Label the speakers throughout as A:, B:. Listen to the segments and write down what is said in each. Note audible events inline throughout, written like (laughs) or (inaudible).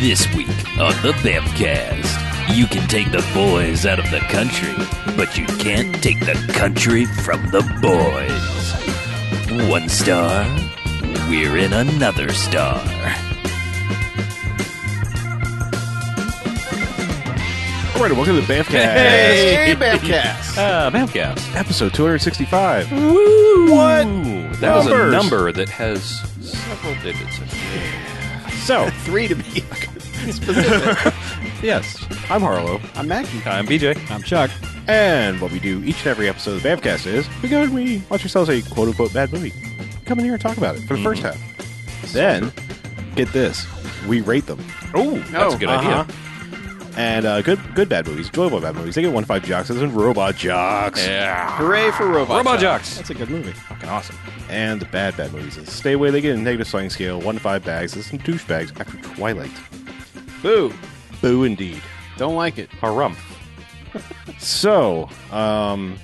A: This week on the Bamcast, you can take the boys out of the country, but you can't take the country from the boys. One star, we're in another star.
B: All right, welcome to the Bamfcast.
C: Hey!
B: Bamfcast.
C: Uh, Bamcast.
B: Episode 265.
C: What? That was a
B: Numbers.
C: number that has several digits. in it.
B: So,
D: three to be (laughs)
B: (laughs)
D: specific.
C: Yes.
B: I'm Harlow,
D: I'm Mackie.
C: I'm BJ.
E: I'm Chuck.
B: and what we do each and every episode of the Bamfcast is we go and we watch ourselves a quote unquote bad movie. Come in here and talk about it for the first
C: Mm-hmm.
B: half. Then, get this we rate them.
C: Oh, that's a good idea.
B: Uh-huh. And uh, good, good bad movies, enjoyable bad movies. They get one five jocks and robot jocks,
C: Yeah.
D: Hooray for robot.
C: Robot Jocks.
E: That's a good movie.
C: Fucking awesome.
B: and the bad bad movies. is Stay away. They get a negative sliding scale, one to five bags. There's some douchebags after Twilight.
D: Boo.
B: Boo indeed.
D: Don't like it.
C: Harumph.
B: So, um,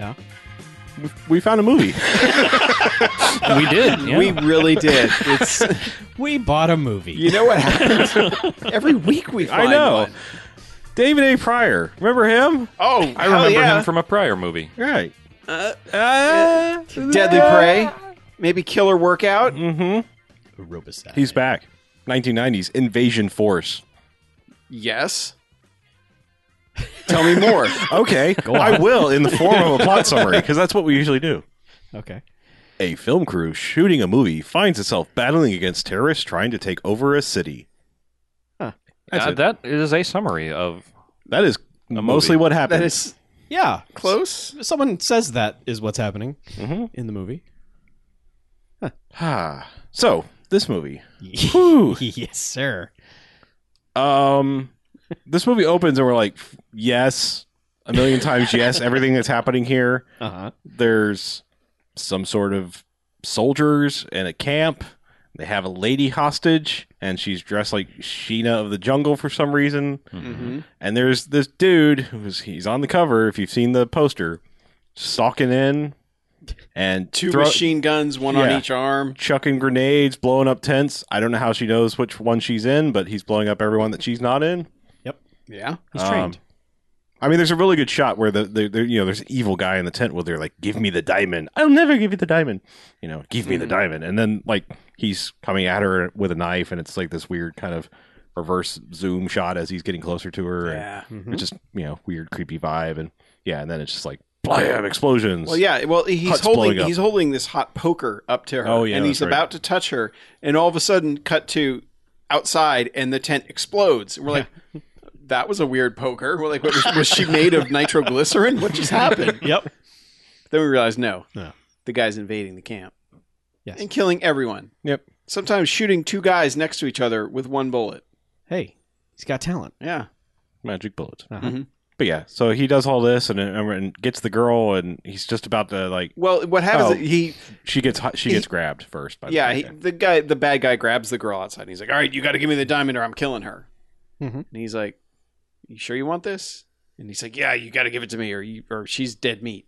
E: Yeah.
B: we found a movie.
C: We did. Yeah.
D: We really did.
B: (laughs)
D: It's
E: We bought a movie.
D: you know what happens every week we
B: I
D: find
B: know.
D: one.
B: David A. Pryor. Remember him?
D: Oh,
C: I remember him from a prior movie.
B: Right.
D: from Deadly Prey. Maybe Killer Workout.
B: Mm-hmm.
E: Robicide.
B: He's back. 1990s Invasion Force.
D: Yes. Tell me more.
B: Okay. I will in the form of a plot summary because that's what we usually do.
E: okay.
B: A film crew shooting a movie finds itself battling against terrorists trying to take over a city. That's
C: Uh,
B: it.
C: that is a summary of.
B: That is mostly
C: movie.
B: what happened.
D: that is
E: Yeah.
D: close.
E: Someone says that is what's happening
B: Mhm.
E: in the (laughs) movie.
B: Ah. so, this movie. Whew.
E: yes, sir.
B: Um, this movie opens and we're like, yes, a million times
D: (laughs)
B: yes, everything that's happening here.
E: Uh huh.
B: There's some sort of soldiers in a camp. They have a lady hostage, and she's dressed like Sheena of the Jungle for some reason.
D: Mm-hmm.
B: And there's this dude who's he's on the cover if you've seen the poster, stalking in and
D: Two
B: throw-
D: machine guns, one
B: Yeah.
D: on each arm.
B: chucking grenades, blowing up tents. I don't know how she knows which one she's in, but he's blowing up everyone that she's not in.
D: Yeah.
E: He's
B: Um,
E: trained.
B: I mean, there's a really good shot where the, the, the you know there's an evil guy in the tent where they're like, "Give me the diamond." I'll never give you the diamond. You know, give me the
D: Mhm.
B: diamond. And then like he's coming at her with a knife, and it's like this weird kind of reverse zoom shot as he's getting closer to her. and
D: Yeah.
E: Mhm.
B: It's just you know weird, creepy vibe, and yeah, and then it's just like blam explosions.
D: Well, yeah. Well, he's
B: Hut's blowing
D: holding
B: up.
D: he's holding this hot poker up to her.
B: Oh, yeah,
D: and
B: that's
D: he's
B: right.
D: about to touch her, and all of a sudden, cut to outside, and the tent explodes. And
B: (laughs)
D: we're like, "That was a weird poker." We're like, what, was, "Was she made of nitroglycerin? What just
B: (laughs)
D: happened?"
E: Mm-hmm. Yep.
D: Then we realize, no,
E: No.
D: the guy's invading the camp
E: Yes.
D: and killing everyone.
B: Yep.
D: Sometimes shooting two guys next to each other with one bullet.
E: Hey, he's got talent.
D: Yeah.
B: magic bullets.
E: Uh-huh.
D: Mhm.
B: But yeah, so he does all this and, and gets the girl, and he's just about to like
D: Well, what happens?
B: Oh.
D: is He
B: she gets hu- she
D: He-
B: gets grabbed first. By the
D: yeah,
B: guy.
D: he, the guy, the bad guy, grabs the girl outside. And he's like, "All right, you got to give me the diamond, or I'm killing her."
E: Mhm.
D: And he's like, "You sure you want this?" And he's like, "Yeah, you got to give it to me, or you, or she's dead meat."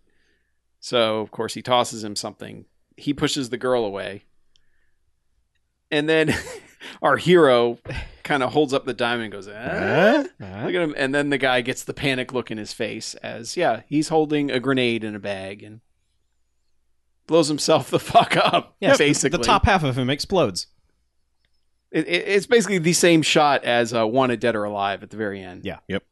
D: So of course he tosses him something. He pushes the girl away, and then (laughs) our hero kind of holds up the diamond and goes, "Ah."
B: Huh?
E: Uh-huh.
D: Look at him, and then the guy gets the panic look in his face as yeah, he's holding a grenade in a bag and blows himself the (laughs) fuck up.
E: Yes, the-
D: basically,
E: The top half of him explodes.
D: it, it- it's basically the same shot as uh, Wanted Dead or Alive at the very end.
E: Yeah.
B: Yep.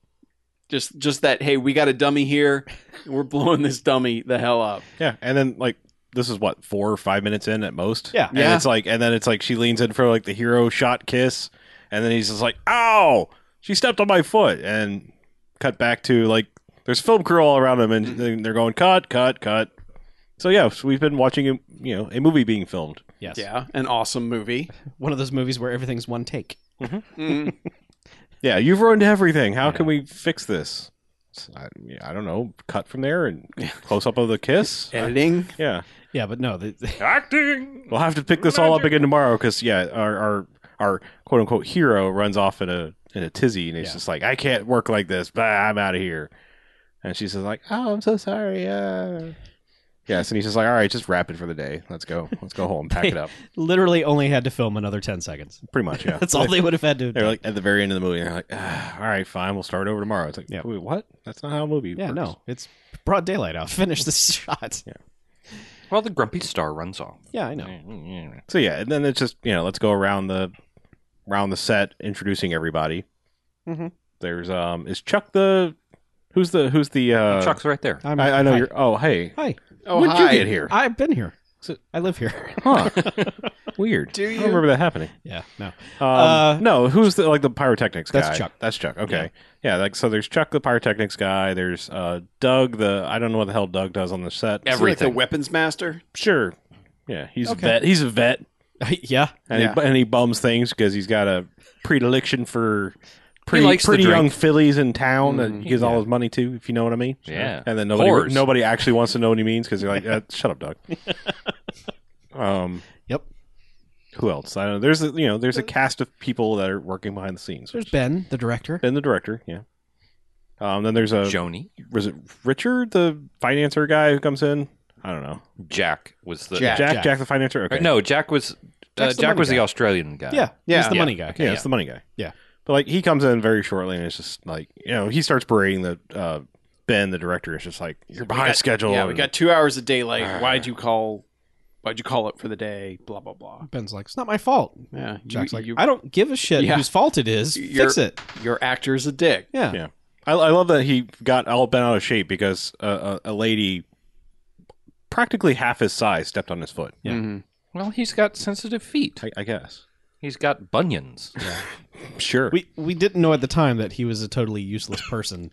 D: Just just that. Hey, we got a dummy
E: (laughs)
D: here. And we're blowing this dummy the hell up.
B: Yeah, and then like this is what four or five minutes in at most.
E: Yeah.
B: and
D: Yeah.
B: it's like, and then it's like she leans in for like the hero shot kiss, and then he's just like, "Ow!" She stepped on my foot, and cut back to like there's film crew all around him, and
D: Mm-hmm.
B: then they're going cut, cut, cut. So yeah, so we've been watching a, you know a movie being filmed.
E: Yes.
D: Yeah, an awesome (laughs) movie.
E: One of those movies where everything's one take.
D: Mm.
B: Yeah, you've ruined everything. How can we fix this? So, I, yeah, I don't know. Cut from there and close up of the
E: (laughs)
B: kiss.
D: Editing.
B: Yeah.
E: Yeah, but no. The,
C: Acting!
B: We'll have to pick this all up again tomorrow because yeah, our our our quote unquote hero runs off in a in a tizzy and he's
E: Yeah.
B: just like, I can't work like this. Bah, I'm out of here. And she says like, Oh, I'm so sorry. Uh. Yes, and he's just like, all right, just wrap it for the day. Let's go. Let's go home. Pack it
E: (laughs)
B: up.
E: Literally only had to film another 10 seconds.
B: Pretty much, yeah.
E: That's all they would have had to
B: (laughs) They're like at the very end of the movie. They're like, ah, all right, fine, we'll start over tomorrow. It's like,
E: Yeah.
B: wait, what? That's not how a movie.
E: Yeah,
B: works.
E: no. It's broad daylight out. Finish this (laughs) shot. Yeah,
C: Well, the grumpy star runs off.
E: I know.
B: So yeah, and then it's just you know, let's go around the around the set introducing everybody.
E: Mhm.
B: There's um, is Chuck the who's the who's the uh,
C: Chuck's right there.
E: I'm,
B: I, I know
E: hi.
B: you're. Oh hey,
E: Hi.
D: Oh,
B: when would
D: hi.
B: you get here?
E: I've been here.
B: So-
E: I
B: (laughs)
E: live here. (laughs)
B: Huh? Weird.
D: Do
B: I
D: you?
B: don't remember that happening.
E: yeah, no. (laughs)
B: Um,
E: Uh,
B: no, who's the like the pyrotechnics guy?
E: That's Chuck.
B: That's Chuck. Okay. Yeah. like so there's Chuck the pyrotechnics guy, there's uh Doug the I don't know what the hell Doug does on the set.
D: Is he like the weapons master.
B: Sure. Yeah, he's
E: Okay.
B: a vet. He's a vet.
E: yeah.
B: And,
D: Yeah.
B: he, and he bums things because he's got a predilection for pretty,
C: likes to
B: pretty
C: drink. Mm-hmm.
B: young fillies in town that he gives all his money to, if you know what I mean.
C: Yeah.
B: And then nobody
C: Whores.
B: nobody actually wants to know what he means because they're like, uh, shut
C: (laughs)
B: up, Doug. um,
E: Yep.
B: who else? I don't know. There's a, you know there's a cast of people that are working behind the scenes.
E: There's Ben, the director.
B: And the director, yeah. Um, then there's a
C: Joni.
B: was it Richard the financer guy who comes in? I don't know.
C: Jack was the
D: Jack.
B: Jack,
E: Jack.
B: Jack, the financer. Okay,
C: Or No, Jack was uh,
E: Jack's the
C: Jack
E: money
C: was the
E: guy.
C: Australian guy.
E: Yeah.
D: Yeah.
E: He's the
C: Yeah.
E: money guy.
C: Okay.
B: yeah, it's the money guy.
E: Yeah.
B: But like he comes in very shortly and it's just like, you know, he starts berating the uh Ben, the director, is just like, You're behind
D: got-
B: schedule.
D: Yeah, we
B: and-
D: got two hours of daylight. Why'd you call? Why'd you call it for the day? Blah blah blah.
E: Ben's like, it's not my fault.
D: Yeah, you-
E: Jack's like,
D: you-
E: I don't give a shit
D: Yeah.
E: whose fault it is.
D: You're-
E: Fix it.
D: your actor's a dick.
E: Yeah.
B: Yeah. I, I love that he got all bent out of shape because uh, a, a lady practically half his size stepped on his foot.
E: Yeah.
D: Mhm.
C: Well, he's got sensitive feet.
B: I, I guess.
C: He's got bunions.
B: Sure.
E: We we didn't know at the time that he was a totally useless person,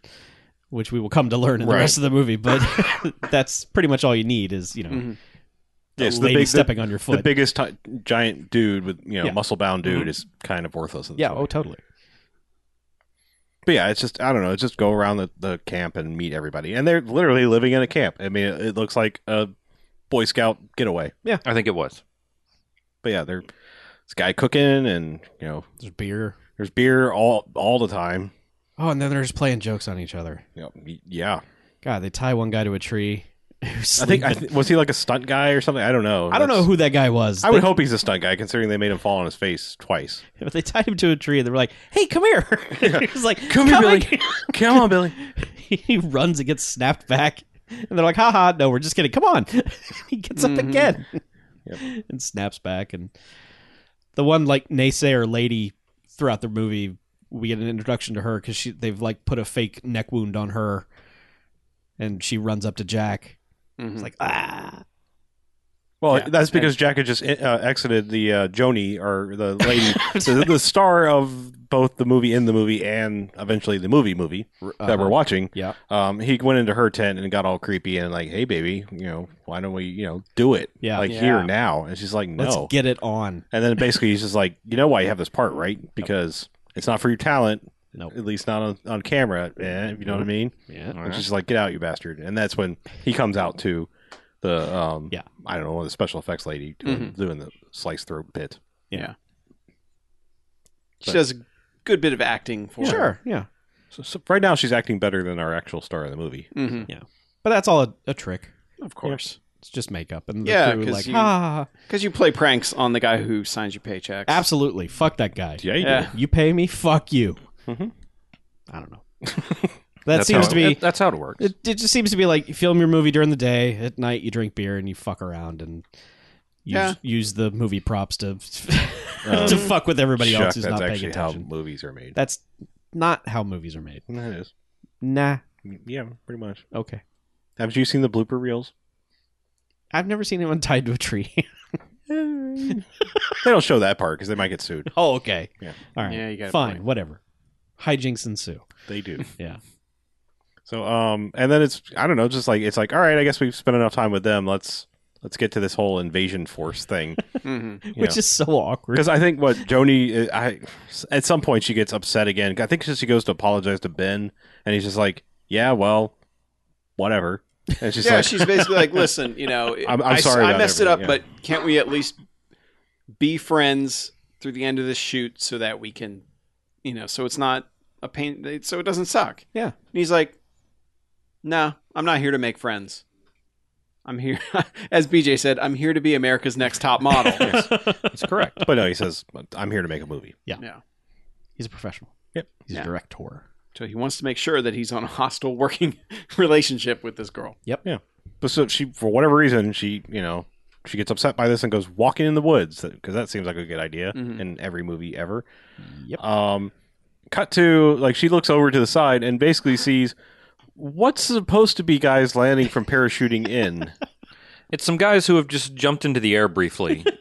E: which we will come to learn in the
B: Right.
E: rest of the movie. But (laughs) that's pretty much all you need is you know
D: Mhm.
E: a
B: Yes, Mm-hmm. the
E: lady
B: big- the-
E: stepping on your
B: the
E: foot.
B: biggest ti giant dude with you know
E: Yeah. Mm-hmm.
B: muscle bound dude is kind of worthless. in this
E: yeah.
B: movie.
E: Oh, totally.
B: But yeah, it's just I don't know. It's just go around the, the camp and meet everybody, and they're literally living in a camp. I mean, it, it looks like a Boy Scout getaway.
C: I think it was.
B: But yeah, they're this guy cooking, and you know,
E: There's beer.
B: there's beer all all the time.
E: Oh, and then they're just playing jokes on each other.
B: You know, y- yeah,
E: God, they tie one guy to a tree. (laughs)
B: I think I th- was he like a stunt guy or something. I don't know.
E: I don't know
B: That's-
E: who that guy was.
B: I would
E: They-
B: hope he's a stunt guy, considering they made him fall on his face twice.
E: (laughs) But they tied him to a tree and they were like, hey, come here. (laughs) he was like,
B: Come here, Billy.
E: here."
B: Come on, Billy.
E: (laughs) he runs and gets snapped back. And they're like, haha, no, we're just kidding. Come on. (laughs) he gets up
B: Mm-hmm.
E: again (laughs) and snaps back. And the one, like, naysayer lady throughout the movie, we get an introduction to her because they've, like, put a fake neck wound on her. And she runs up to Jack.
D: Mhm.
B: Mm.
E: It's like, ah.
B: Well,
D: Yeah.
B: that's because Jack had just uh, exited the uh, Joni or the (laughs) lady, the, the star of both the movie in the movie and eventually the movie movie that
E: Uh,
B: we're watching.
E: Yeah.
B: Um, he went into her tent and got all creepy and like, "Hey, baby, you know, why don't we, you know, do it?
E: Yeah.
B: like
D: Yeah.
B: here now." And she's like, "No."
E: Let's get it on.
B: and then basically he's just like, "You know why you have this part, right? Because it's not for your talent."
E: Nope.
B: At least not on, on camera, eh, if you know what I mean.
E: Yeah.
B: And she's like, "Get out, you bastard!" And that's when he comes out to the um,
E: Yeah.
B: I don't know, the special effects lady doing, doing the slice throat bit.
D: She does a good bit of acting for
E: Sure. Yeah.
B: So, so right now, she's acting better than our actual star of the movie.
D: it. Mhm.
E: But that's all a, a trick.
D: of course,
E: It's just makeup. And the
D: Yeah,
E: crew
D: 'cause
E: like,
D: you-
E: ah.
D: because you play pranks on the guy who signs your paychecks.
E: Absolutely. Fuck that guy.
B: Yeah, you
D: Yeah.
B: do.
E: You pay me, fuck you.
B: Mhm.
E: I don't know. that seems to be. It,
C: That's how it works.
E: it, just seems to be like you film your movie during the day. At night, you drink beer and you fuck around and use,
D: Yeah.
E: use the movie props to (laughs) to
B: Um,
E: fuck with everybody
B: Shuck,
E: else who's
B: that's
E: not paying
B: actually how
E: attention.
B: movies are made.
E: That's not how movies are made.
B: that is,
E: Nah.
B: yeah, pretty much.
E: Okay.
B: Haven't you seen the blooper reels?
E: I've never seen anyone (laughs) tied to
D: (laughs)
E: a tree.
B: They don't show that part because they might get sued.
E: oh, okay.
B: Yeah.
E: All right.
D: Yeah, you got a
E: Fine.
D: point.
E: Whatever. Hijinks ensue.
B: They do.
E: Yeah.
B: So, um, and then it's I don't know, just like it's like, all right, I guess we've spent enough time with them. Let's let's get to this whole invasion force thing.
D: Mhm.
E: Which is so awkward.
B: Because I think what Joni, uh, I at some point she gets upset again. I think she goes to apologize to Ben, and he's just like, "Yeah, well, whatever." And she's
D: yeah,
B: like,
D: she's basically like, listen, you know,
B: I'm- I'm
D: I s-
B: sorry
D: I
B: about
D: messed it up,
B: everything,
D: but can't we at least be friends through the end of this shoot so that we can, you know, so it's not a pain, so it doesn't suck.
E: Yeah.
D: And he's like, no, I'm not here to make friends. I'm here, (laughs) as BJ said, I'm here to be America's next top model.
C: That's correct.
B: (laughs) But no, he says, I'm here to make a movie.
D: Yeah.
E: He's a professional.
B: Yep.
E: He's
D: Yeah.
E: a director.
D: So he wants to make sure that he's on a hostile working (laughs) relationship with this girl.
B: But so she, for whatever reason, she, you know, she gets upset by this and goes walking in the woods because that seems like a good idea
C: Mm-hmm.
D: Mhm.
B: in every movie ever.
E: Yep.
B: Um, cut to like she looks over to the side and basically sees what's supposed to be guys landing from parachuting
C: (laughs)
B: in.
C: It's some guys who have just jumped into the air briefly. (laughs)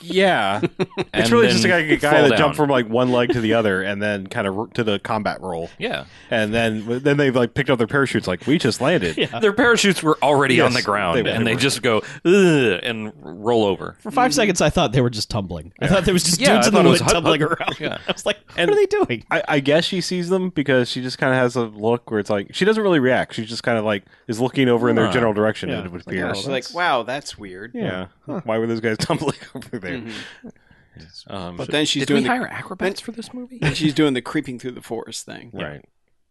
B: yeah, it's
C: and
B: really just a
C: then
B: guy, a guy
C: fall
B: that
C: down.
B: jumped from like one leg to the other and then kind of r- to the combat roll,
C: Yeah.
B: and then then they've like picked up their parachutes. Like we just landed.
C: Their parachutes were already on
B: Uh, Yes,
C: the ground,
B: they were.
C: and they just go Ugh, and roll over.
E: For five seconds, I thought they were just tumbling. I thought there was just
C: Yeah,
E: dudes
C: I
E: in the
C: thought it
E: wood
C: was hot-
E: tumbling around.
C: Yeah.
E: (laughs) I was like, what
B: And-
E: are they doing?
B: I, I guess she sees them because she just kind of has a look where it's like she doesn't really react. She's just kind of like is looking over in their
C: Huh.
B: general direction.
E: Yeah.
B: It would
D: Yeah,
B: appear.
D: she's like, wow, that's weird.
B: yeah. Why were those guys (laughs) tumbling over there?
D: Mhm.
B: Um,
D: But then she's
C: Mm-hmm. Did
D: doing
C: we
D: the,
C: hire acrobats for this movie?
D: and she's doing the creeping through the forest thing.
B: right.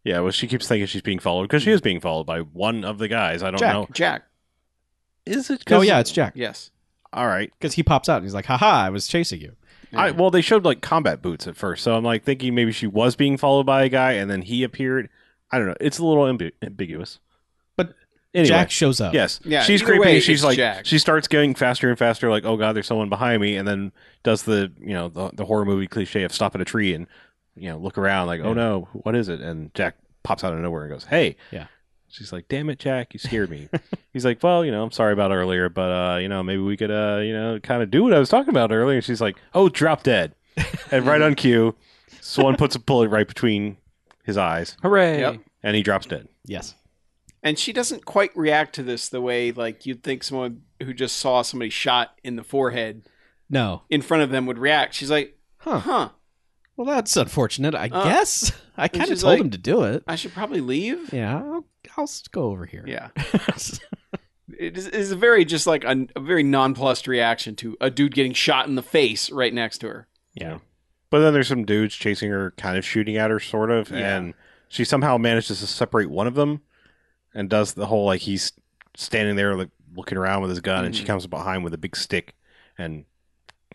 B: Yeah. Well, she keeps thinking she's being followed because she is being followed by one of the guys. I don't
E: Jack.
B: know.
D: Mm-hmm. Jack,
B: Is it?
E: Oh, yeah, it's Jack.
D: yes.
B: All right.
E: Because he pops out and he's like, haha, I was chasing you.
B: I, well, they showed like combat boots at first, so I'm like thinking maybe she was being followed by a guy and then he appeared. I don't know. It's a little ambi- ambiguous.
E: But
B: anyway.
E: Jack shows up.
B: Yes.
D: Yeah,
B: She's
D: either
B: creepy.
D: way,
B: she's
D: it's
B: like
D: Jack.
B: she starts going faster and faster, like, oh god, there's someone behind me, and then does the you know, the, the horror movie cliche of stop at a tree and you know, look around like, oh no, what is it? And Jack pops out of nowhere and goes, Hey.
E: Yeah.
B: She's like, Damn it, Jack, you scared me. (laughs) He's like, Well, you know, I'm sorry about earlier, but uh, you know, maybe we could uh, you know, kinda do what I was talking about earlier. And she's like, Oh, drop dead. and right on cue, someone puts a bullet right between his eyes
C: Hooray!
D: Yep.
B: and he drops dead.
E: Yes.
D: And she doesn't quite react to this the way like you'd think someone who just saw somebody shot in the forehead
E: No.
D: in front of them would react. She's like,
E: Huh.
D: huh,
E: Well, that's unfortunate, I
D: Uh,
E: guess. (laughs) I kind of
D: she's
E: told
D: like-
E: him to do it.
D: I should probably leave.
E: Yeah, I'll, I'll s- go over here.
D: Yeah. It is, it's a very just like a, a very nonplussed reaction to a dude getting shot in the face right next to her.
E: Yeah.
B: But then there's some dudes chasing her, kind of shooting at her, sort of,
D: Yeah.
B: and she somehow manages to separate one of them, and does the whole like he's standing there like looking around with his gun, and she
D: Mhm.
C: Mm-hmm.
B: comes behind with a big stick and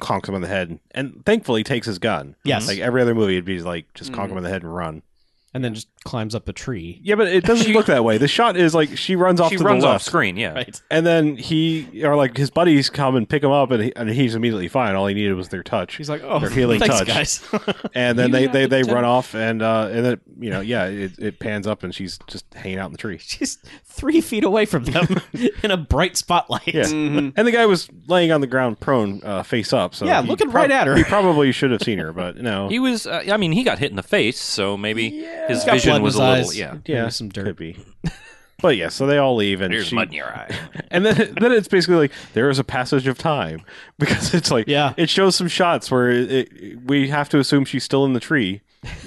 B: conks him on the head, and, and thankfully takes his gun.
E: Yes.
B: Like every other movie, it'd be like just
C: Mm-hmm.
B: conk him
D: Mhm.
B: on the head and run.
E: (laughs) And then just climbs up a tree.
B: (laughs) Yeah, but it doesn't look that way. The shot is like she runs off
C: She
B: to
C: runs
B: the
C: off
B: left,
C: screen. Yeah.
E: Right.
B: and then he or like his buddies come and pick him up, and, he, and he's immediately fine. All he needed was their touch.
E: He's like, oh,
B: They're healing
E: thanks,
B: touch.
E: guys. (laughs)
B: and then
C: You
B: they,
C: have
B: they,
C: to
B: they
C: tell-
B: run off and uh and then you know yeah it, it pans up and she's just hanging out in the tree
E: She's three feet away from them (laughs) in a bright spotlight.
B: yeah and the guy was laying on the ground prone uh, face up so
E: Mm-hmm. Yeah,
B: he
E: looking right at her.
B: he probably should have seen her but no
C: He was. Uh, I mean, he got hit in the face, so maybe his
E: He's got blood
C: vision
E: in
C: was
E: his
C: a little.
E: eyes.
C: Yeah.
E: Maybe
B: yeah
E: some
B: could
E: dirt.
B: be but yeah so they all leave and
C: Here's
B: she,
C: mud in your eye.
B: and then (laughs) then it's basically like there is a passage of time (laughs) because it's like
E: Yeah.
B: it shows some shots where it, it, we have to assume she's still in the
D: (laughs)
B: tree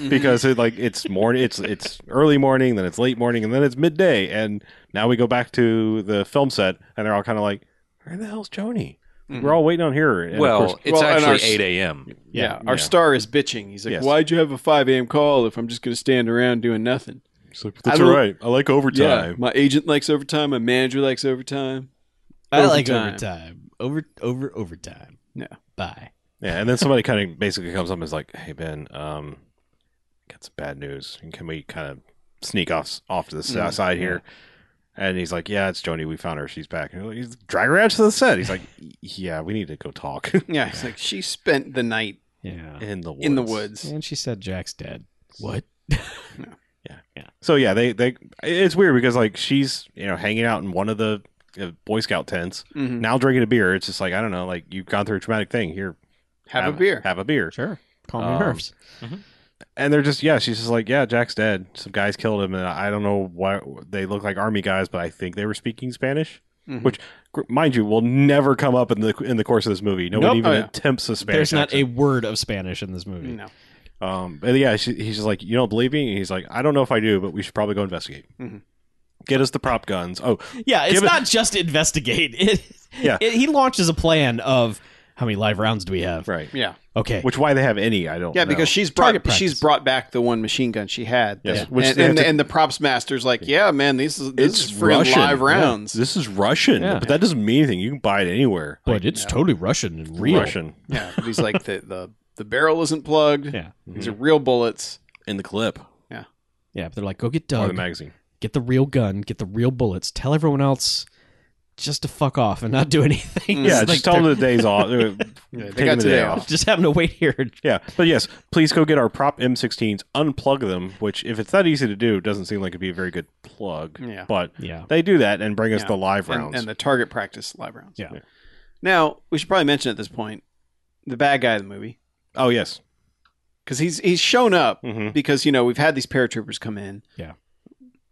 B: because it like it's morning it's it's early morning then it's late morning and then it's midday and now we go back to the film set and they're all kind of like where the hell's Joni we're all waiting on her and of
C: well,
B: course-
C: it's
D: Mm-hmm. Well, and our
C: actually
D: s-
C: eight a.m.
D: Yeah,
B: Yeah,
D: our
B: yeah.
D: star is bitching. He's like,
B: Yes.
D: "Why'd you have a 5 a.m. call if I'm just going to stand around doing nothing?"
B: she's like, that's
D: I
B: all
D: don't-
B: right I like
D: Yeah,
B: overtime
D: my agent likes overtime. My manager likes overtime.
E: I like
D: Overtime.
E: overtime. Over, over, overtime.
D: Yeah.
E: Bye.
B: yeah. and then somebody kind of basically comes up and is like hey Ben um I got some bad news and can we kind of sneak off off to the s-
D: Mm,
B: side here and he's like yeah it's Joni we found her she's back and he's like, drag her out to the set he's
D: (laughs)
B: like yeah we need to go talk (laughs)
D: Yeah, it's like she spent the night
E: Yeah.
B: in the woods.
D: in the woods.
E: And she said Jack's dead. What?
B: So yeah, they they it's weird because like she's you know hanging out in one of the uh, Boy Scout tents
D: Mhm.
B: now drinking a beer. It's just like I don't know, like you've gone through a traumatic thing. Here,
D: Have, a beer.
B: Have a beer.
E: Sure. Calm
B: Um,
E: your nerves.
B: And they're just yeah, she's just like yeah, Jack's dead. Some guys killed him, and I don't know why they look like army guys, but I think they were speaking Spanish.
D: Mhm.
B: Which, gr- mind you, will never come up in the in the course of this movie. No one
E: Nope.
B: even
D: Oh, yeah.
B: attempts a Spanish.
E: There's not a
B: accent.
E: word of Spanish in this movie.
D: no.
B: Um, but yeah, she, he's just like, you don't believe me? And he's like, I don't know if I do, but we should probably go investigate.
D: Mhm.
B: Get us the prop
D: (laughs)
B: guns. Oh,
E: Yeah, it's
B: Give it-
E: not just investigate. (laughs) It,
B: Yeah.
E: it- he launches a plan of how many live rounds do we have?
B: Right.
D: Yeah.
E: Okay.
B: Which why they have any? I don't.
D: Yeah,
B: know.
D: because she's brought
E: Target practice.
D: she's brought back the one machine gun she had.
B: Yes,
D: And,
B: which
D: and,
B: they have
D: and
B: to-
D: the, and the props master's like, yeah, man, this is this is friggin' live
B: Yeah.
D: rounds.
B: (laughs) This is Russian,
C: Yeah.
B: but that doesn't mean anything. You can buy it anywhere.
E: but it's totally Russian and real.
B: Russian
D: Yeah, but he's like the, the the barrel isn't plugged.
E: Yeah.
D: These are real bullets.
B: in the clip
E: Yeah, but they're like, go get
B: or
E: Doug,
B: the magazine.
E: get the real gun, get the real bullets. Tell everyone else just to fuck off and not do anything.
D: Mm.
B: Yeah,
E: It's
B: just
E: (laughs) like
B: tell them
E: they're-
B: the day's off.
D: (laughs)
B: Uh,
D: Yeah,
B: Take
D: they got
B: them the
D: today
B: day
D: off.
B: off.
E: (laughs) Just have them to wait here.
B: Yeah, but yes, please go get our prop M16s, unplug them. Which, if it's that easy to do, doesn't seem like it'd be a very good plug.
D: Yeah.
B: But
E: Yeah.
B: they do that and bring us
D: Yeah.
B: the live
D: And,
B: rounds.
D: and the target practice live rounds.
E: Yeah. Yeah.
D: Now, we should probably mention at this point the bad guy of the movie.
B: oh yes,
D: Because he's he's shown up
B: hmm
D: because, you know, we've had these paratroopers come in.
E: Yeah.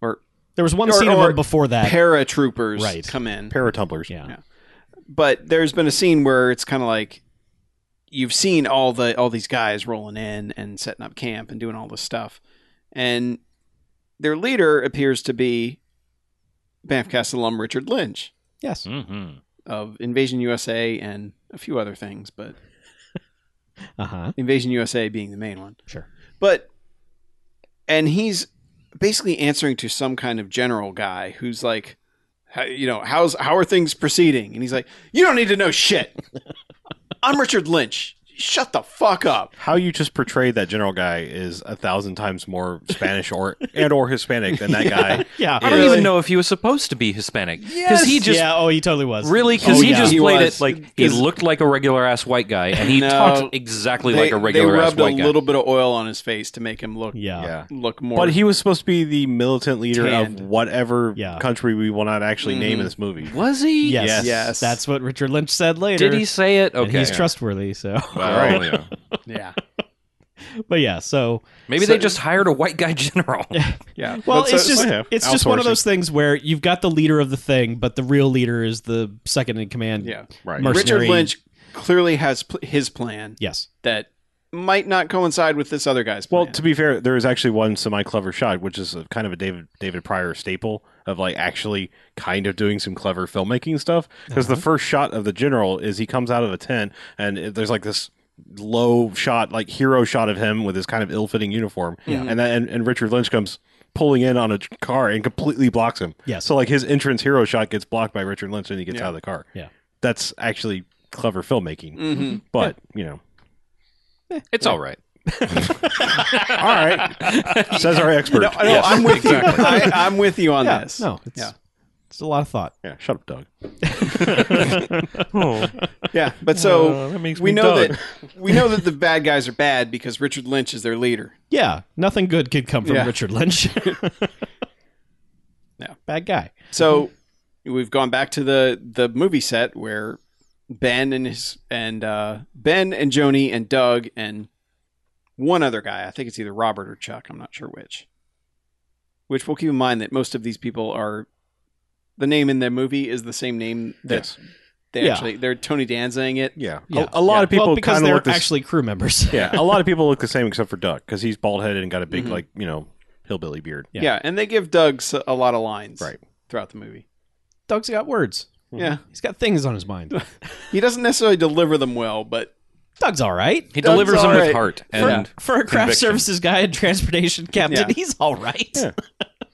D: Or
E: There was one
D: Or-
E: scene of
D: or
E: them before that.
D: paratroopers
E: Uh, Right.
D: come in.
B: paratumblers.
E: yeah.
D: Yeah. but there's been a scene where it's kind of like you've seen all the all these guys rolling in and setting up camp and doing all this stuff and their leader appears to be Banff Castle alum Richard Lynch
E: Yes.
C: Mm-hmm.
D: of Invasion USA and a few other things but
E: Uh huh.
D: Invasion USA being the main one
E: Sure.
D: but and he's basically answering to some kind of general guy who's like how, you know how's how are things proceeding and he's like you don't need to know shit i'm richard lynch shut the fuck up
B: How you just portrayed that general guy is a thousand times more Spanish
D: (laughs)
B: or and or Hispanic than that guy.
E: Yeah.
C: I don't
D: Really?
C: even know if he was supposed to be Hispanic because he just
E: yeah. Oh, he totally was.
C: really because
E: Oh,
C: he
E: yeah.
C: just
D: He
C: played
D: was.
C: it like he
D: 'Cause-
C: looked like a regular ass white guy and he
D: No.
C: talked exactly like a regular
D: they
C: ass
D: rubbed
C: white
D: a
C: guy.
D: little bit of oil on his face to make him look
E: Yeah.
B: Yeah.
D: look more
B: But he was supposed to be the militant leader
D: Tanned.
B: of whatever
E: Yeah.
B: country we will not actually name
D: Mhm.
B: in this movie.
C: was he?
E: Yes.
B: Yes.
D: Yes.
E: That's what Richard Lynch said later.
C: Did he say it?
E: And
C: Okay.
E: he's trustworthy. So,
C: Well,
E: (laughs)
B: Right.
C: yeah.
D: Oh, yeah
E: but yeah. So
C: Maybe
D: So-
C: they just hired a white guy (laughs) general.
D: yeah
E: Well,
D: But so-
E: it's just
B: so- yeah,
E: it's just one of
B: outsourcing.
E: those things where you've got the leader of the thing, but the real leader is the second in command.
D: yeah
B: Right.
E: Merc-
D: richard
E: Mercenary-
D: lynch clearly has pl- his plan
E: Yes.
D: that might not coincide with this other guy's plan
B: Well, to be fair, there is actually one semi clever shot, which is a, kind of a David David Pryor staple of like actually kind of doing some clever filmmaking stuff. Because
E: Uh-huh.
B: the first shot of the general is he comes out of a tent, and it, there's like this low shot, like hero shot of him with his kind of ill fitting uniform, and then and, and Richard Lynch comes pulling in on a tr- car and completely blocks him.
E: Yes.
B: So like his entrance hero shot gets blocked by Richard Lynch, and he gets
D: Yeah.
B: out of the car.
E: Yeah.
B: That's actually clever filmmaking,
D: Mhm.
B: but you know,
C: It's all right.
B: all
D: (laughs)
B: right, says our expert.
D: No, no, I'm with you. I, I'm with you on
E: Yeah.
D: this.
E: No. It's
D: Yeah.
E: it's a lot of thought.
B: Yeah, shut up, Doug.
D: Yeah, but so
B: Uh, that makes
D: we
B: me
D: know
B: dumb.
D: that (laughs) we know that the bad guys are bad because Richard Lynch is their leader.
E: Yeah. Nothing good could come from
D: Yeah.
E: Richard Lynch.
D: Yeah.
E: (laughs) Bad guy.
D: So we've gone back to the the movie set where Ben and his and uh, Ben and Joni and Doug and one other guy. I think it's either Robert or Chuck. I'm not sure which. Which we'll keep in mind that most of these people are the name in the movie is the same name that
B: Yes.
D: they
E: Yeah.
D: actually they're Tony Danzang it.
B: Yeah.
E: Yeah.
B: A, a lot
E: Yeah.
B: of people
E: well, because
B: kind of
E: they're
B: look the s-
E: actually crew members.
B: (laughs)
E: (laughs)
B: yeah, a lot of people look the same except for Duck because he's bald headed and got a big
D: Mhm.
B: like you know hillbilly beard.
E: Yeah.
D: Yeah. and they give Doug s- a lot of lines
B: Right.
D: throughout the movie.
E: Doug's got words.
D: Yeah,
E: He's got things on his mind. (laughs)
D: he doesn't necessarily deliver them well, but
E: Doug's all right.
C: He
D: Doug's
C: delivers
D: all
C: them
D: right.
C: with heart (laughs)
E: For,
C: and
E: for a craft
C: conviction.
E: services guy and transportation captain, (laughs)
D: Yeah.
E: he's all right.
B: Yeah.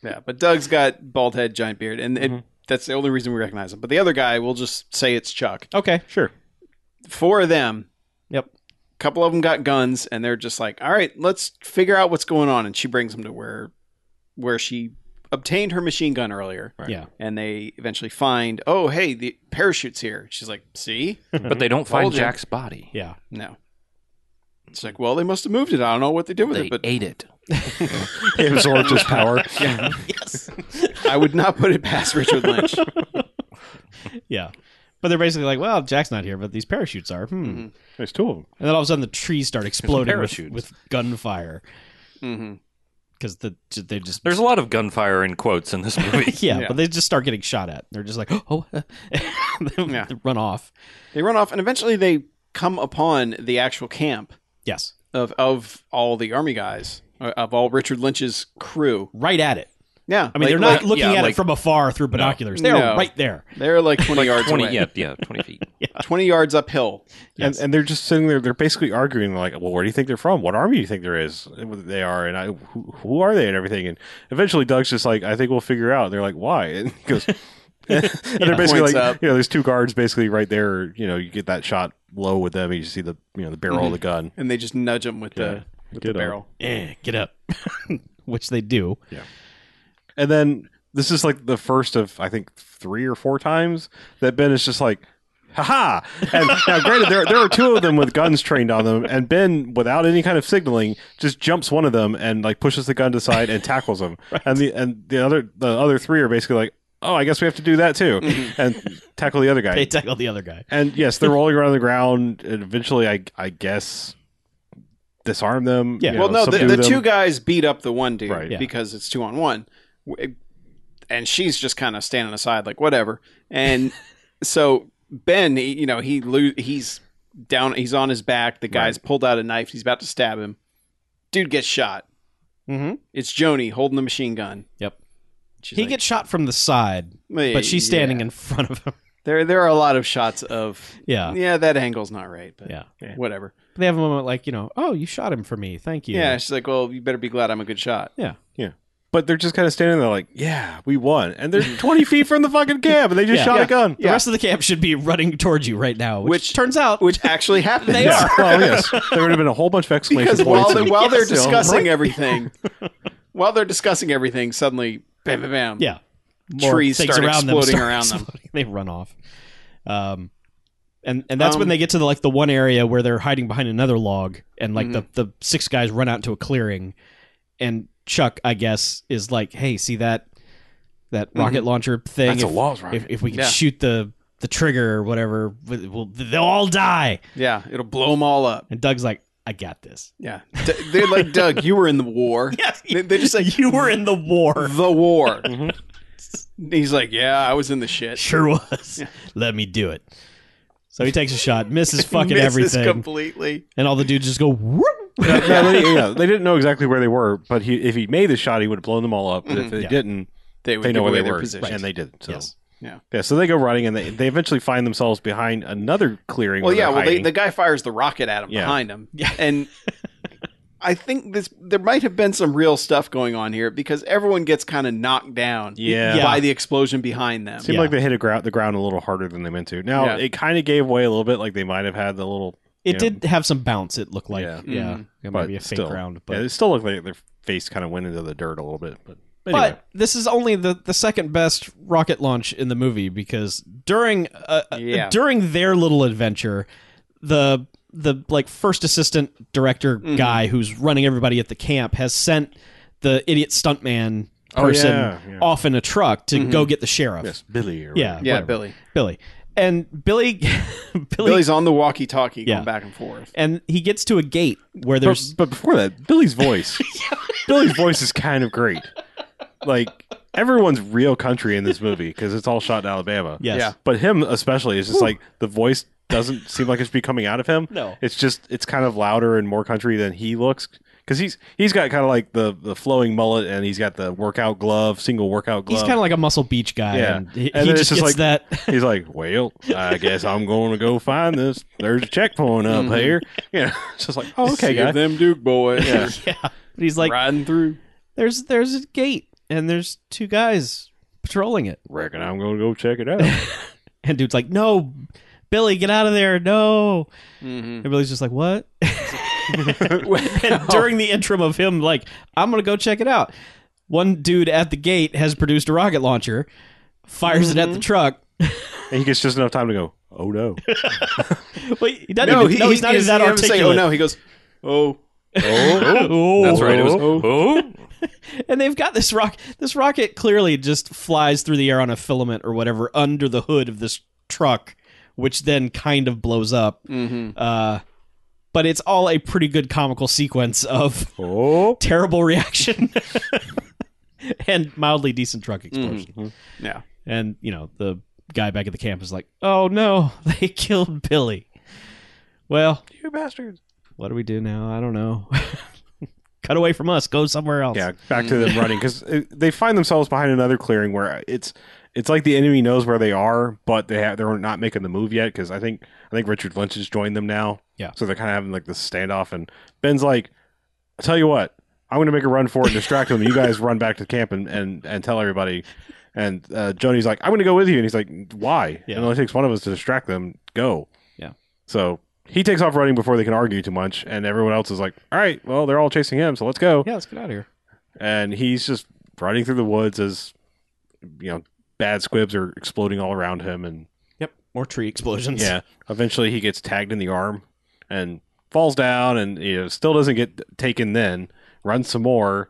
D: yeah, but Doug's got bald head, giant beard, and it, that's the only reason we recognize him. But the other guy, we'll just say it's Chuck.
E: Okay.
B: Sure.
D: Four of them,
E: Yep.
D: a couple of them got guns, and they're just like, "All right, let's figure out what's going on." And she brings them to where where she obtained her machine gun earlier.
B: Right.
E: Yeah.
D: And they eventually find, oh, hey, the parachute's here. She's like, see?
C: but they don't find
D: Told you.
C: Jack's body.
E: Yeah.
D: No. It's like, well, they must have moved it. I don't know what they did with
C: They
D: it, but
C: ate it.
B: He absorbed his (laughs) power.
E: Yes.
D: I would not put it past Richard Lynch.
E: (laughs) Yeah. But they're basically like, well, Jack's not here, but these parachutes are. Hmm.
D: Mhm.
B: There's two of them.
E: And then all of a sudden the trees start exploding with,
C: parachutes.
E: with gunfire
D: hmm
E: because the, j- they just.
C: There's a lot of gunfire in quotes in this (laughs) movie.
E: (laughs) yeah,
D: Yeah.
E: but they just start getting shot at. They're just like, oh, (laughs) they
D: Yeah.
E: they run off.
D: They run off, and eventually they come upon the actual camp
E: Yes,
D: of of all the army guys, uh, of all Richard Lynch's crew.
E: right at it.
D: Yeah.
E: I mean, they're
D: like-
E: not looking
C: yeah,
E: at
C: like-
E: it from afar through binoculars. They're
D: No.
E: right there.
D: like- they're like 20 yards
C: 20,
D: away.
C: yeah, yeah, 20 feet.
D: 20 yards uphill.
E: Yes.
B: And, and they're just sitting there. They're basically arguing, like, "Well, where do you think they're from? What army do you think there is? They are, and I, who, who are they, and everything." And eventually, Doug's just like, "I think we'll figure out." And they're like, "Why?" (laughs) And he goes, "And they're basically
D: Points
B: like,
D: up.
B: you know, there's two guards basically right there. You know, you get that shot low with them, and you see the you know the barrel of the gun.
D: And they just nudge him with
B: Yeah.
D: the, with the
B: Get up.
D: barrel.
E: Eh, get up. (laughs) Which they do.
B: And then this is like the first of I think three or four times that Ben is just like, haha. And (laughs) now, granted, there there are two of them with guns trained on them, and Ben, without any kind of signaling, just jumps one of them and like pushes the gun to side and tackles him. And the and the other the other three are basically like, oh, I guess we have to do that too, and tackle the other guy.
E: They tackle the other guy.
B: and yes, they're rolling around on the ground, and eventually, I I guess disarm them.
E: Yeah.
B: you
D: well,
B: know,
D: no, the,
B: subdue
D: the
B: them.
D: two guys beat up the one dude
B: Right.
E: Yeah.
D: because it's two on one, W- and she's just kind of standing aside, like whatever. And (laughs) so Ben, he- you know, he lo- he's down, he's on his back. The guy's pulled out a knife. He's about to stab him. Dude gets shot.
E: Mm-hmm.
D: It's Joni holding the machine gun.
E: Yep.
D: She's
E: He
D: like,
E: gets shot from the side,
D: "Meh,
E: but she's standing
D: yeah."
E: in front of him. (laughs)
D: There, there are a lot of shots of.
E: Yeah.
D: Yeah, that angle's not right, but
E: Yeah.
D: whatever.
E: They have a moment like, you know, oh, you shot him for me. Thank you.
D: Yeah. she's like, "Well, you better be glad I'm a good shot."
B: but they're just kind of standing there like, yeah, we won. And
E: (laughs)
B: they're 20 feet from the fucking camp and they just
E: Yeah.
B: shot
E: Yeah.
B: a gun.
E: The rest of the camp should be running towards you right now, which,
D: Which-
E: turns out
D: Which
E: (laughs)
D: actually happened.
E: They are.
B: well, yes. There would have been a whole bunch of exclamation
D: (laughs) because
B: points.
D: while they're,
B: and-
D: while they're
B: Yes.
D: discussing
E: (laughs)
D: everything, while they're discussing everything, suddenly, bam, bam, bam.
E: yeah,
D: Trees
E: things
D: start exploding around them.
E: (laughs) They run off. Um, and and that's
D: Um,
E: when they get to the, like the one area where they're hiding behind another log, and like
D: Mm-hmm.
E: the the six guys run out into a clearing, and Chuck, I guess, is like, "Hey, see that that
D: Mm-hmm.
E: rocket launcher thing?
B: That's a
E: if,
B: walls rocket.
E: If, if we can
D: Yeah.
E: shoot the the trigger or whatever, we- we'll, they'll all die."
D: Yeah, it'll blow them all up.
E: And Doug's like, "I got this."
D: Yeah, D- they're like Doug. You were in the war.
E: (laughs) Yes,
D: they, they just like
E: you were in the Mm-hmm. war.
D: the war. He's like, yeah, I was in the shit.
E: (laughs) Sure was. Let me do it. So (laughs) he takes a shot,
D: (laughs)
E: misses fucking
D: Misses
E: everything,
D: completely.
E: and all the dudes just go. Whoop.
B: No, no, they, yeah, they didn't know exactly where they were, but he, if he made the shot, he would have blown them all up. But if they
E: Yeah.
B: didn't,
D: They Mm-hmm. would
B: they know
D: give
B: where
D: away
B: they
D: their
B: were.
D: position.
B: And they didn't. So.
E: Yes.
D: Yeah.
B: Yeah, so they go running and they, they eventually find themselves behind another clearing.
D: Well,
B: where
D: yeah.
B: they're
D: Well, they,
B: hiding.
D: the guy fires the rocket at him
B: Yeah.
D: behind him,
E: Yeah.
D: (laughs) and I think this there might have been some real stuff going on here because everyone gets kind of knocked down
B: Yeah.
E: Yeah.
D: by the explosion behind them.
B: Seemed
E: yeah.
B: like they hit a ground, the ground a little harder than they meant to. Now,
D: Yeah.
B: it kind of gave way a little bit, like they might have had the little.
E: It
B: Yeah.
E: did have some bounce. It looked like, yeah, Mm-hmm.
B: Yeah.
E: it might
B: But
E: be a fake
B: still.
E: round, but
B: yeah, it still looked like their face kind of went into the dirt a little bit. But,
E: but
B: anyway.
E: this is only the, the second best rocket launch in the movie because during uh, uh,
D: Yeah.
E: during their little adventure, the the like first assistant director
B: Mm-hmm.
E: guy who's running everybody at the camp has sent the idiot stuntman
B: Oh,
E: person
B: yeah, yeah. Mm-hmm.
E: off in a truck to go get the sheriff.
B: yes, Billy. Or
E: Yeah,
D: Yeah,
E: whatever.
D: Billy.
E: Billy. And Billy, (laughs) Billy,
D: Billy's on the walkie-talkie
E: Yeah.
D: going back and forth.
E: and he gets to a gate where
B: But-
E: there's
B: But, before that, Billy's
E: (laughs)
B: voice. Billy's voice is kind of great. Like everyone's real country in this movie because it's all shot in Alabama.
E: yes,
D: Yeah.
B: But him especially is just like the voice doesn't seem like it should be coming out of him.
E: No.
B: It's just it's kind of louder and more country than he looks because he's he's got kind of like the the flowing mullet and he's got the workout glove, single workout glove.
E: he's kind of like a Muscle Beach guy,
B: Yeah.
E: and he,
B: And then
E: he
B: it's
E: just
B: just
E: gets
B: like-
E: that. (laughs)
B: He's like, well, I guess I'm going to go find this. There's a checkpoint up here. Yeah, (laughs) it's just like, oh, okay,
D: See if
B: guy.
D: them Duke boys are (laughs)
E: yeah, but he's like,
D: riding through.
E: there's there's a gate, and there's two guys patrolling it,
B: Reckon I'm going to go check it out.
E: and dude's like, no, Billy, get out of there, no,
D: Mhm.
E: and Billy's just like, what? (laughs) and during the interim of him, like, I'm gonna go check it out. One dude at the gate has produced a rocket launcher, fires it at the truck.
B: and he gets just enough time to go. Oh (laughs) no!
E: But he doesn't. even, no he's not even that
D: he doesn't
E: articulate.
D: say, oh no, he goes, oh,
E: Oh.
C: That's right. It was,
D: Oh.
C: oh.
E: And they've got this rock. This rocket clearly just flies through the air on a filament or whatever under the hood of this truck, which then kind of blows up.
D: hmm
E: Uh, but it's all a pretty good comical sequence of (laughs)
B: Oh,
E: terrible reaction (laughs) and mildly decent truck explosion.
D: yeah,
E: And you know the guy back at the camp is like, "Oh no, (laughs) they killed Billy." Well,
B: you bastards!
E: what do we do now? I don't know. (laughs) cut away from us. Go somewhere else.
B: Yeah, back to them running because they find themselves behind another clearing where it's it's like the enemy knows where they are, but they have they're not making the move yet because I think I think Richard Lynch has joined them now.
E: Yeah.
B: so they're kind of having like this standoff, and Ben's like, "I tell you what, I'm going to make a run for it and distract them. You guys run back to camp and and, and tell everybody." And uh, Joni's like, "I'm going to go with you," and he's like, "Why?"
E: Yeah.
B: It only takes one of us to distract them. Go.
E: Yeah.
B: So. He takes off running before they can argue too much, and everyone else is like, "All right, well, they're all chasing him, so let's go."
E: Yeah, let's get out of here.
B: and he's just running through the woods as you know bad squibs are exploding all around him and
E: Yep. More tree explosions.
B: yeah eventually he gets tagged in the arm and falls down and you know still doesn't get taken then runs some more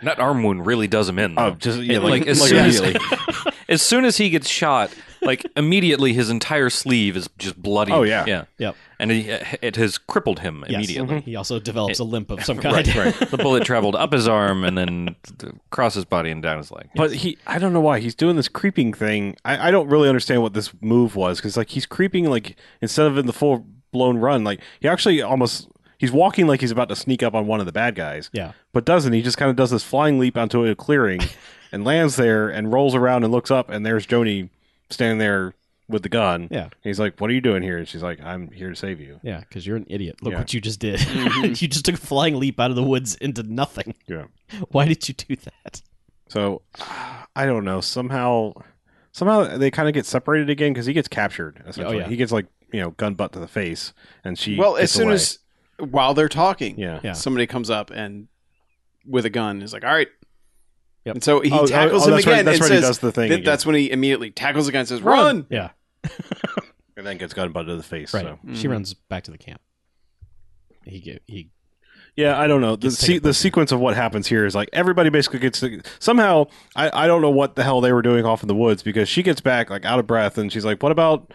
C: And that arm wound really does him in. Though.
B: oh just yeah,
C: It, like, as, soon
B: immediately.
C: as, (laughs) as soon as he gets shot, like immediately his entire sleeve is just bloody.
B: Oh, yeah.
C: yeah, Mm-hmm.
E: Yep.
C: and he, it has crippled him
E: Yes.
C: immediately.
B: Mm-hmm.
E: He also develops a limp
B: (laughs)
E: of some kind.
C: Right, right. The bullet traveled up his arm and then th- across his body and down his leg.
B: but he i don't know why he's doing this creeping thing i, I don't really understand what this move was because like he's creeping like instead of in the full blown run like he actually almost he's walking like he's about to sneak up on one of the bad guys
E: Yeah.
B: but doesn't. He just kind of does this flying leap onto a
E: (laughs)
B: clearing and lands there and rolls around and looks up and there's Joni standing there with the gun.
E: Yeah.
B: He's like, "What are you doing here?" And she's like, "I'm here to save you."
E: (laughs) Yeah, because you're an idiot. Look
B: Yeah. Mm-hmm.
E: what you just did. (laughs) you just took a flying leap out of the woods into nothing.
B: Yeah.
E: (laughs) Why did you do that?
B: So I don't know. Somehow, somehow they kind of get separated again because he gets captured. Essentially,
E: yeah.
B: he gets like you know gun butt to the face, and she
D: Well, as
B: gets
D: soon
B: away.
D: as while they're talking,
B: yeah.
E: Yeah.
D: somebody comes up and with a gun is like, "All right."
E: Yep.
D: And so he
B: Oh, oh,
D: tackles
B: oh,
D: him
B: that's
D: again
B: right, that's
D: and
B: right, he
D: says,
B: does the thing
D: that-
B: again.
D: That's when he immediately tackles the guy and says, "Run!"
E: Yeah,
B: and then gets gun butt to the face.
E: right.
B: So. Mm-hmm.
E: She
D: Mhm.
E: runs back to the camp. He ge- he
B: Yeah, I don't know. The,
E: Gets taken
B: se- the sequence of what happens here is like everybody basically gets to, somehow. I, I don't know what the hell they were doing off in the woods because she gets back like out of breath and she's like, "What about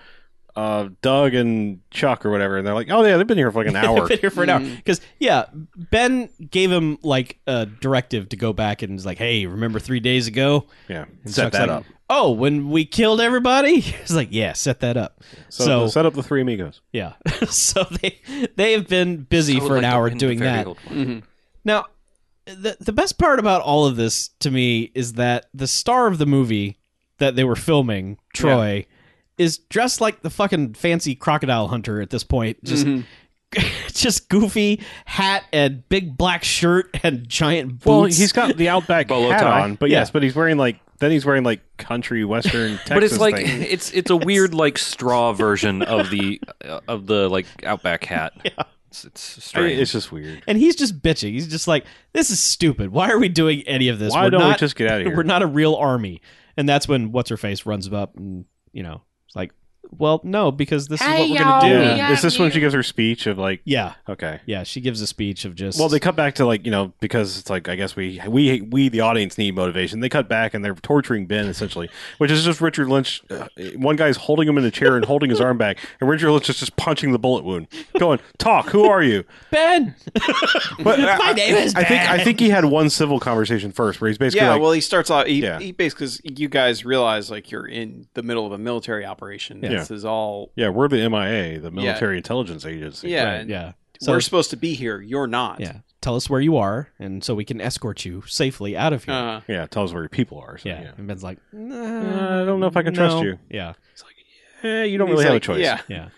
B: uh, Doug and Chuck or whatever?" And they're like, "Oh yeah, (laughs) they've been here for like an hour." Mm.
E: been here for an hour because yeah, Ben gave him like a directive to go back and was like, hey, remember three days ago?
B: yeah,
E: And
B: set
E: Chuck's
B: that
E: like,
B: up.
E: Oh, when we killed everybody, (laughs) he's like, yeah, set that up.
B: So,
E: So,
B: set up the three amigos.
E: yeah, (laughs) so they they have been busy for an hour doing that. Now, the the best part about all of this to me is that the star of the movie that they were filming, Troy, is dressed like the fucking fancy crocodile hunter at this point. Just
B: Mm-hmm.
E: (laughs) just goofy hat and big black shirt and giant boots.
B: Well, he's got the (laughs) outback
C: Bolo
B: hat
C: tie.
B: on, but
E: Yeah.
B: yes, but he's wearing like then he's wearing like country (laughs) western Texas
C: But it's like
B: thing.
C: it's it's a weird like straw version of the uh, of the like outback
E: (laughs)
C: hat. Yeah. It's, it's
B: I mean,
C: strange.
B: it's just weird.
E: and he's just bitching. He's just like, "This is stupid. Why are we doing any of this?
B: Why
E: We're
B: don't we
E: not-
B: just get out of here?
E: We're not a real army." And that's when what's her face runs up and you know, it's like, "Well, no, because this is what we're gonna do."
B: (laughs) yeah. Is this when she gives her speech of like,
E: Yeah,
B: okay,
E: yeah. She gives a speech of just
B: Well, they cut back to like you know because it's like I guess we we we the audience need motivation. They cut back and they're torturing Ben essentially, which is just Richard Lynch. Uh, one guy's holding him in a chair and holding his arm back, and Richard Lynch is just punching the bullet wound, going, "Talk, who are (laughs) you?"
E: Ben.
B: But I-
E: My name is
B: I think I
E: Ben.
B: think he had one civil conversation first, where he's basically
D: Yeah,
B: like,
D: well, he starts off. He,
B: Yeah.
D: he basically, 'cause you guys realize like you're in the middle of a military operation.
B: Yeah.
D: This is all.
B: "Yeah, we're the MIA, the Military Intelligence Agency."
D: Yeah,
E: Right,
D: and
E: yeah. So
D: we're supposed to be here. You're not.
E: yeah, tell us where you are, and so we can escort you safely out of here.
D: Uh,
B: yeah. Tell us where your people are. So,
E: yeah.
B: yeah.
E: and Ben's like, "Nah,
B: Uh, I don't know if I can trust
E: no."
B: you.
E: Yeah,
B: Eh, you don't
D: he's
B: really have a
D: like,
B: choice. (laughs)
D: Yeah.
E: yeah,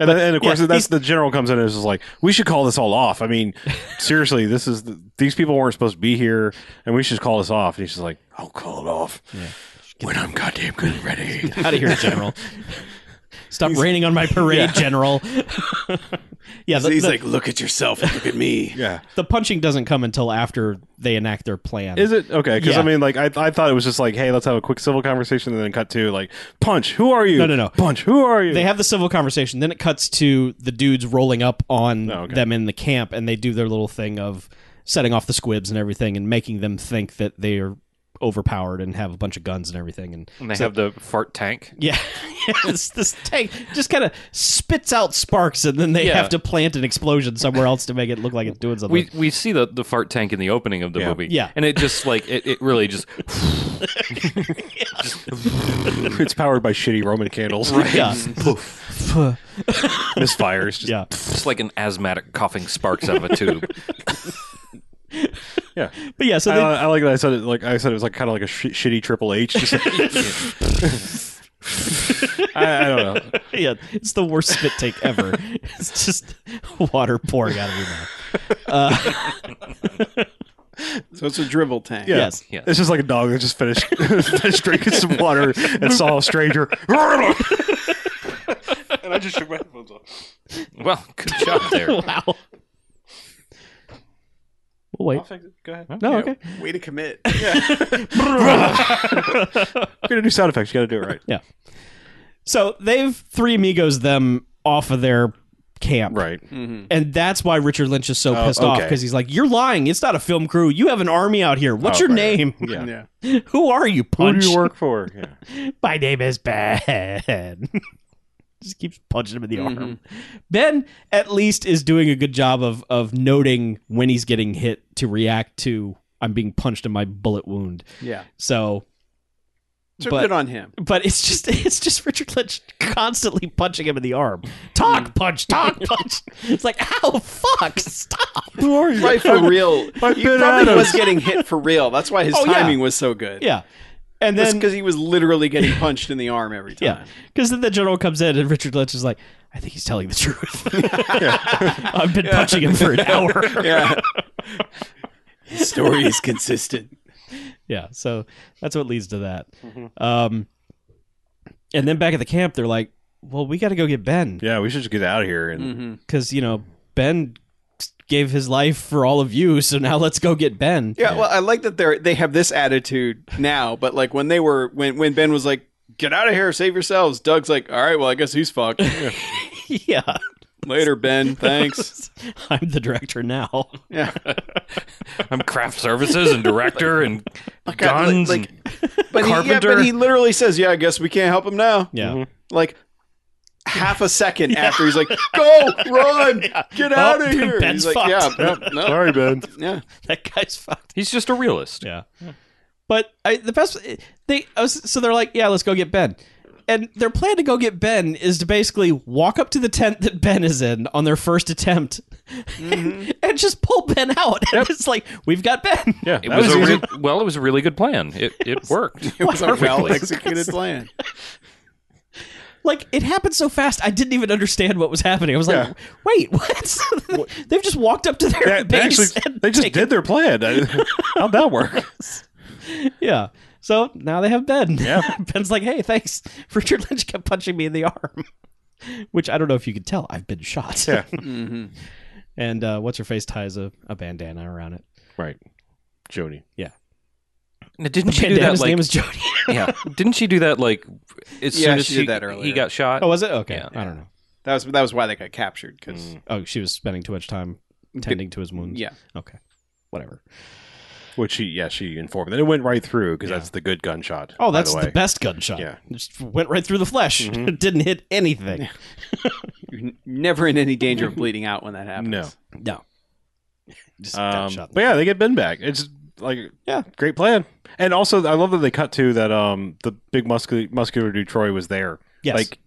B: And, then, and of course,
E: yeah,
B: that's the general comes in and is just like, "We should call this all off." I
E: (laughs)
B: mean, seriously, this is the, these people weren't supposed to be here, and we should call this off. And he's just like, "I'll call it off when I'm goddamn good and ready."
E: out of here, General. (laughs) Stop
B: (laughs)
E: raining on my parade, General. yeah, the,
D: He's
E: the-
D: like, look at yourself. and Look at
E: (laughs)
D: me.
B: yeah,
E: the punching doesn't come until after they enact their plan.
B: is it okay? Because
E: Yeah.
B: I mean, like, I, I thought it was just like, "Hey, let's have a quick civil conversation," and then cut to like, "Punch, who are you?"
E: No, no, no.
B: Punch, who are you? (laughs)
E: they have the civil conversation. Then it cuts to the dudes rolling up on
B: Oh, okay.
E: them in the camp, and they do their little thing of setting off the squibs and everything, and making them think that they are overpowered and have a bunch of guns and everything. And
B: Mm.
C: and they have the fart tank.
E: yeah, (laughs) yeah, this, this tank just kind of spits out sparks, and then they
C: Yeah.
E: have to plant an explosion somewhere else to make it look like it's doing something.
C: We we see the, the fart tank in the opening of the
B: Yeah.
C: movie.
E: Yeah.
C: And it just like it, it really just
B: it's powered by shitty Roman candles.
E: (laughs) yeah.
C: poof.
E: Pff.
B: (laughs) Misfires. Just,
E: yeah.
C: Just like an asthmatic coughing sparks out of a tube.
E: (laughs)
B: yeah.
E: But yeah, so
B: I,
E: they,
B: I like that. I said it like I said it was like kind of like a sh- shitty Triple H. Just
C: (laughs)
B: like- I, I don't know.
E: yeah, it's the worst spit take ever. (laughs) it's just water pouring out of your mouth.
D: So it's a dribble tank.
B: Yeah.
E: Yes.
C: Yeah.
B: It's just like a dog that just finished, (laughs) finished drinking some water and saw a stranger. (laughs) and I just shook my headphones off.
C: Well, good job there.
E: (laughs) wow. Oh, We'll wait.
B: Go ahead.
E: No, okay.
D: Way to
E: (laughs)
D: commit.
B: We're gonna do sound effects. You gotta do it right.
E: Yeah. So they've three amigos them off of their camp.
B: Right.
C: Mm-hmm.
E: And that's why Richard Lynch is so
B: Oh,
E: pissed off
B: okay.
E: because he's like, You're lying. It's not a film crew. You have an army out here. What's
B: Oh,
E: your
B: right.
E: name?
B: Yeah.
D: Yeah.
E: (laughs) Who are you,
B: Who
E: Punch?
B: do you work for? Yeah.
E: (laughs) My name is Ben. (laughs) Just keeps punching him in the
B: Mm-hmm.
E: arm. Ben at least is doing a good job of of noting when he's getting hit to react to I'm being punched in my bullet wound.
D: Yeah.
E: So
D: So
E: But-
D: good on him.
E: but it's just (laughs) it's just Richard Lynch constantly punching him in the arm. Talk punch,
B: (laughs)
E: talk punch. It's like, ow, fuck, stop.
B: Who are you?
D: Right
E: (laughs)
D: for real. he
B: I've
D: probably
B: been at
D: was
B: him.
D: getting hit for real. That's why his
E: Oh, yeah.
D: timing was so good.
E: Yeah, and
D: That's
E: then
D: because he was literally getting punched in the arm every
E: yeah,
D: time.
E: because then the general comes in and Richard Lynch is like, I think he's telling
B: (laughs)
E: the truth. (laughs) I've been punching him for an hour.
D: Yeah. His story is consistent.
E: yeah so that's what leads to that
B: Mm-hmm.
E: um and then back at the camp they're like well we got to go get ben
B: Yeah, we should just get out of here and
D: Mm-hmm.
E: because you know ben gave his life for all of you so now let's go get ben
D: Yeah, well, I like that they're they have this attitude now, but like when they were when when Ben was like, "Get out of here, save yourselves," Doug's like, "All right, well, I guess he's fucked."
E: (laughs)
D: (laughs)
E: yeah
D: Later, Ben.
E: (laughs)
D: Thanks.
E: i'm the director now
D: Yeah.
C: I'm craft services and director and guns.
D: like-
C: and-
D: But he, yeah,
C: Carpenter.
D: but he literally says, "Yeah, I guess we can't help him now."
E: yeah
D: Like half a second after he's like, "Go, run, get out of here."
E: Ben's
D: he's like,
E: fucked.
D: "Yeah, no,
B: sorry, Ben.
D: yeah."
E: that guy's fucked
C: he's just a realist.
E: yeah but I, the best they I was, so they're like yeah let's go get ben and their plan to go get Ben is to basically walk up to the tent that Ben is in on their first attempt
B: Mm-hmm.
E: and, (laughs) and just pull Ben out. And it's like, we've got Ben. (laughs)
B: Yeah,
C: It
B: that
C: was, a
B: easy.
C: real well. It was a really good plan. It
B: (laughs)
C: it worked.
D: It was a
C: Perfectly.
D: well-executed plan.
E: Like it happened so fast, I didn't even understand what was happening. I was like,
B: Yeah.
E: "Wait, what?" (laughs) They've just walked up to
C: (laughs)
E: their
B: Yeah, they
E: base.
B: actually
E: and
B: they just
E: taken-
B: did their plan. I- How'd that work?
E: yeah. So now they have Ben.
B: Yeah.
E: (laughs) Ben's like, "Hey, thanks." (laughs) Richard Lynch kept punching me in the arm, (laughs) which I don't know if you could tell. I've been
B: (laughs)
E: shot.
B: Yeah.
E: (laughs) and uh, what's her face ties a, a bandana around it.
B: Right, Joni.
C: Now, didn't she do that?
E: Bandana's
C: Like
E: name
B: (laughs)
E: is Jody.
C: yeah, didn't she do that? Like as
D: Yeah,
C: soon as
D: she did that
C: he
D: earlier.
C: got shot.
E: Oh, was it? Okay.
C: Yeah.
E: I don't know.
D: That was that was why they got captured because
E: Oh, she was spending too much time tending to his wounds.
D: yeah,
E: Okay. Whatever.
B: Which she, yeah, she informed. And it went right through because that's the good gunshot.
E: Oh,
B: by
E: that's
B: the,
E: the,
B: way.
E: best gunshot.
B: Yeah. Mm-hmm.
E: Just went right through the flesh. It (laughs) Didn't hit anything.
D: you're n- never in any danger
B: (laughs)
D: of bleeding out when that happens.
B: No.
E: No. (laughs) Just
B: Um,
E: gunshot.
B: but yeah, they get Ben back. It's like
E: Yeah.
B: great plan. And also, I love that they cut to that. Um, the big muscular muscular dude Troy was there,
E: Yes.
B: like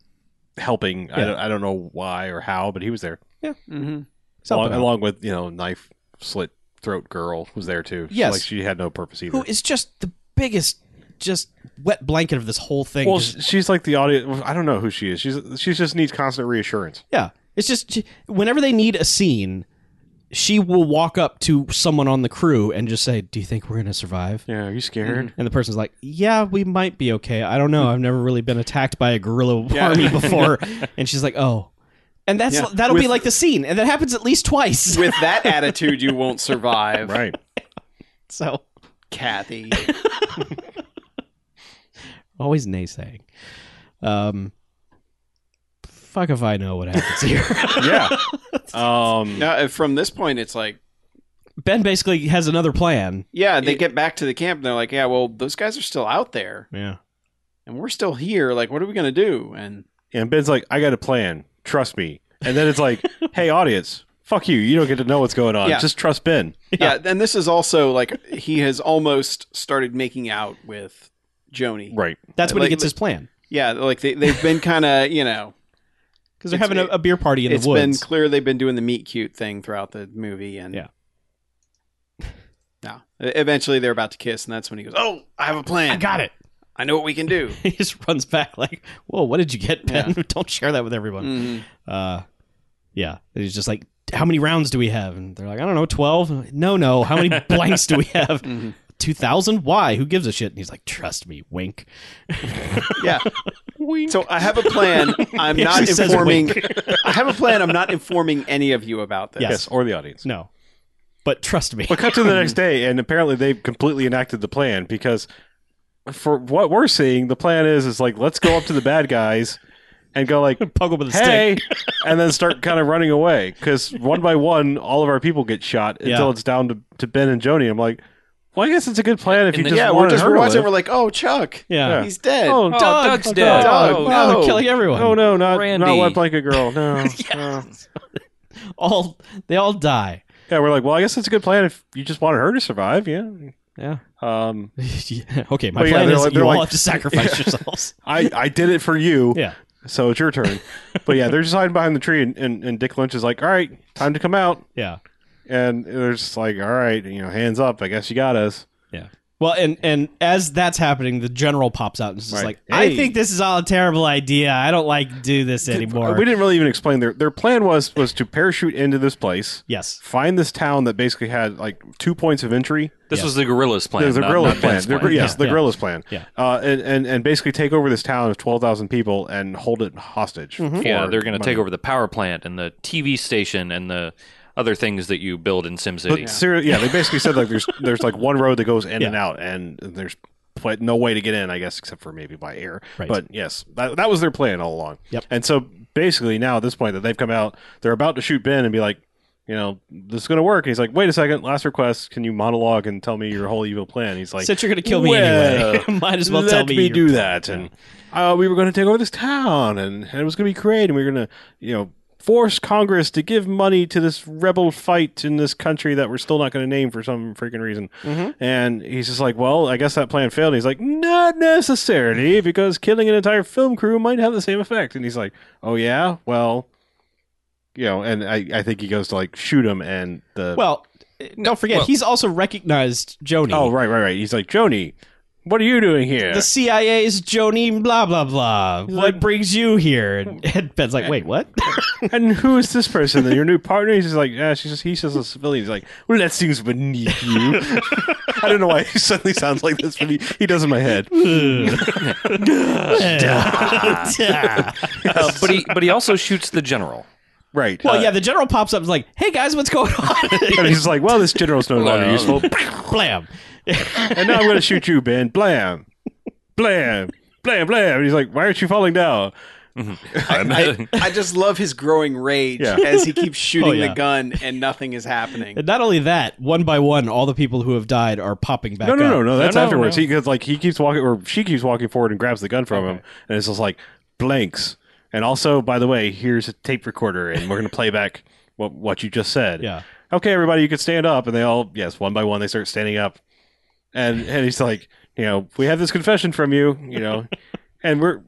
B: helping. I,
E: Yeah.
B: don't, I don't know why or how, but he was there
D: Mm-hmm.
E: Something
B: along,
E: about-
B: along with you know knife slit throat girl was there too.
E: Yes.
B: like she had no purpose either.
E: who is just the biggest just wet blanket of this whole thing.
B: well,
E: Just-
B: sh- she's like the audience. I don't know who she is. She's she just needs constant reassurance.
E: Yeah. It's just she- whenever they need a scene, she will walk up to someone on the crew and just say, "Do you think we're going to survive?"
B: Yeah, are you scared?
E: And the person's like, "Yeah, we might be okay. I don't know. I've never really been attacked by a guerrilla
D: (laughs) Yeah.
E: army before." and she's like, "Oh." And that's
D: Yeah.
E: that'll be
D: With-
E: like the scene, and that happens at least twice. (laughs)
D: Mm-hmm. With that attitude, you won't survive,
B: Right.
E: so
B: (laughs)
D: Kathy?
E: always naysaying. Um, fuck if I know what happens here. (laughs)
B: Yeah. Um.
D: now, if from this point, it's like,
E: ben basically has another plan.
D: yeah, they get back to the camp and they're like, yeah, well, those guys are still out there
E: Yeah.
D: and we're still here. Like, what are we gonna do? And
B: And Ben's like, I got a plan. Trust me. And then it's like, hey, audience, fuck you. You don't get to know what's going on.
D: Yeah.
B: Just trust Ben.
D: yeah, and this is also like he has almost started making out with Joni.
B: Right.
E: That's when he
D: Like-
E: gets his plan.
D: Yeah, like they, they've been kind of, you know,
E: because they're
D: It's-
E: having a, a beer party in
D: It's
E: the
D: been
E: woods.
D: clear they've been doing the meet cute thing throughout the movie, and
E: Yeah.
D: (laughs) no, E-, eventually they're about to kiss, and that's when he goes, "Oh, I have a plan.
E: I got it.
D: I know what we can do."
E: (laughs) he just runs back like, "Whoa, what did you get, Ben? (laughs) Don't share that with everyone."
B: Mm.
D: Mhm.
E: Uh, yeah, And he's just like, "How many rounds do we have?" And they're like, "I don't know, 12? No, no. How
B: (laughs)
E: many blanks do we have?
B: Mm-hmm.
E: Two thousand? Why? Who gives a shit?" And he's like, "Trust me, wink."
D: Yeah. So I have a plan. I'm
E: He
D: not
E: actually says
D: informing. (laughs) I have a plan. I'm not informing any of you about this.
E: Yes.
B: Yes, or the audience.
E: No, but trust me.
B: But cut to the next day, and apparently they've completely enacted the plan because for what we're seeing, the plan is is like let's go up to the bad guys and go like
E: (laughs) Puggle with a stick.
B: hey, and then start kind of running away because one by one, all of our people get shot
E: Yeah.
B: until it's down to, to Ben and Joni. I'm like, well, I guess it's a good plan if you
C: And
B: just
C: then-
D: Yeah, we're
B: wanted
D: just
B: her to
D: watching.
B: live.
D: We're like, "Oh, Chuck,
E: Yeah.
D: he's dead."
B: oh,
C: Oh,
B: Doug,
C: Doug's
B: oh,
C: dead.
B: Doug.
D: Oh,
E: Wow,
D: no.
E: they're killing everyone.
B: No, no, not not
C: Randy.
B: wet blanket girl. No, no.
E: All they all die. (laughs)
B: yeah, we're like, well, I guess it's a good plan if you just wanted her to survive. Yeah.
E: Yeah.
B: Um,
E: Yeah. Okay, my
B: But Oh, yeah,
E: plan
B: they're
E: is
B: like-
E: you
B: they're
E: all
B: like-
E: have to sacrifice
B: (laughs)
E: yourselves.
B: I I did it for you.
E: Yeah.
B: So it's your turn. but yeah, they're just hiding behind the tree, and, and, and Dick Lynch is like, all right, time to come out.
E: Yeah.
B: And they're just like, all right, you know, hands up. I guess you got us.
E: Well, and and as that's happening, the general pops out and is just
B: Right.
E: like,
B: Hey. uh,
E: "I think this is all a terrible idea. I don't like do this anymore."
B: We didn't really even explain their their plan was was to parachute into this place,
E: yes.
B: find this town that basically had like two points of entry.
C: This
E: Yeah.
C: was the gorilla's plan.
B: There's the
C: not-
B: guerrilla
C: not
B: plan.
C: Ben's
B: The- yes,
E: Yeah,
B: the
E: yeah.
B: guerrilla's plan.
E: Yeah.
B: Uh, and, and and basically take over this town of twelve thousand people and hold it hostage.
C: Yeah,
B: for
C: they're going to
B: money.
C: take over the power plant and the TV station and the other things that you build in
B: But
C: SimCity.
B: yeah. yeah, they basically said like there's there's like one road that goes in and out, and there's pl- no way to get in, I guess, except for maybe by air.
E: Right.
B: But yes, that, that was their plan all along.
E: Yep.
B: And so basically now at this point that they've come out, they're about to shoot Ben and be like, you know, this is going to work. And he's like, wait a second, last request, can you monologue and tell me your whole evil plan? He's like,
E: Since you're gonna kill me
B: well,
E: (laughs)
B: (laughs)
E: anyway, might as well
B: let
E: tell
B: me,
E: me. your-
B: do that. And uh, we were going to take over this town, and, and it was going to be great. And we were going to, you know, force Congress to give money to this rebel fight in this country that we're still not going to name for some freaking reason.
E: Mm-hmm.
B: And he's just like, well, I guess that plan failed. And he's like, not necessarily, because killing an entire film crew might have the same effect. And he's like, oh yeah, well. You know, and I, I think he goes to like shoot him, and the
E: Well, don't forget,
C: well-
E: he's also recognized Joni.
B: oh right right right. He's like Joni, what are you doing here?
E: The CIA's Joni, blah blah blah. what
B: like-
E: brings you here? And, (laughs) and Ben's like,
B: (laughs)
E: "Wait, what?"
B: and who is this person? Your new partner? He's just like, yeah, she's just, he's just a civilian. He's like, well, that seems beneath you. I don't know why he suddenly sounds like this, but he, he does in my head.
C: (laughs) Uh, but he but he also shoots the general.
B: Right.
E: (laughs) well,
B: Uh,
E: yeah, the general pops up and is like, "Hey guys, what's going
B: And (laughs)
E: on?" (laughs)
B: he's like, well, this general's no longer
C: Well.
B: useful.
E: Blam.
B: And now I'm going to shoot you, Ben. Blam. Blam. Blam, blam. And he's like, why aren't you falling down?
C: (laughs)
D: I, I just love his growing rage
B: Yeah.
D: as he keeps shooting
E: Oh, yeah.
D: the gun and nothing is happening.
E: And not only that, one by one, all the people who have died are popping back
B: No, no,
E: up.
B: no, no. That's
C: No, no,
B: afterwards.
C: no.
B: He goes like he keeps walking, or she keeps walking forward and grabs the gun from him, and it's just like blanks. And also, by the way, here's a tape recorder, and we're gonna play back what what you just said.
E: Yeah.
B: Okay, everybody, you can stand up, and they all yes, one by one, they start standing up, and and he's like, you know, we have this confession from you, you know, and we're.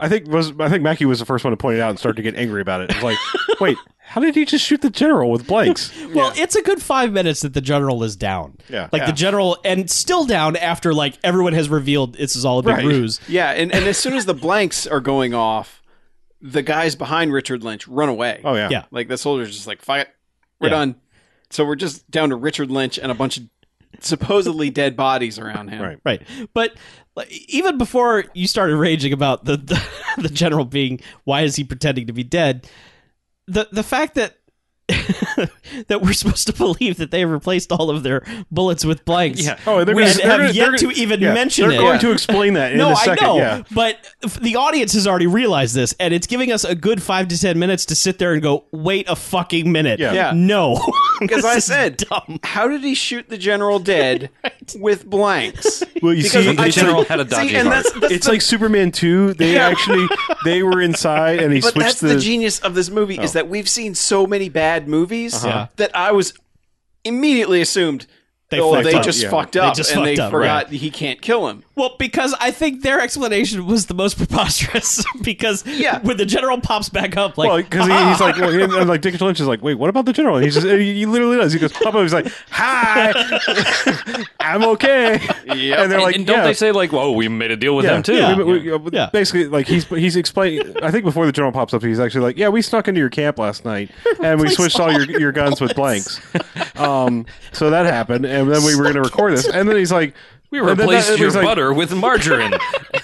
B: I think was I think Mackie was the first one to point it out and start to get angry about it. It's like, wait, how did he just shoot the general with blanks?
E: Well, it's a good five minutes that the general is down.
B: Yeah.
E: Like the general, and still down after like everyone has revealed this is all a big
B: Right.
E: ruse.
D: Yeah, and, and as soon as the blanks are going off, the guys behind Richard Lynch run away.
B: Oh yeah,
E: Yeah.
D: Like the soldiers just like, fight, we're
E: Yeah.
D: done. So we're just down to Richard Lynch and a bunch of supposedly dead bodies around him.
B: Right.
E: Right. But like, even before you started raging about the, the, (laughs) the general being, why is he pretending to be dead? The, the fact that. (laughs) that we're supposed to believe that they replaced all of their bullets with blanks.
C: Yeah.
B: Oh, they're
E: We
B: gonna-
E: have
B: they're gonna-
E: yet
B: they're gonna-
E: to even
B: yeah,
E: mention
B: They're
E: it.
B: going
D: Yeah.
B: to explain that in
E: no,
B: a
E: I
B: second.
E: know,
B: Yeah.
E: but f- the audience has already realized this, and it's giving us a good five to ten minutes to sit there and go, "Wait a fucking minute,
B: Yeah.
D: Yeah.
E: no," (laughs)
D: Because
E: This
D: I
E: is
D: said,
E: dumb.
D: how did he shoot the general dead with blanks?
B: Well, you
D: Because
B: see,
D: I
C: The
B: it's,
C: general
B: like,
C: had a dodgy
D: See, and
C: heart.
D: that's, that's
B: it's
D: the-
B: like Superman two. They
D: Yeah.
B: actually they were inside and he
D: but
B: switched
D: that's
B: the.
D: the, genius of this movie is that we've seen so many bad movies
E: Yeah.
D: that I was immediately assumed
E: They
D: oh,
E: fucked
D: they
E: up,
D: just
B: yeah.
D: fucked
E: They
D: up
E: just
D: and
E: fucked
D: they
E: up,
D: forgot he can't kill him.
E: Well, because I think their explanation was the most (laughs) preposterous. because
D: Yeah.
E: when the general pops back up, like,
B: Well, because he, he's like, well, he- and, like Dick Lynch is like, wait, what about the general? And he's just, he he literally does. He goes, pop up. He's like, hi, (laughs) I'm okay.
D: Yep.
B: And they're
C: And-
B: like,
C: and don't
B: yeah,
C: they say like, "Whoa, we made a deal with
B: yeah,
C: them too"?
B: Yeah,
E: Yeah.
B: we- we- uh,
E: Yeah.
B: Basically, like he's he's explaining. I think before the general pops up, he's actually like, yeah, we snuck into your camp last (laughs) night, and we
E: Replaced
B: switched all
E: all
B: your your guns with blanks. Um, so that happened, and then we were going to record this, and then he's like.
C: We
B: and then that-
C: replaced
B: he's
C: your
B: like, (laughs)
C: butter with margarine.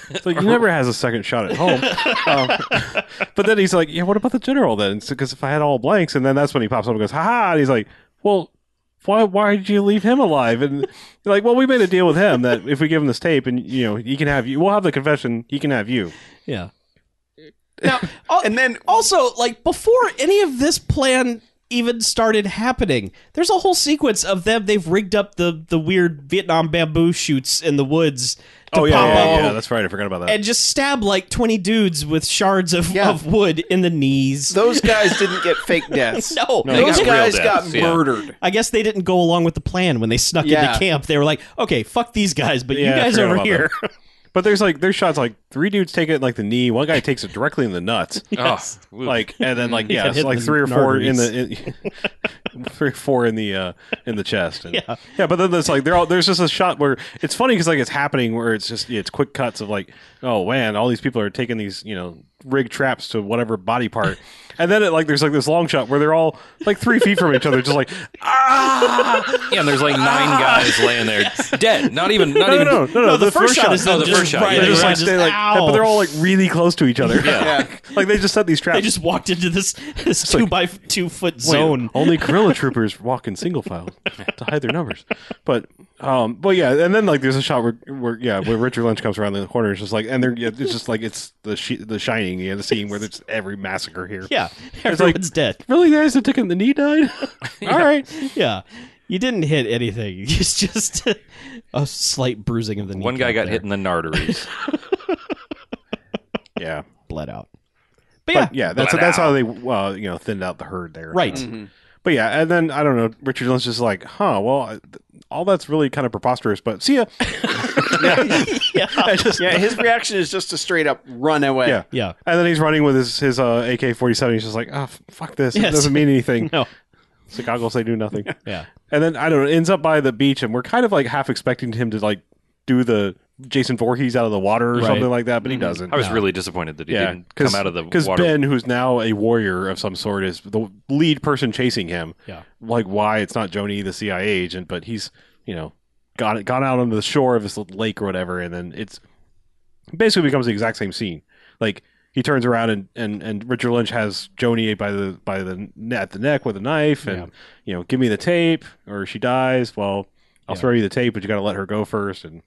B: it's like he never has a second shot at home. Um, (laughs) but then he's like, "Yeah, what about the general then?" Because if I had all blanks, and then that's when he pops up and goes, "Ha ha!" And he's like, "Well, why? Why did you leave him alive?" And you're like, "Well, we made a deal with him that if we give him this tape, and you know, he can have you. We'll have the confession. He can have you."
E: yeah. Now, al-
D: And then
E: also, like, before any of this plan even started happening, there's a whole sequence of them. They've rigged up the the weird Vietnam bamboo shoots in the woods
B: Oh,
E: to pop up
B: That's right. I forgot about that.
E: and just stab like 20 dudes with shards of,
D: Yeah.
E: of wood in the knees.
D: those guys didn't get (laughs) fake deaths.
E: no,
B: No,
D: those
C: got real
D: guys
C: deaths,
D: got
C: yeah.
D: murdered.
E: I guess they didn't go along with the plan when they snuck
D: Yeah.
E: into camp. They were like, okay, fuck these guys, but
B: Yeah, I
E: you guys
B: forgot
E: over
B: about
E: here. (laughs)
B: but there's like there's shots like three dudes take it in, like the knee. One guy takes it directly in the
E: (laughs)
B: nuts.
E: Yes.
C: Oh, ooh.
B: Like and then
E: (laughs)
B: like
E: He got
B: yeah, it's
E: hit
B: like
E: in the
B: three or four in
E: arteries.
B: the in, (laughs) three or four in the uh in the chest. And,
E: Yeah.
B: yeah, but then there's like they're all there's just a shot where it's funny because like it's happening where it's just yeah, it's quick cuts of like oh man, all these people are taking these you know rig traps to whatever body
E: (laughs)
B: part, and then it like there's like this long shot where they're all like three feet from each other, just
E: (laughs)
B: like
C: (laughs) yeah, and there's like (laughs) nine guys laying there dead. Not even.
B: no
C: Not
B: no
C: even.
B: no no, no,
E: the, first, shot is
C: no,
E: them
C: the
E: just
C: first shot,
E: right
C: yeah,
B: They're
E: there,
B: just
E: right,
B: like,
E: just,
B: stay, like
E: ow.
B: but they're all like really close to each other.
D: Yeah.
B: (laughs) like they just set these traps.
E: They just walked into this this two by two foot
B: Wait, oh
E: zone.
B: Only guerrilla troopers walk in single file to hide their numbers. But um, but yeah, and then like there's a shot where, where yeah, where Richard Lynch comes around the corner, it's just like, and they're yeah, it's just like it's the shi the shining, yeah, the scene where there's every massacre here.
E: (laughs) Yeah,
B: like-
E: everyone's dead.
B: really, guys, the ticket in the knee
E: (laughs)
B: died. All right,
E: Yeah, you didn't hit anything. (laughs) It's just a slight bruising of the knee.
C: One guy got hit in the arteries.
B: yeah,
E: bled out. But yeah,
B: but yeah, that's that's how they uh, you know thinned out the herd there, Mm-hmm.
E: right.
B: But yeah, and then I don't know. Richard Lynch is like, huh? Well, I- th- all that's really kind of preposterous. But see ya.
E: (laughs) Yeah,
D: Yeah, his reaction is just to straight up run away.
B: Yeah.
E: yeah.
B: And then he's running with his his uh, AK forty seven. He's just like, ah, f- fuck this. It
E: Yes.
B: doesn't mean anything.
E: (laughs) No.
B: It's the goggles. They do
E: (laughs)
B: nothing.
E: Yeah.
B: And then I don't know. Ends up by the beach, and we're kind of like half expecting him to like do the Jason Voorhees out of the water or
E: Right. Mm-hmm.
B: something like that, but he doesn't.
C: I was really disappointed that he
B: yeah,
C: didn't come out of the
B: because
C: water.
B: Ben, who's now a warrior of some sort, is the lead person chasing him.
E: Yeah.
B: Like why it's not Joni, the CIA agent, but he's you know gone gone out on the shore of this lake or whatever, and then it's basically becomes the exact same scene. Like he turns around and and and Richard Lynch has Joni by the by the ne- at the neck with a knife, and you know, give me the tape or she dies. Well, I'll
E: Yeah.
B: throw you the tape, but you got to let her go first, and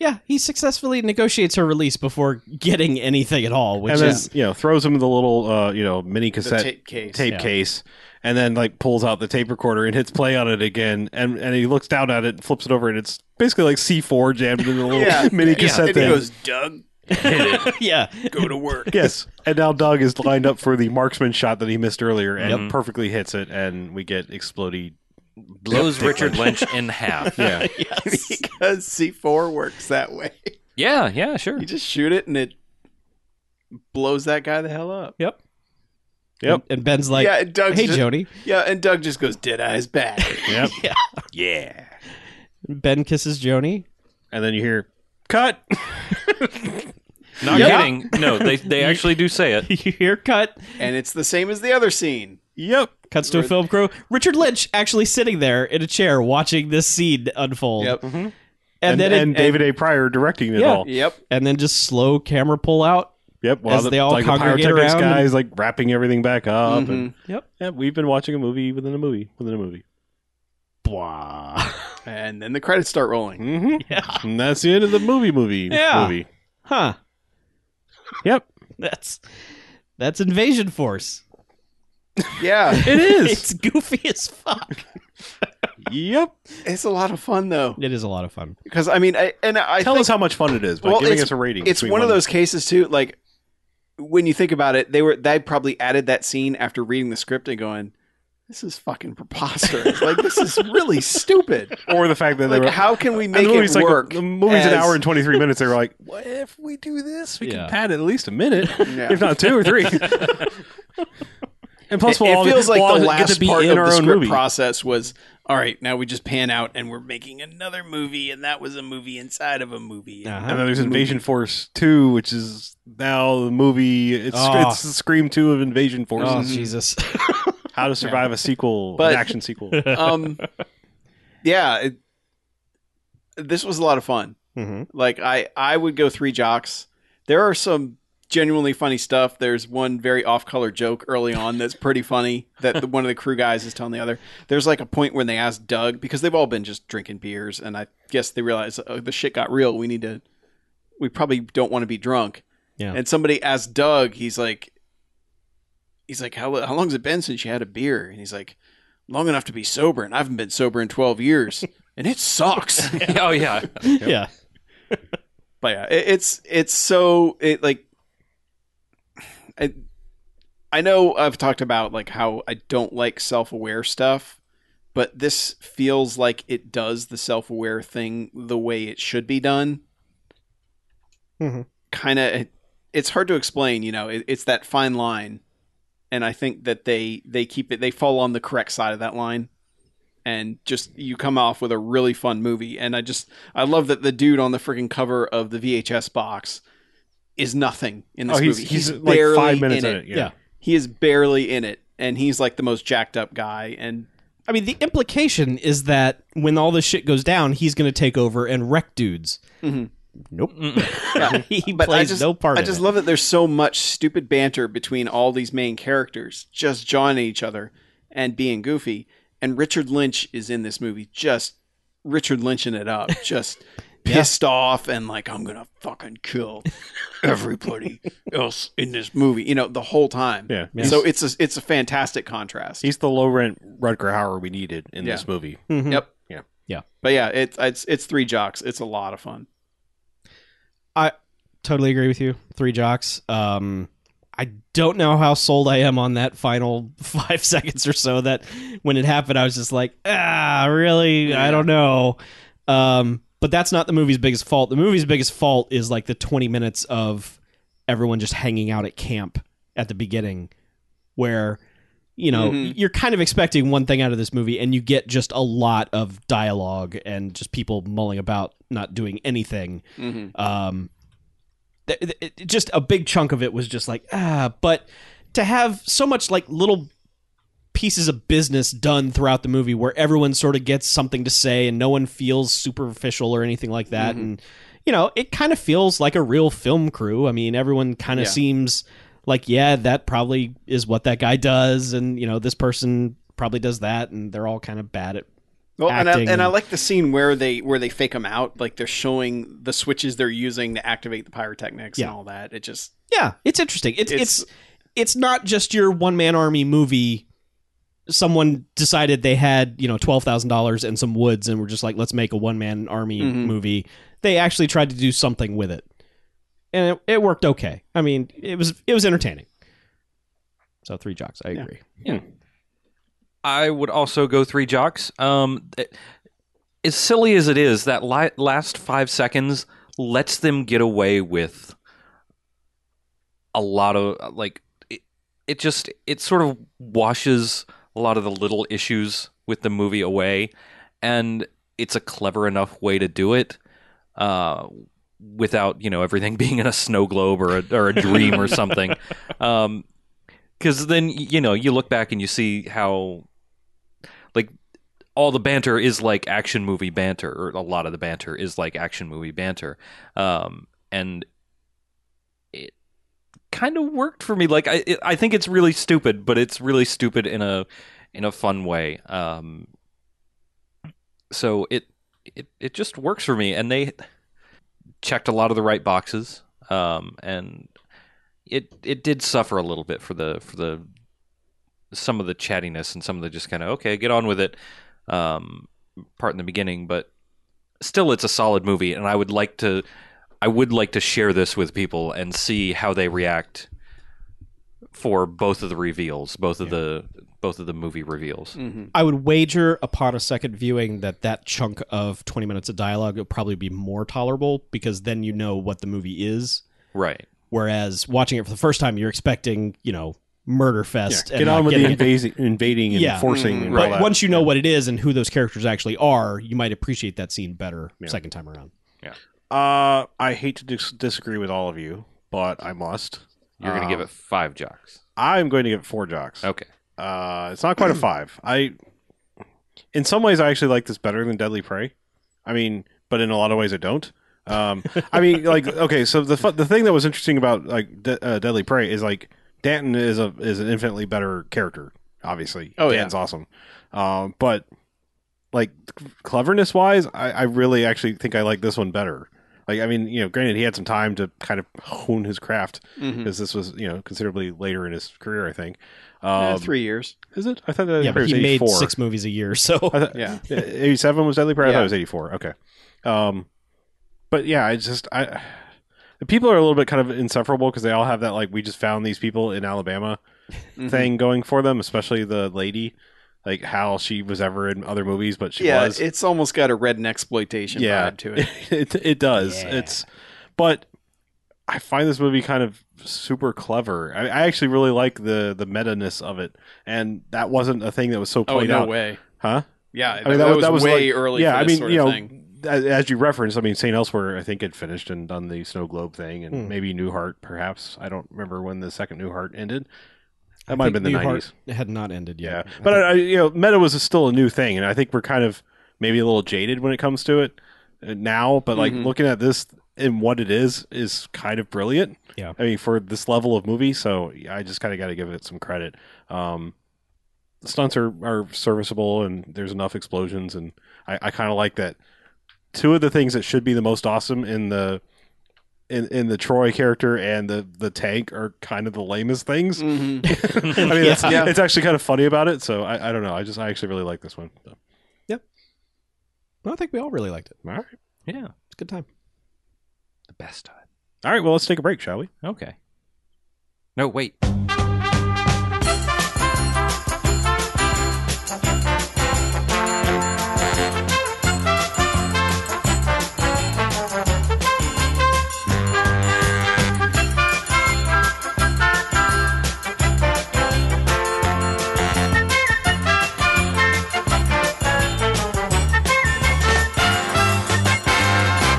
E: Yeah, he successfully negotiates her release before getting anything at all, which
B: and then
E: is (laughs)
B: you know throws him the little uh you know mini
D: The
B: cassette
D: tape case.
B: tape
E: Yeah.
B: case and then like pulls out the tape recorder and hits play on it again and and he looks down at it and flips it over and it's basically like c4 jammed in the little
D: (laughs) Yeah.
B: (laughs) mini cassette
D: And he
B: thing
D: goes, Doug, (laughs)
B: (laughs)
E: yeah,
D: go to work.
B: yes and now doug is lined up for the marksman shot that he missed earlier and
C: Yep.
B: perfectly hits it and we get explodey
C: (laughs) blows Richard Lynch in half.
B: yeah
D: because C4 works that way.
C: yeah, yeah, sure.
D: You just shoot it and it blows that guy the hell up.
E: yep,
B: (laughs) Yep.
E: And Ben's like,
D: yeah, and Doug
E: "Hey,
D: just,
E: Jody."
D: Yeah, and Doug just goes, Dead Eyes back.
B: yep
A: Yeah.
E: Ben kisses Joni. (laughs)
B: and then you hear cut
C: Not
E: Yeah.
C: kidding. No,
B: (laughs)
C: they they actually do say it.
E: You hear cut.
D: and it's the same as the other scene.
B: yep
E: Cuts to a film crew. Richard Lynch actually sitting there in a chair watching this scene unfold.
D: Yep.
E: And, then it,
B: and david a pryor directing it
E: Yeah.
B: all
D: Yep.
E: and then just slow camera pull out.
B: Yep, while
E: As
B: the,
E: they all
B: like the
E: congregate
B: pyrotechnics
E: around Mm-hmm.
B: guys like wrapping everything back up. And,
E: Yep.
B: yeah, we've been watching a movie within a movie within a movie.
E: Blah.
D: And then the credits start rolling.
B: Mm-hmm.
E: (laughs) Yeah.
B: And that's the end of the movie movie
E: Yeah.
B: movie.
E: Huh.
B: Yep,
E: That's that's Invasion Force.
D: Yeah.
E: (laughs)
B: it is.
E: It's goofy as fuck.
B: yep.
D: it's a lot of fun, though.
E: It is a lot of fun.
D: Because, I mean, I, and I
B: Tell
D: think
B: us how much fun it is by
D: Well,
B: giving
D: it's-
B: us a rating.
D: it's
B: between
D: one of
B: one-
D: those cases, too. Like, when you think about it, they were they probably added that scene after reading the script and going, this is fucking
B: (laughs)
D: preposterous. like this is really stupid.
B: (laughs) Or the fact that they
D: Like
B: were.
D: how can we
B: and
D: make
B: the
D: it
B: movie's like
D: work?
B: the movie's an
D: as-
B: hour and twenty three minutes. They were like, "What if we do this? We
E: Yeah.
B: can pad at least a minute,
D: Yeah.
B: if not two or
E: (laughs)
B: three. and plus,
D: it,
B: we'll
D: it
B: all
D: feels like
B: we'll all
D: the
B: get to
D: last
B: be
D: part
B: in
D: of
B: our
D: the
B: own
D: script
B: movie.
D: process was all right. Now we just pan out and we're making another movie, and that was a movie inside of a movie.
E: Uh-huh.
B: And then there's Invasion Force Two, which is now the movie. It's
E: Oh.
B: it's Scream Two of Invasion Force. Mm-hmm.
E: Oh Jesus! (laughs)
B: How to survive a sequel,
D: But-
B: an action sequel. (laughs)
D: Um, yeah, it, this was a lot of fun.
B: Mm-hmm.
E: Mhm.
D: Like I, I would go three jocks. There are some genuinely funny stuff. There's one very off-color joke early on that's pretty funny that the, one of the crew guys is telling the other. There's like a point when they ask Doug because they've all been just drinking beers, and I guess they realize oh, the shit got real. We need to. We probably don't want to be drunk.
E: Yeah.
D: And somebody asked Doug. He's like, he's like, how how long's it been since you had a beer? And he's like, long enough to be sober, and I haven't been sober in twelve years, and it sucks.
C: oh yeah,
E: Yeah,
D: but yeah, it, it's it's so it like I I know I've talked about like how I don't like self-aware stuff, but this feels like it does the self-aware thing the way it should be done.
B: Mm-hmm.
E: Mhm.
D: Kind of, it, it's hard to explain. You know, it, it's that fine line, and I think that they they keep it they fall on the correct side of that line. And just you come off with a really fun movie, and I just I love that the dude on the freaking cover of the VHS box is nothing in this
B: oh, he's,
D: movie.
B: he's, like
D: barely
B: five minutes in it.
E: Yeah.
B: Yeah.
D: He is barely in it, and he's like the most jacked up guy. And
E: I mean the implication is that when all this shit goes down, he's going to take over and wreck dudes.
D: Mhm.
E: Nope, (laughs)
D: yeah,
E: he
D: but I
E: plays
D: just,
E: no part.
D: I
E: in
D: just
E: it.
D: love that there's so much stupid banter between all these main characters, just joining each other and being goofy. And Richard Lynch is in this movie, just Richard Lynching it
E: (laughs)
D: up, just pissed off and like I'm gonna fucking kill
E: (laughs)
D: everybody else in this movie. You know, the whole time.
B: Yeah.
D: So it's a it's a fantastic contrast.
B: He's the low rent Rutger Hauer we needed in
D: Yeah.
B: this movie.
E: Mhm.
D: Yep.
B: Yeah.
E: Yeah.
D: But yeah, it's it's it's three jocks. It's a lot of fun.
E: totally agree with you. Three jocks. Um, I don't know how sold I am on that final (laughs) five seconds or so. That when it happened, I was just like, ah, really? I don't know. Um, but that's not the movie's biggest fault. The movie's biggest fault is like the 20 minutes of everyone just hanging out at camp at the beginning, where you know
D: Mhm.
E: you're kind of expecting one thing out of this movie, and you get just a lot of dialogue and just people mulling about, not doing anything
D: Mm-hmm.
E: um th- th- it- just a big chunk of it was just like ah but to have so much like little pieces of business done throughout the movie where everyone sort of gets something to say and no one feels superficial or anything like that
D: Mhm.
E: and you know it kind of feels like a real film crew i mean everyone kind of
D: Yeah.
E: seems like yeah that probably is what that guy does and you know this person probably does that and they're all kind of bad at
D: Well, and I,
E: acting
D: and I
E: and-
D: like the scene where they where they fake them out, like they're showing the switches they're using to activate the pyrotechnics
E: Yeah.
D: and all that. It just
E: Yeah, it's interesting. It's
D: It's-
E: it's it's, not just your one man army movie. Someone decided they had you know twelve thousand dollars and some woods, and were just like, let's make a one man army
D: Mhm.
E: movie. They actually tried to do something with it, and it, it worked okay. I mean, it was it was entertaining. So three jocks, I
D: Yeah.
E: agree.
C: I would also go three jocks. Um, it- as silly as it is, that li- last five seconds lets them get away with a lot of like it, it just it sort of washes a lot of the little issues with the movie away, and it's a clever enough way to do it. Uh, without you know everything (laughs) being in a snow globe or a, or a dream or something um because then y- you know you look back and you see how like all the banter is like action movie banter or a lot of the banter is like action movie banter um and it kind of worked for me like i it, i think it's really stupid but it's really stupid in a in a fun way um so it it it just works for me and they checked a lot of the right boxes um and it it did suffer a little bit for the for the some of the chattiness and some of the just kind of okay get on with it um, part in the beginning, but still it's a solid movie, and I would like to I would like to share this with people and see how they react for both of the reveals, both of the both of the movie reveals.
D: Mm-hmm.
E: I would wager upon a second viewing that that chunk of 20 minutes of dialogue will probably be more tolerable because then you know what the movie is.
C: Right.
E: Whereas watching it for the first time, you're expecting, you know, murder fest.
B: Yeah,
E: and
B: get
E: not
B: on with the
E: getting it.
B: invasi- invading and
E: Yeah.
B: forcing.
D: Mm,
B: and
E: But
B: all that.
E: once you know what it is and who those characters actually are, you might appreciate that scene better
B: Yeah.
E: second time around.
B: Uh, I hate to dis- disagree with all of you, but I must.
C: You're going to
B: Uh,
C: give it five jocks.
B: I'm going to give it four jocks.
C: Okay.
B: Uh, it's not quite a
D: (clears throat)
B: five. I, in some ways, I actually like this better than Deadly Prey. I mean, but in a lot of ways, I don't. Um, I
D: (laughs)
B: mean, like, okay, so the fu- the thing that was interesting about like De- uh, Deadly Prey is like Danton is a is an infinitely better character. Obviously,
D: Oh, yeah.
B: Danton's awesome. Um, but like cleverness wise, I, I really actually think I like this one better. Like, I mean, you know, granted, he had some time to kind of hone his craft
D: Mm-hmm.
B: because this was you know considerably later in his career, I think. Um,
D: three years.
B: is it? I thought that
E: yeah,
B: Prey
E: but
B: was
E: he made
B: 84.
E: six movies a year, so
B: I thought,
D: Yeah.
B: (laughs) yeah, 87 was Deadly Prey. I thought
D: Yeah.
B: it was 84. Okay. Um, but yeah, I just I the people are a little bit kind of insufferable because they all have that like we just found these people in Alabama
D: Mhm.
B: thing going for them, especially the lady, like how she was ever in other movies, but she
D: yeah,
B: was.
D: it's almost got a redneck exploitation
B: Yeah. (laughs)
D: vibe to it.
B: it it does.
E: Yeah.
B: It's but I find this movie kind of super clever. I, I actually really like the the meta ness of it, and that wasn't a thing that was so
D: Oh
B: played
D: no
B: out,
D: way!
B: huh?
D: Yeah, that,
B: I mean,
D: that
B: that,
D: was,
B: that was
D: way
B: like-
D: early.
B: Yeah,
D: for
B: I
D: this
B: mean,
D: sort
B: you
D: of
B: know,
D: thing.
B: as, as you referenced, I mean, St. Elsewhere, I think had finished and done the Snow Globe thing, and
E: Hmm.
B: maybe Newhart, perhaps. I don't remember when the second Newhart ended. That might have been the nineties.
E: It had not ended
B: Yeah,
E: yet.
B: but I,
E: think-
B: I, you know, meta was still a new thing, and I think we're kind of maybe a little jaded when it comes to it uh, now. But like
D: Mhm.
B: looking at this and what it is is kind of brilliant.
E: Yeah.
B: I mean, for this level of movie, so I just kind of got to give it some credit. Um, the stunts are, are serviceable, and there's enough explosions, and I, I kind of like that. Two of the things that should be the most awesome in the in, in the Troy character and the the tank are kind of the lamest things.
D: Mhm.
B: I mean, that's,
D: Yeah.
B: it's actually kind of funny about it. So I, I don't know. I just I actually really like this one. So,
E: No, I think we all really liked it.
B: all right,
C: Yeah.
E: It's a good time.
C: The best time.
B: all right. Well, let's take a break, shall we?
C: Okay. No, wait.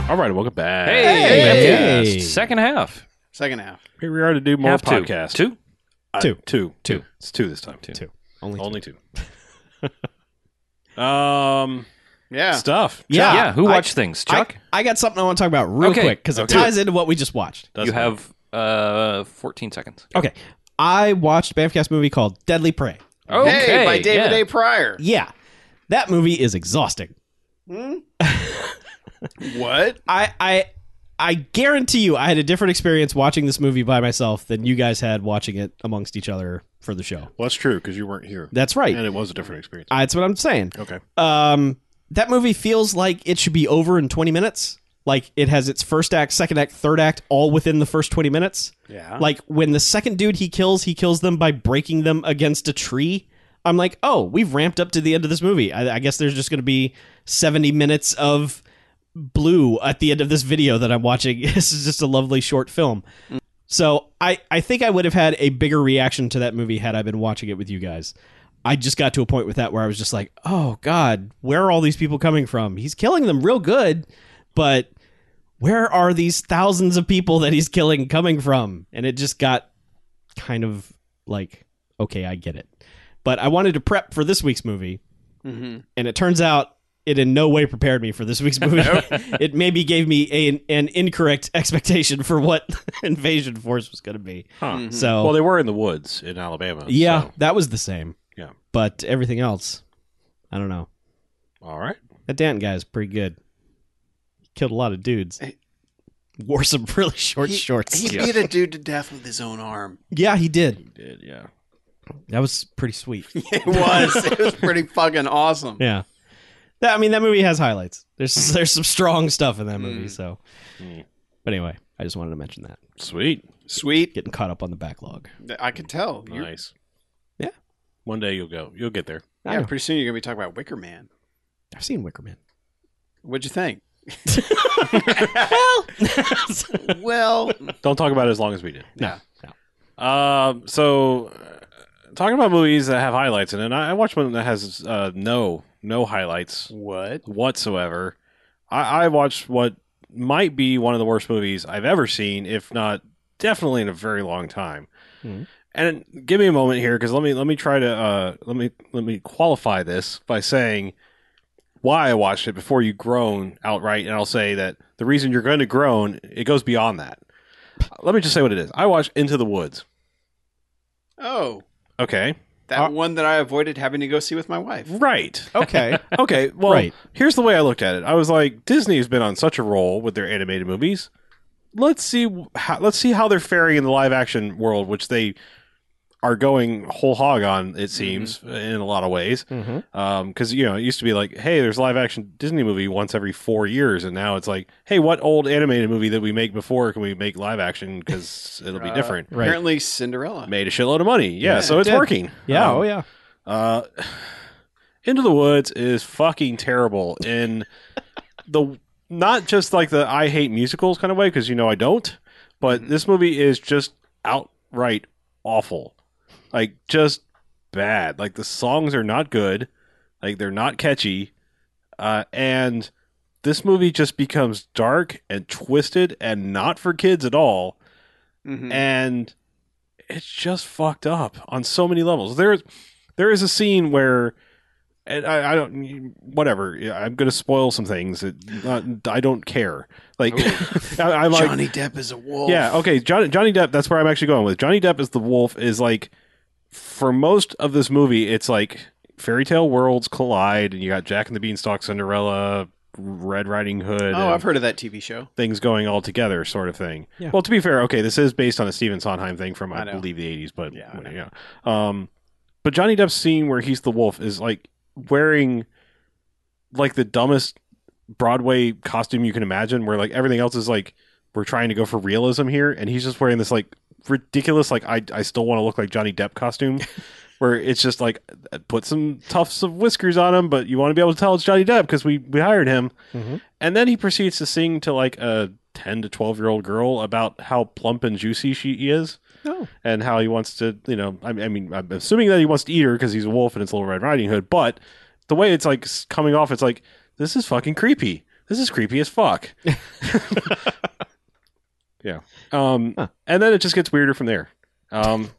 B: All right, welcome back.
E: Hey!
C: Epcast, Second half.
D: (laughs) Second half.
B: here we are to do more
C: half two.
B: podcast.
C: Two.
B: Uh,
E: Two.
B: two,
E: Two.
B: It's two this time. Two,
E: Two. Only.
B: only two. (laughs) um,
D: Yeah.
B: stuff.
E: Yeah.
C: yeah. Who
E: I-
C: watched things? Chuck?
E: I, I got something I want to talk about real
C: Okay.
E: quick because it
B: Okay.
E: ties into what we just watched.
B: Doesn't
C: you have uh 14 seconds.
E: Okay. I watched Bamfcast movie called Deadly Prey.
D: Hey, by David
C: yeah.
D: A. Pryor.
E: Yeah. That movie is exhausting.
D: What?
E: I I I guarantee you I had a different experience watching this movie by myself than you guys had watching it amongst each other for the show.
B: Well, that's true because you weren't here,
E: That's right.
B: and it was a different experience.
E: Uh, That's what I'm saying.
B: Okay.
E: Um, that movie feels like it should be over in 20 minutes. Like it has its first act, second act, third act, all within the first 20 minutes.
D: Yeah.
E: Like when the second dude he kills, he kills them by breaking them against a tree. I'm like, oh, we've ramped up to the end of this movie. I, I guess there's just going to be 70 minutes of blue at the end of this video that I'm watching. (laughs) this is just a lovely short film. So I, I think I would have had a bigger reaction to that movie had I been watching it with you guys. I just got to a point with that where I was just like, oh God, where are all these people coming from? He's killing them real good, but where are these thousands of people that he's killing coming from? And it just got kind of like, okay, I get it. But I wanted to prep for this week's movie,
D: hmm
E: and it turns out it in no way prepared me for this
B: (laughs)
E: week's movie. (laughs) it maybe gave me a, an incorrect expectation for what (laughs) Invasion Force was going to be.
D: Mm-hmm.
B: Huh.
E: So,
B: Mm-hmm. Well, they were in the woods in Alabama.
E: yeah,
B: so-
E: that was the same.
B: Yeah.
E: But everything else, I don't know.
B: All right.
E: That Danton guy is pretty good. He killed a lot of dudes.
D: Hey.
E: Wore some (laughs) really short
D: He-
E: shorts.
D: He
C: Yeah.
D: beat a dude to death with his own arm.
E: yeah, he did.
B: You did. Yeah.
E: That was pretty (laughs) sweet.
D: It was. it was pretty fucking awesome.
E: yeah. That, I mean, that movie has highlights. There's there's some strong stuff in that movie.
D: Mm.
E: So,
B: Mm.
E: but anyway, I just wanted to mention that.
B: Sweet.
D: Sweet.
E: Getting caught up on the backlog.
D: I could tell. You're-
B: Nice. One day you'll go. You'll get there.
E: I
D: Yeah,
E: know.
D: pretty soon you're gonna be talking about Wicker Man.
E: I've seen Wicker Man.
D: What'd you think?
E: well,
D: (laughs)
B: Don't talk about it as long as we did.
E: no, no.
B: Um, so uh, talking about movies that have highlights in it, I, I watched one that has uh, no no highlights
D: What?
B: whatsoever. I, I watched what might be one of the worst movies I've ever seen, if not definitely in a very long time.
E: Mhm.
B: And give me a moment here, because let me let me try to uh, let me let me qualify this by saying why I watched it before you groan outright, and I'll say that the reason you're going to groan it goes beyond that. Let me just say what it is. I watched Into the Woods.
D: Oh,
B: Okay,
D: that one that I avoided having to go see with my wife.
B: right.
D: (laughs)
E: Okay.
B: (laughs)
E: (laughs)
B: Okay, well,
E: Right.
B: here's the way I looked at it. I was like, Disney has been on such a roll with their animated movies. Let's see wh- how let's see how they're faring in the live action world, which they are going whole hog on. It seems in a lot of ways,
E: mm-hmm.
B: because you know it used to be like, hey, there's a live action Disney movie once every four years, and now it's like, hey, what old animated movie that we make before can we make live action because it'll be
D: Uh,
B: different.
E: (laughs) Right.
D: Apparently, Cinderella.
B: Made a shitload of money, yeah.
E: Yeah,
B: so
E: it
B: it's
E: did.
B: working.
E: Yeah.
B: Um,
E: oh yeah.
B: uh, Into the Woods is fucking terrible in the not just like the I hate musicals kind of way because you know I don't, but this movie is just outright awful, like just bad. Like the songs are not good, like they're not catchy, uh, and this movie just becomes dark and twisted and not for kids at all
D: Mhm.
B: and it's just fucked up on so many levels. There, there is a scene where, and I, I don't, whatever. yeah, I'm going to spoil some things. It, not, I don't care. Like, (laughs) I, I'm like,
D: Oh. Johnny Depp is a wolf.
B: yeah, okay. Johnny Johnny Depp. That's where I'm actually going with Johnny Depp as the wolf. Is like for most of this movie, it's like fairy tale worlds collide, and you got Jack and the Beanstalk, Cinderella, Red Riding Hood.
D: Oh,
B: and-
D: I've heard of that TV show.
B: things going all together sort of thing.
E: Yeah.
B: Well, to be fair, okay, this is based on a Stephen Sondheim thing from I,
D: I know.
B: believe the 80s, but
D: Yeah, I know.
B: yeah. Um but Johnny Depp's scene where he's the wolf is like wearing like the dumbest Broadway costume you can imagine where like everything else is like we're trying to go for realism here and he's just wearing this like ridiculous like I I still want to look like Johnny Depp
D: (laughs)
B: costume where it's just like put some tufts of whiskers on him but you want to be able to tell it's Johnny Depp because we we hired him.
D: Mm-hmm.
E: Mhm.
B: And then he proceeds to sing to like a 10 to 12 year old girl about how plump and juicy she is
E: Oh.
B: and how he wants to, you know, I, I mean, I'm assuming that he wants to eat her because he's a wolf and it's Little Red Riding Hood. But the way it's like s- coming off, it's like, this is fucking creepy. This is creepy as
E: (laughs)
B: fuck. (laughs) yeah. Um,
E: Huh.
B: And then it just gets weirder from there. Um,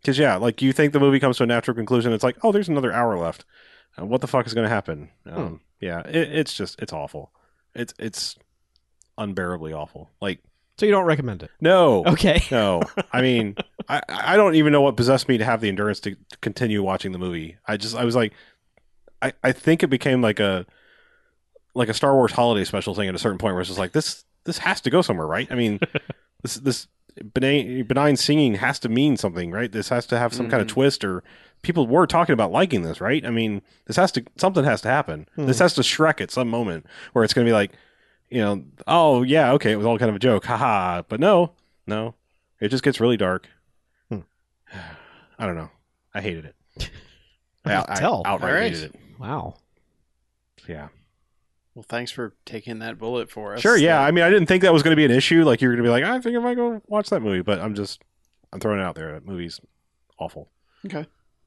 B: because yeah, like you think the movie comes to a natural conclusion, it's like, oh, there's another hour left. Uh, what the fuck is going to happen?
E: Hmm.
B: Um, Yeah, it, it's just it's awful. It's it's unbearably awful. Like
E: So you don't recommend it?
B: no,
E: Okay.
B: no. I mean, I I don't even know what possessed me to have the endurance to, to continue watching the movie. I just I was like, I I think it became like a like a Star Wars holiday special thing at a certain point where it's just like this this has to go somewhere, right? I mean, this this benign, benign singing has to mean something, right? This has to have some kind of
D: Mhm.
B: twist or people were talking about liking this, right? I mean, this has to something has to happen. This has to Shrek at some moment where it's going to be like, you know, oh yeah, okay, it was all kind of a joke, haha. But no, no, it just gets really dark.
E: Hmm.
B: (sighs) I don't know. I hated it.
E: I can tell.
B: outright
D: All right.
B: hated it.
E: Wow.
B: Yeah.
D: Well, thanks for taking that bullet for us.
B: Sure. Yeah.
D: That-
B: I mean, I didn't think that was going to be an issue. Like you were going to be like, I think I might go watch that movie, but I'm just, I'm throwing it out there. That movie's awful.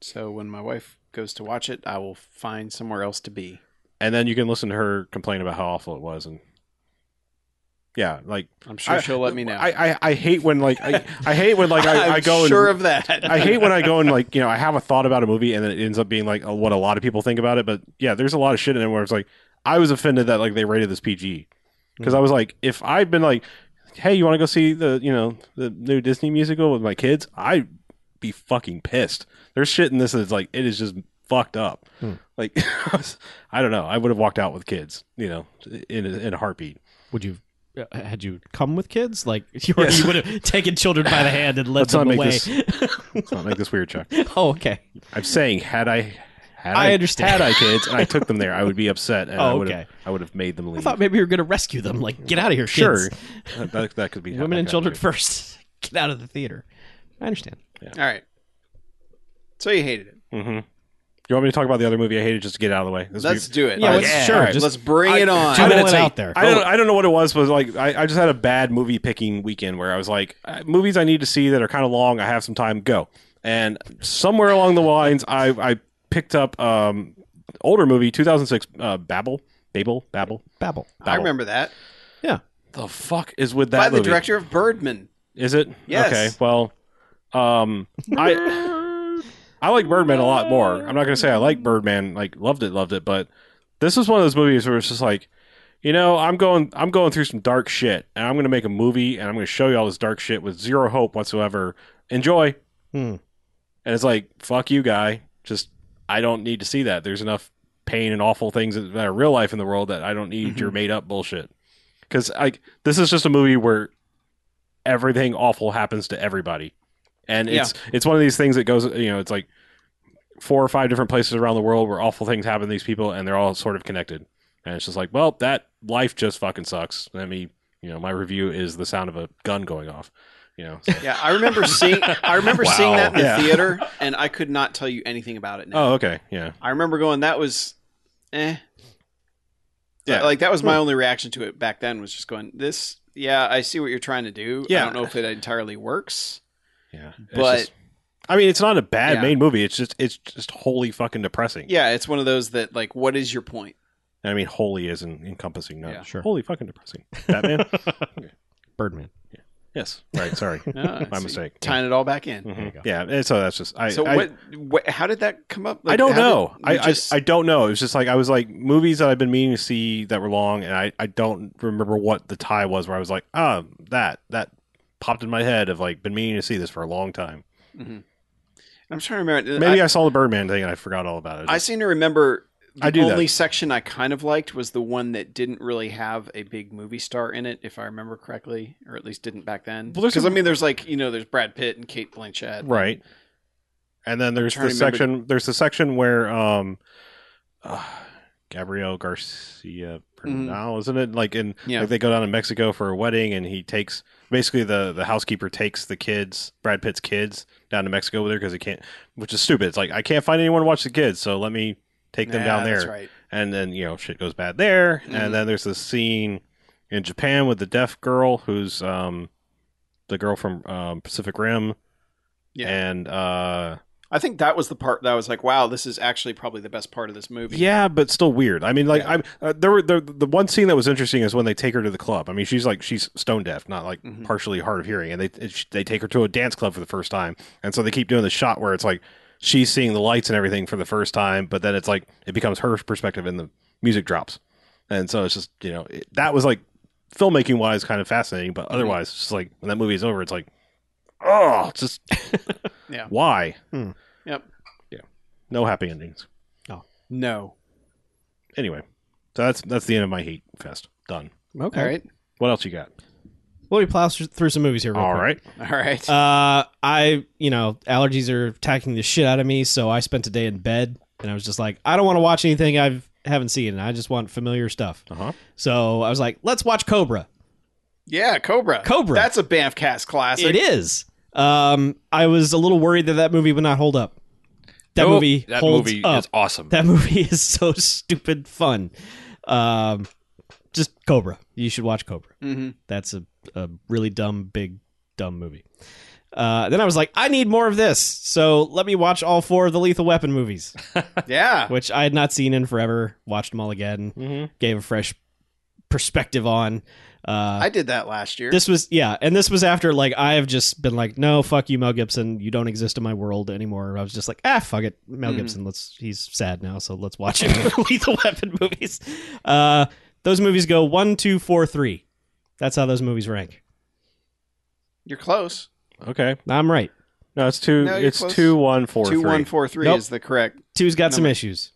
D: So when my wife goes to watch it, I will find somewhere else to be.
B: And then you can listen to her complain about how awful it was, and yeah, like
D: I'm sure
B: I-
D: she'll let me know.
B: I, I, I hate when like I, I hate when like
D: (laughs)
B: I, I go
D: am sure
B: and
D: of that.
B: I
D: (laughs)
B: hate when I go and like you know I have a thought about a movie and then it ends up being like what a lot of people think about it. But yeah, there's a lot of shit in it where it's like I was offended that like they rated this PG because I was like if I'd been like, hey, you want to go see the you know the new Disney musical with my kids, I'd be fucking pissed. There's shit in this that's like it is just fucked up.
E: Hmm.
B: Like (laughs) I, was- I don't know, I would have walked out with kids, you know, in a, in a heartbeat.
E: Would you? uh, Had you come with kids, like (laughs) you, were,
B: Yes.
E: you would have taken children by the hand and led
B: Let's
E: them
B: not make
E: away.
B: this. let's not make this weird, Chuck.
E: (laughs) oh, okay.
B: I'm saying had I had
E: I understand.
B: had I kids and I took them there, I would be upset and I
E: (laughs) Oh,
B: would
E: okay.
B: have I would have made them
E: I
B: leave.
E: thought maybe you were going to rescue them. Like, get out of here,
B: sure,
E: kids.
B: that, that- that could be
E: Women and
B: that could
E: children
B: be-
E: (laughs) first. Get out of the theater. I understand.
D: All right. So you hated it.
B: Mm-hmm. You want me to talk about the other movie I hated just to get out of the way? This
D: Let's
B: be-
D: do it.
E: Yeah,
B: let's-
E: sure,
D: All right,
E: just-
D: let's bring it on.
E: Two
B: I don't
E: minutes
B: wanna-
E: out there.
B: I don't, I don't know what it was, but like I, I just had a bad movie picking weekend where I was like, uh, movies I need to see that are kind of long. I have some time, go. And somewhere along the lines, I, I picked up um older movie 2006 uh, Babel, Babel, Babel.
E: Babel.
D: I remember that.
B: The fuck is with that
D: By the
B: movie?
D: director of Birdman.
B: Is it?
D: Yes.
B: Okay. Well, um, I I like Birdman a lot more. I'm not gonna say I like Birdman, like loved it, loved it, but this is one of those movies where it's just like, you know, I'm going I'm going through some dark shit, and I'm gonna make a movie, and I'm gonna show you all this dark shit with zero hope whatsoever. Enjoy.
E: Hmm.
B: And it's like, fuck you, guy. Just I don't need to see that. There's enough pain and awful things that are real life in the world that I don't need your made up bullshit. Because like this is just a movie where everything awful happens to everybody, and it's it's one of these things that goes. You know, it's like four or five different places around the world where awful things happen to these people, and they're all sort of connected. And it's just like, well, that life just fucking sucks. Let me, you know, my review is the sound of a gun going off. You know, so-
D: Yeah, I
B: (laughs)
D: remember seeing. I remember seeing that in the
B: Yeah.
D: theater, and I could not tell you anything about it. Now.
B: oh, okay, yeah.
D: I remember going, that was, eh.
B: Yeah.
D: Like, that was my only reaction to it back then was just going, this, yeah, I see what you're trying to do. I
B: Yeah.
D: don't know if it entirely works.
B: Yeah, It's
D: But-
B: just- I mean, it's not a bad
D: Yeah.
B: main movie. It's just it's just wholly fucking depressing.
D: Yeah, it's one of those that, like, what is
B: (laughs)
D: your point?
B: I mean, wholly is an encompassing, not
D: Yeah.
E: Sure.
B: wholly fucking depressing. (laughs) Batman.
E: Birdman.
B: yes, right. Sorry,
D: No,
B: my
D: so
B: mistake.
D: Ah, Tying it all back in.
B: Mhm.
E: There you go.
B: Yeah, and so that's just I.
D: So,
B: I,
D: what, what, how did that come up?
B: I don't know. I,
D: I just,
B: I I don't know. It was just like I was like movies that I've been meaning to see that were long, and I I don't remember what the tie was. Where I was like, ah, that that popped in my head of like been meaning to see this for a long time.
D: Mm-hmm. I'm trying to remember.
B: Maybe I, saw the Birdman thing and I forgot all about it.
D: Uh, I seem to remember the
B: I do that.
D: only section I kind of liked was the one that didn't really have a big movie star in it, if I remember correctly, or at least didn't back then.
B: Well, there's
D: Because I
B: some-
D: mean, there's like you know, there's Brad Pitt and Kate Blanchett,
B: right and then there's
D: trying
B: the
D: to remember-
B: section there's the section where um uh, gabriel garcia bernal isn't it like in
D: Mm-hmm. Yeah.
B: like they go down to mexico for a wedding and he takes basically the the housekeeper takes the kids brad pitt's kids down to mexico with her because he can't which is stupid it's like i can't find anyone to watch the kids so let me take them
D: Yeah,
B: down there
D: That's right.
B: and then you know shit goes bad there
D: Mhm.
B: and then there's this scene in japan with the deaf girl who's um the girl from um, pacific rim
D: Yeah.
B: and uh
D: I think that was the part that I was like, wow, this is actually probably the best part of this movie.
B: yeah but still weird i mean like
D: Yeah.
B: i uh, there were there, the one scene that was interesting is when they take her to the club i mean she's like she's stone deaf not like
D: Mhm.
B: partially hard of hearing and they it- they take her to a dance club for the first time and so they keep doing the shot where it's like she's seeing the lights and everything for the first time but then it's like it becomes her perspective and the music drops and so it's just you know it, that was like filmmaking wise kind of fascinating
D: Mm-hmm.
B: but otherwise it's just like when that movie is over it's like oh it's just
D: (laughs) Yeah.
B: why
D: Yep.
B: no happy endings
D: No.
B: anyway, so that's that's the end of my hate fest. Done.
E: Okay.
D: All right.
B: What else you got?
E: Let me plow s- through some movies here. Real
B: All
E: quick.
B: right.
D: All right.
E: Uh, I, you know, allergies are attacking the shit out of me, so I spent a day in bed, and I was just like, I don't want to watch anything I've haven't seen, and I just want familiar stuff.
B: Uh huh.
E: So I was like, let's watch Cobra.
D: yeah, Cobra.
E: Cobra.
D: That's a Banff cast classic.
E: it is. Um, I was a little worried that that movie would not hold up. That
C: Nope,
E: movie
C: that
E: holds
C: movie
E: up.
C: is awesome.
E: That movie is (laughs) so stupid fun. Um, just Cobra. You should watch Cobra.
D: Mhm.
E: That's a, a really dumb, big, dumb movie. Uh, then I was like, I need more of this. So let me watch all four of the Lethal Weapon movies,
B: (laughs)
D: Yeah.
E: which I had not seen in forever. Watched them all again.
B: Mm-hmm.
E: Gave a fresh perspective on. Uh,
D: I did that last year.
E: this was yeah, and this was after like I have just been like, no, fuck you, Mel Gibson. You don't exist in my world anymore. I was just like, ah, fuck it, Mel
D: Mhm.
E: Gibson. Let's he's sad now, so let's watch him. (laughs) Lethal Weapon movies. Uh, those movies go one, two, four, three. That's how those movies rank.
D: You're close.
B: Okay.
E: I'm right.
B: No, it's two.
D: No, you're
B: it's
D: close.
B: two one four
D: Two
B: three.
D: one four three
E: Nope.
D: is the correct.
E: Two's got some
D: Number-
E: issues.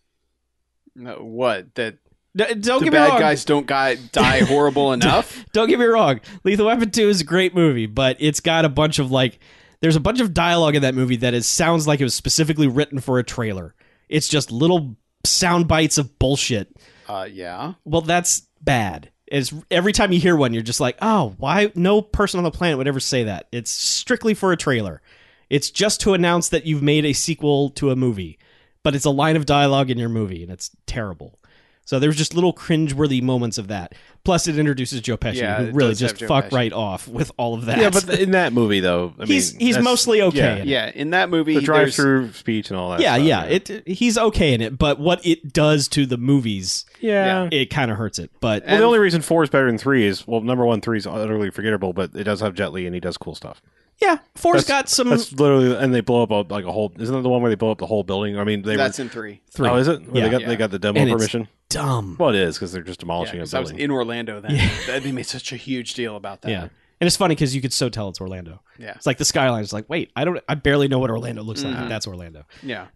D: No, what that
E: D- don't
D: the
E: get me
D: bad
E: wrong.
D: guys don't guy,
E: (laughs)
D: die horrible enough.
E: Don't get me wrong. Lethal Weapon 2 is a great movie, but it's got a bunch of like there's a bunch of dialogue in that movie that is sounds like it was specifically written for a trailer. It's just little sound bites of bullshit.
D: Uh, yeah.
E: Well, that's bad. It's every time you hear one, you're just like, oh, why? No person on the planet would ever say that. It's strictly for a trailer. It's just to announce that you've made a sequel to a movie, but it's a line of dialogue in your movie, and it's terrible. So there's just little cringeworthy moments of that. Plus, it introduces Joe Pesci,
D: Yeah,
E: who
D: it
E: really
D: does have
E: just
D: Joe
E: fuck
D: Pesci.
E: right off with all of that.
B: Yeah, but in that movie though, I
E: he's
B: mean,
E: he's
B: that's-
E: mostly okay.
B: yeah.
E: in it.
D: Yeah, in that movie,
B: the
D: there's-
B: drive-through speech and all that.
E: yeah,
B: stuff,
E: yeah. It he's okay in it, but what it does to the movies,
B: yeah.
D: yeah.
E: it kind of hurts it. But
B: Well,
D: And-
B: the only reason four is better than three is well, number one, three is utterly forgettable, but it does have Jet Li and he does cool stuff.
E: yeah, four's
B: That's-
E: got some
B: That's literally, and they blow up a, like a whole. Isn't that the one where they blow up the whole building? I mean, they
D: that's
B: were.
D: in three.
E: three.
B: Oh, is it? Where
E: Yeah.
B: they got
D: Yeah.
B: they got the demo
E: And it's-
B: permission.
E: dumb.
B: Well, it is because they're just
D: Yeah,
B: demolishing a
D: 'cause I was
B: building.
D: in Orlando then. (laughs) That- They made such a huge deal about that.
E: yeah, and it's funny because you could so tell it's Orlando.
D: yeah,
E: It's like the skyline is like, wait, I don't, I barely know what Orlando looks like.
D: Mhm.
E: That's Orlando.
D: yeah.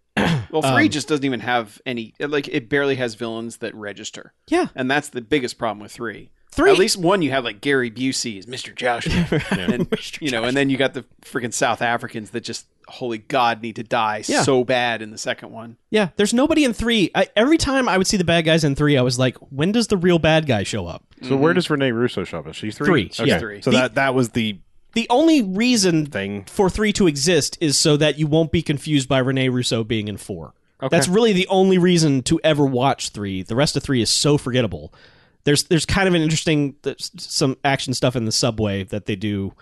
D: Well, three
E: Um,
D: just doesn't even have any. it, Like, it barely has villains that register,
E: Yeah,
D: and that's the biggest problem with three.
E: three.
D: At least one you had like Gary Busey as Mr. Joshua, and
E: (laughs)
D: you know, and then you got the freaking South Africans that just holy god need to die
E: Yeah.
D: so bad in the second one.
E: yeah, there's nobody in three. I, every time I would see the bad guys in three, I was like, when does the real bad guy show up?
B: so where does Renee Russo show up? Is she three?
E: Three,
B: Okay.
E: yeah.
D: Three.
B: So that that was the
E: The only reason
B: thing.
E: for three to exist is so that you won't be confused by Rene Russo being in four. That's really the only reason to ever watch three. The rest of three is so forgettable. There's there's kind of an interesting there's some action stuff in the subway that they do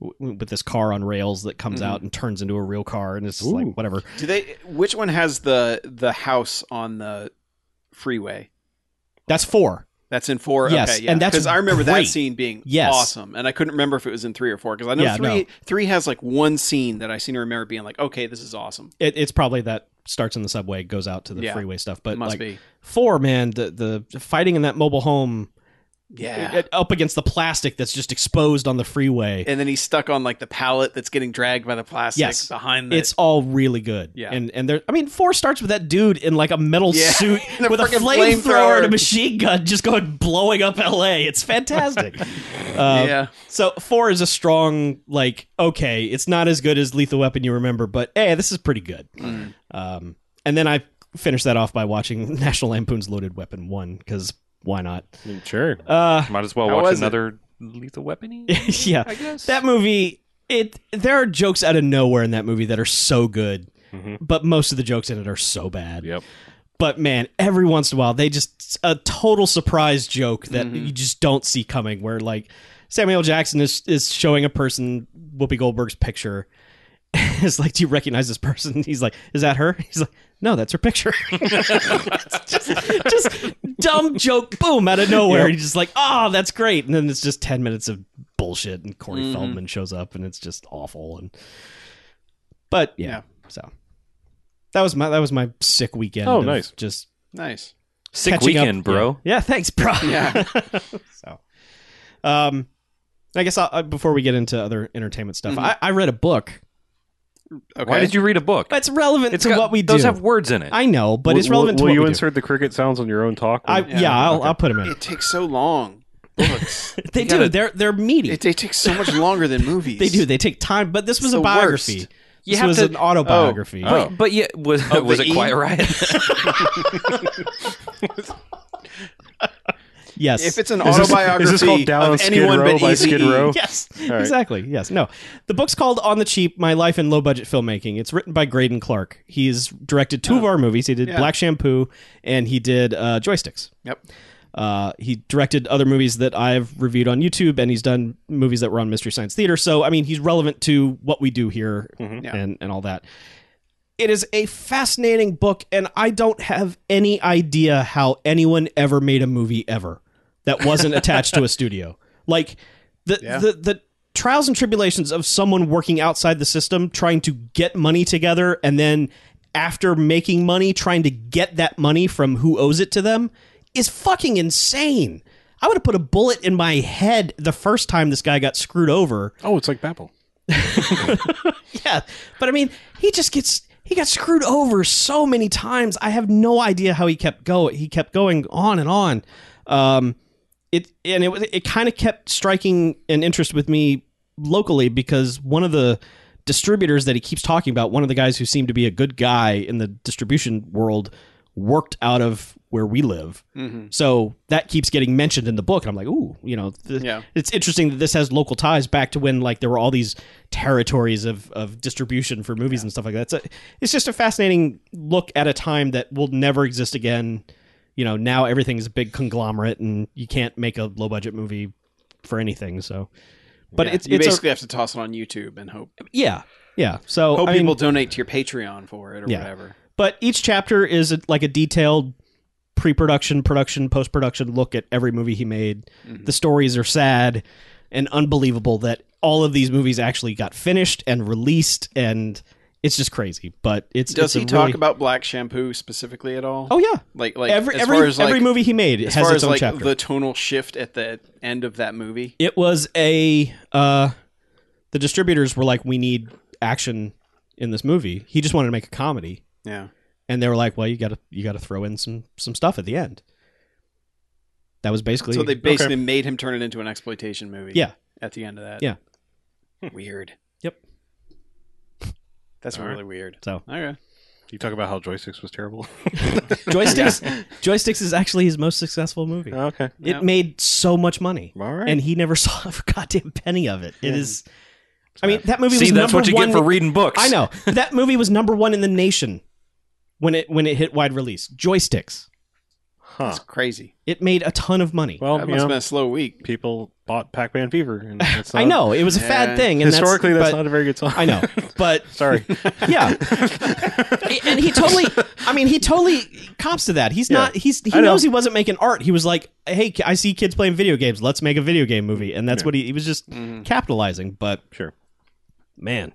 E: w- with this car on rails that comes
D: Mm-hmm.
E: out and turns into a real car and it's like whatever.
D: Do they? Which one has the the house on the freeway?
E: That's four.
D: That's in four.
E: Yes,
D: okay, yeah.
E: and that's
D: because I remember that
E: great.
D: scene being
E: Yes.
D: awesome, and I couldn't remember if it was in three or four because I know
E: Yeah,
D: three
E: no.
D: three has like one scene that I seem to remember being like, okay, this is awesome.
E: It, it's probably that starts in the subway, goes out to the
D: Yeah.
E: freeway stuff. But
D: It must
E: like
D: be.
E: four, man, the the fighting in that mobile home
D: Yeah.
E: uh, up against the plastic that's just exposed on the freeway.
D: and then he's stuck on like the pallet that's getting dragged by the plastic
E: Yes.
D: behind the.
E: It's all really good.
D: Yeah.
E: And and there I mean, four starts with that dude in like a metal
D: Yeah. (laughs)
E: suit
D: The
E: with a
D: frickin'
E: flamethrower and a
D: flamethrower.
E: machine gun just going blowing up LA.
D: (laughs)
E: It's fantastic. Uh,
D: yeah.
E: So four is a strong, like, okay, it's not as good as Lethal Weapon you remember, but hey, this is pretty good.
D: Mm.
E: Um and then I finished that off by watching (laughs) National Lampoon's Loaded Weapon One, because why not?
B: I mean, sure.
E: Uh
C: Might as well
D: How
C: watch
D: was it?
C: another Lethal Weapon.
E: (laughs) yeah.
C: I guess
E: That movie, it there are jokes out of nowhere in that movie that are so good,
B: Mhm.
E: but most of the jokes in it are so bad.
B: Yep.
E: But man, every once in a while, they just a total surprise joke that you just don't see coming. Where like Samuel Jackson is is showing a person Whoopi Goldberg's picture. (laughs) It's like, do you recognize this person? (laughs) He's like, is that her? He's like, no, that's her picture. (laughs) It's just, just dumb joke, boom, out of nowhere. He's just like, oh, that's great. And then it's just 10 minutes of bullshit, and Corey
D: Mhm.
E: Feldman shows up, and it's just awful. And But yeah,
D: Yeah.
E: so that was my that was my sick weekend.
B: Oh,
E: of
B: nice.
E: Just
D: Nice.
C: sick
E: catching up-
C: weekend, bro.
E: Yeah, thanks, bro.
D: Yeah.
E: (laughs) so, um, I guess I'll, uh, before we get into other entertainment stuff, I, I read a book.
D: Okay.
C: Why did you read a book?
E: It's relevant
C: It's
E: to
C: got-
E: what we do.
C: Those have words in it.
E: I know, but
B: Will-
E: it's relevant
B: Will,
E: to what
B: will you
E: we do.
B: insert Oh, the cricket sounds on your own talk?
E: I,
D: Yeah,
E: yeah, I'll, I'll put them in.
D: It takes so long. Books.
E: they
C: you gotta-
E: do. They're they're meaty.
D: it, they take so much longer than movies.
E: They do. They take time, but this was
D: the
E: a biography.
D: worst.
C: You
E: this
C: have
E: was
C: to-
E: an autobiography.
B: Oh.
C: But yeah, (laughs) was
D: Of
C: was
D: the
C: it Quiet
D: E?
C: Riot?
E: Yes.
D: If it's an
B: Is this-
D: autobiography
B: is this called Down on
D: of
B: Skid
D: anyone
B: Row
D: but
B: by
D: Eazy-E,
B: Skid Row?
E: yes,
B: right.
E: exactly. Yes. No. The book's called On the Cheap: My Life in Low Budget Filmmaking. It's written by Graydon Clark. He's directed two of our movies. He did
D: Yeah.
E: Black Shampoo and he did uh, Joysticks.
D: Yep.
E: Uh, he directed other movies that I've reviewed on YouTube, and he's done movies that were on Mystery Science Theater. So, I mean, he's relevant to what we do here
B: Mhm.
D: Yeah.
E: and, and all that. It is a fascinating book, and I don't have any idea how anyone ever made a movie ever that wasn't attached to a studio. Like the
D: Yeah.
E: the the trials and tribulations of someone working outside the system, trying to get money together, and then after making money, trying to get that money from who owes it to them is fucking insane. I would have put a bullet in my head the first time this guy got screwed over.
B: oh, it's like Babel.
E: (laughs) Yeah, but I mean, he just gets he got screwed over so many times. I have no idea how he kept going. He kept going on and on. Um, it and it was it kind of kept striking an interest with me locally because one of the distributors that he keeps talking about, one of the guys who seemed to be a good guy in the distribution world, worked out of where we live.
D: Mhm.
E: So that keeps getting mentioned in the book. And I'm like, ooh, you know, th-
D: Yeah.
E: it's interesting that this has local ties back to when like there were all these territories of, of distribution for movies and stuff like that. So it's just a fascinating look at a time that will never exist again. You know, now everything's a big conglomerate and you can't make a low budget movie for anything. So, but
D: Yeah.
E: it's,
D: you
E: it's a-
D: basically have to toss it on YouTube and hope
E: yeah, yeah. So
D: hope
E: I mean-
D: people donate to your Patreon for it or
E: Yeah.
D: whatever.
E: but each chapter is a, like a detailed pre-production production post-production look at every movie he made
D: Mhm.
E: the stories are sad and unbelievable that all of these movies actually got finished and released and it's just crazy but it's
D: Does
E: it's
D: he
E: a
D: talk
E: really-
D: about black shampoo specifically at all?
E: oh yeah
D: like like
E: every
D: as
E: every,
D: far as like,
E: every movie he made
D: as
E: has
D: far
E: its
D: as
E: own
D: like
E: chapter
D: the tonal shift at the end of that movie.
E: it was a uh the distributors were like we need action in this movie he just wanted to make a comedy
D: Yeah,
E: and they were like, "Well, you got to you got to throw in some some stuff at the end." That was basically
D: so they basically made him turn it into an exploitation movie.
E: Yeah.
D: at the end of that.
E: Yeah.
D: weird.
E: Yep.
D: That's
B: All right.
D: really weird.
E: So.
D: okay,
B: You talk about how joysticks was (laughs) terrible.
E: (laughs) joysticks. Joysticks is actually his most successful movie.
B: Oh, okay.
D: yeah.
E: It made so much money,
B: All right.
E: and he never (laughs) saw a goddamn penny of it. It
D: Yeah.
E: is. I mean, that movie
C: See,
E: was
C: that's
E: number
C: what you
E: one.
C: get for reading books.
E: I know that movie was number one in the nation when it when it hit wide release. Joysticks.
B: huh.
D: That's crazy.
E: It made a ton of money.
B: Well,
D: that
B: you
D: must
B: know,
D: have been a slow week.
B: people bought Pac-Man Fever.
E: (laughs)
B: And that's
E: I
B: not-
E: know it was a
D: Yeah.
E: fad thing. And
B: Historically, that's,
E: but-
B: not a very good song.
E: I know, but
B: (laughs)
E: (laughs)
B: Sorry.
E: Yeah. and he totally I mean he totally cops to that. He's
B: Yeah.
E: not he's he
B: I know.
E: knows he wasn't making art. He was like, "Hey, I see kids playing video games. Let's make a video game movie." And that's what he he was just
D: Mhm.
E: capitalizing, but
B: sure.
E: man,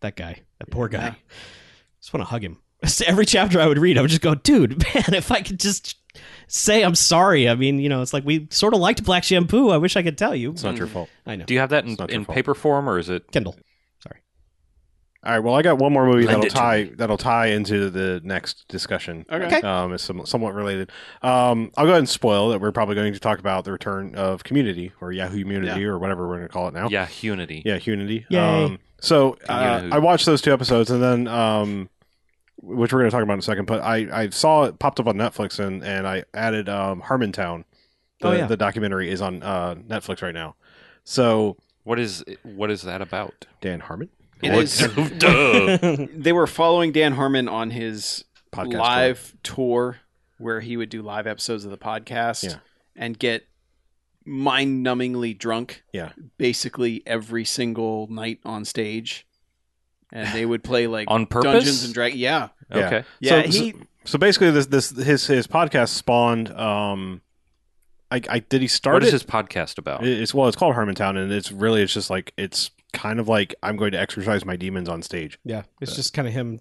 E: that guy, that poor guy. Just want to hug him. (laughs) Every chapter I would read, I would just go, "Dude, man, if I could just say I'm sorry." I mean, you know, it's like we sort of liked Black Shampoo. I wish I could tell you.
B: It's not your fault.
E: I know.
C: Do you have that in,
B: It's not your
C: in
B: fault.
C: paper form or is it?
E: Kendall.
B: All right. Well, I got one more movie
C: Lend
B: that'll
C: it to
B: tie that'll tie into the next discussion.
D: Okay.
E: Okay.
B: Um, it's some, somewhat related. Um, I'll go ahead and spoil that we're probably going to talk about the return of Community or Yahoo Community or whatever we're going to call it now.
C: Yeah, Unity.
B: Yeah, Unity.
E: Yay.
B: Um, so uh,
C: Yahoo.
B: I watched those two episodes, and then um, which we're going to talk about in a second. But I, I saw it popped up on Netflix, and and I added um, Harmontown. The,
E: Oh, yeah.
B: the documentary is on uh, Netflix right now. So
C: What is what is that about?
B: Dan Harmon
D: It
C: What-
D: is-
C: Duh.
D: (laughs) They were following Dan Harmon on his
B: podcast
D: live tour. where he would do live episodes of the podcast
B: Yeah.
D: and get mind-numbingly drunk.
B: Yeah.
D: Basically every single night on stage. And they would play like
C: On purpose?
D: Dungeons and Dragons. Yeah.
B: Yeah.
C: Okay.
D: Yeah,
B: So-
D: he
B: So basically, this this his his podcast spawned. Um, I, I did he start
C: What
B: it?
C: is this podcast about?
B: It- It's well, it's called Harmontown, and it's really it's just like it's kind of like I'm going to exercise my demons on stage.
E: Yeah, it's just kind of him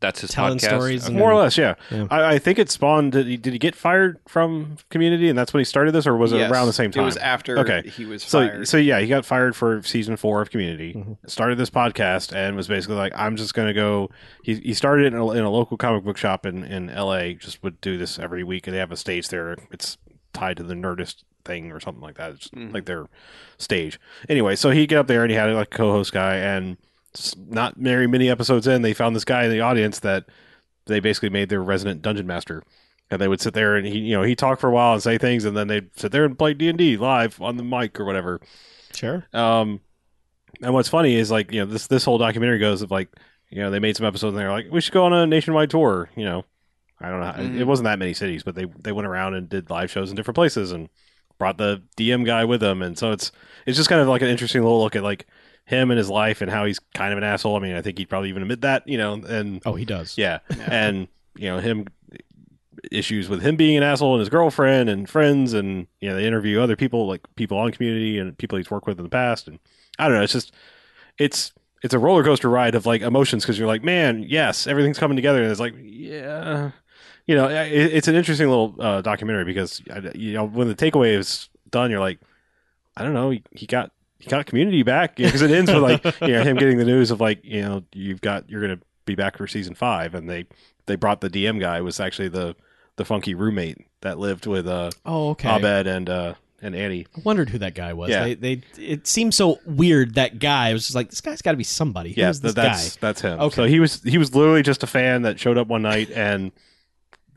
C: That's his
E: telling
C: podcast.
E: stories and-
B: More or less, yeah.
E: Yeah.
B: I, I think it spawned. Did he, did he get fired from Community, and that's when he started this, or was it
D: yes,
B: around the same time?
D: It was after
B: Okay.
D: he was
B: so,
D: fired. (laughs) Mm-hmm.
B: so yeah, he got fired for season four of Community.
E: Mhm.
B: Started this podcast and was basically like, "I'm just going to go." He, he started it in a, in a local comic book shop in in L.A. Just would do this every week, and they have a stage there. It's tied to the Nerdist thing or something like that. It's
D: Mhm.
B: like their stage. Anyway, so he get up there and he had like a co-host guy, and s- not very many episodes in, they found this guy in the audience that they basically made their resident dungeon master. And they would sit there and he, you know, he talked for a while and say things, and then they'd sit there and play D and D live on the mic or whatever.
E: sure.
B: Um, and what's funny is like you know this this whole documentary goes of like you know they made some episodes and they're like we should go on a nationwide tour. You know, I don't know, how-
D: Mhm.
B: it wasn't that many cities, but they they went around and did live shows in different places and brought the DM guy with them, and so it's it's just kind of like an interesting little look at like him and his life and how he's kind of an asshole. I mean, I think he'd probably even admit that, you know, and
E: Oh, he does.
B: yeah.
D: Yeah.
B: And, you know, him issues with him being an asshole and his girlfriend and friends and you know, they interview other people like people on community and people he's worked with in the past and I don't know, it's just it's it's a roller coaster ride of like emotions because you're like, man, yes, everything's coming together and it's like, yeah. You know, i it's an interesting little uh, documentary because I- you know when the takeaway is done, you're like, I don't know, he got he got community back because it ends with like you know him getting the news of like you know you've got you're gonna be back for season five and they they brought the DM guy was actually the the funky roommate that lived with uh
E: Oh, okay.
B: Abed and uh and Annie.
E: I wondered who that guy was.
B: Yeah.
E: They, they, it seemed so weird that guy. I was just like, this guy's got to be somebody. Who
B: yeah,
E: is this
B: th- that's
E: guy?
B: that's him.
E: Okay.
B: So he was he was literally just a fan that showed up one night and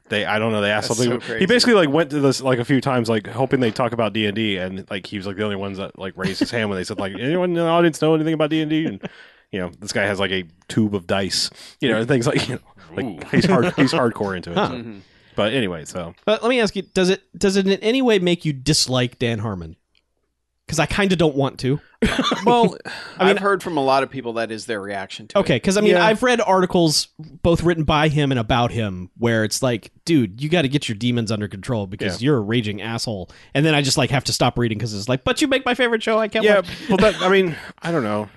B: they I don't know they asked
D: That's
B: something.
D: so
B: but
D: crazy.
B: he basically like went to this like a few times like hoping they talk about D and D and like he was like the only ones that like raised his hand when they said like anyone in the audience know anything about D and D and you know this guy has like a tube of dice you know and things like you know, like he's hard
D: (laughs)
B: he's hardcore into it. so. But anyway, so
E: But let me ask you: Does it does it in any way make you dislike Dan Harmon? Because I kind of don't want to.
C: Well,
D: I have heard from a lot of people that is their reaction to
E: Okay, because I mean,
B: Yeah.
E: I've read articles both written by him and about him where it's like, dude, you got to get your demons under control because you're a raging asshole. And then I just like have to stop reading because it's like, but you make my favorite show. I can't.
B: yeah,
E: watch.
B: well that I mean I don't know.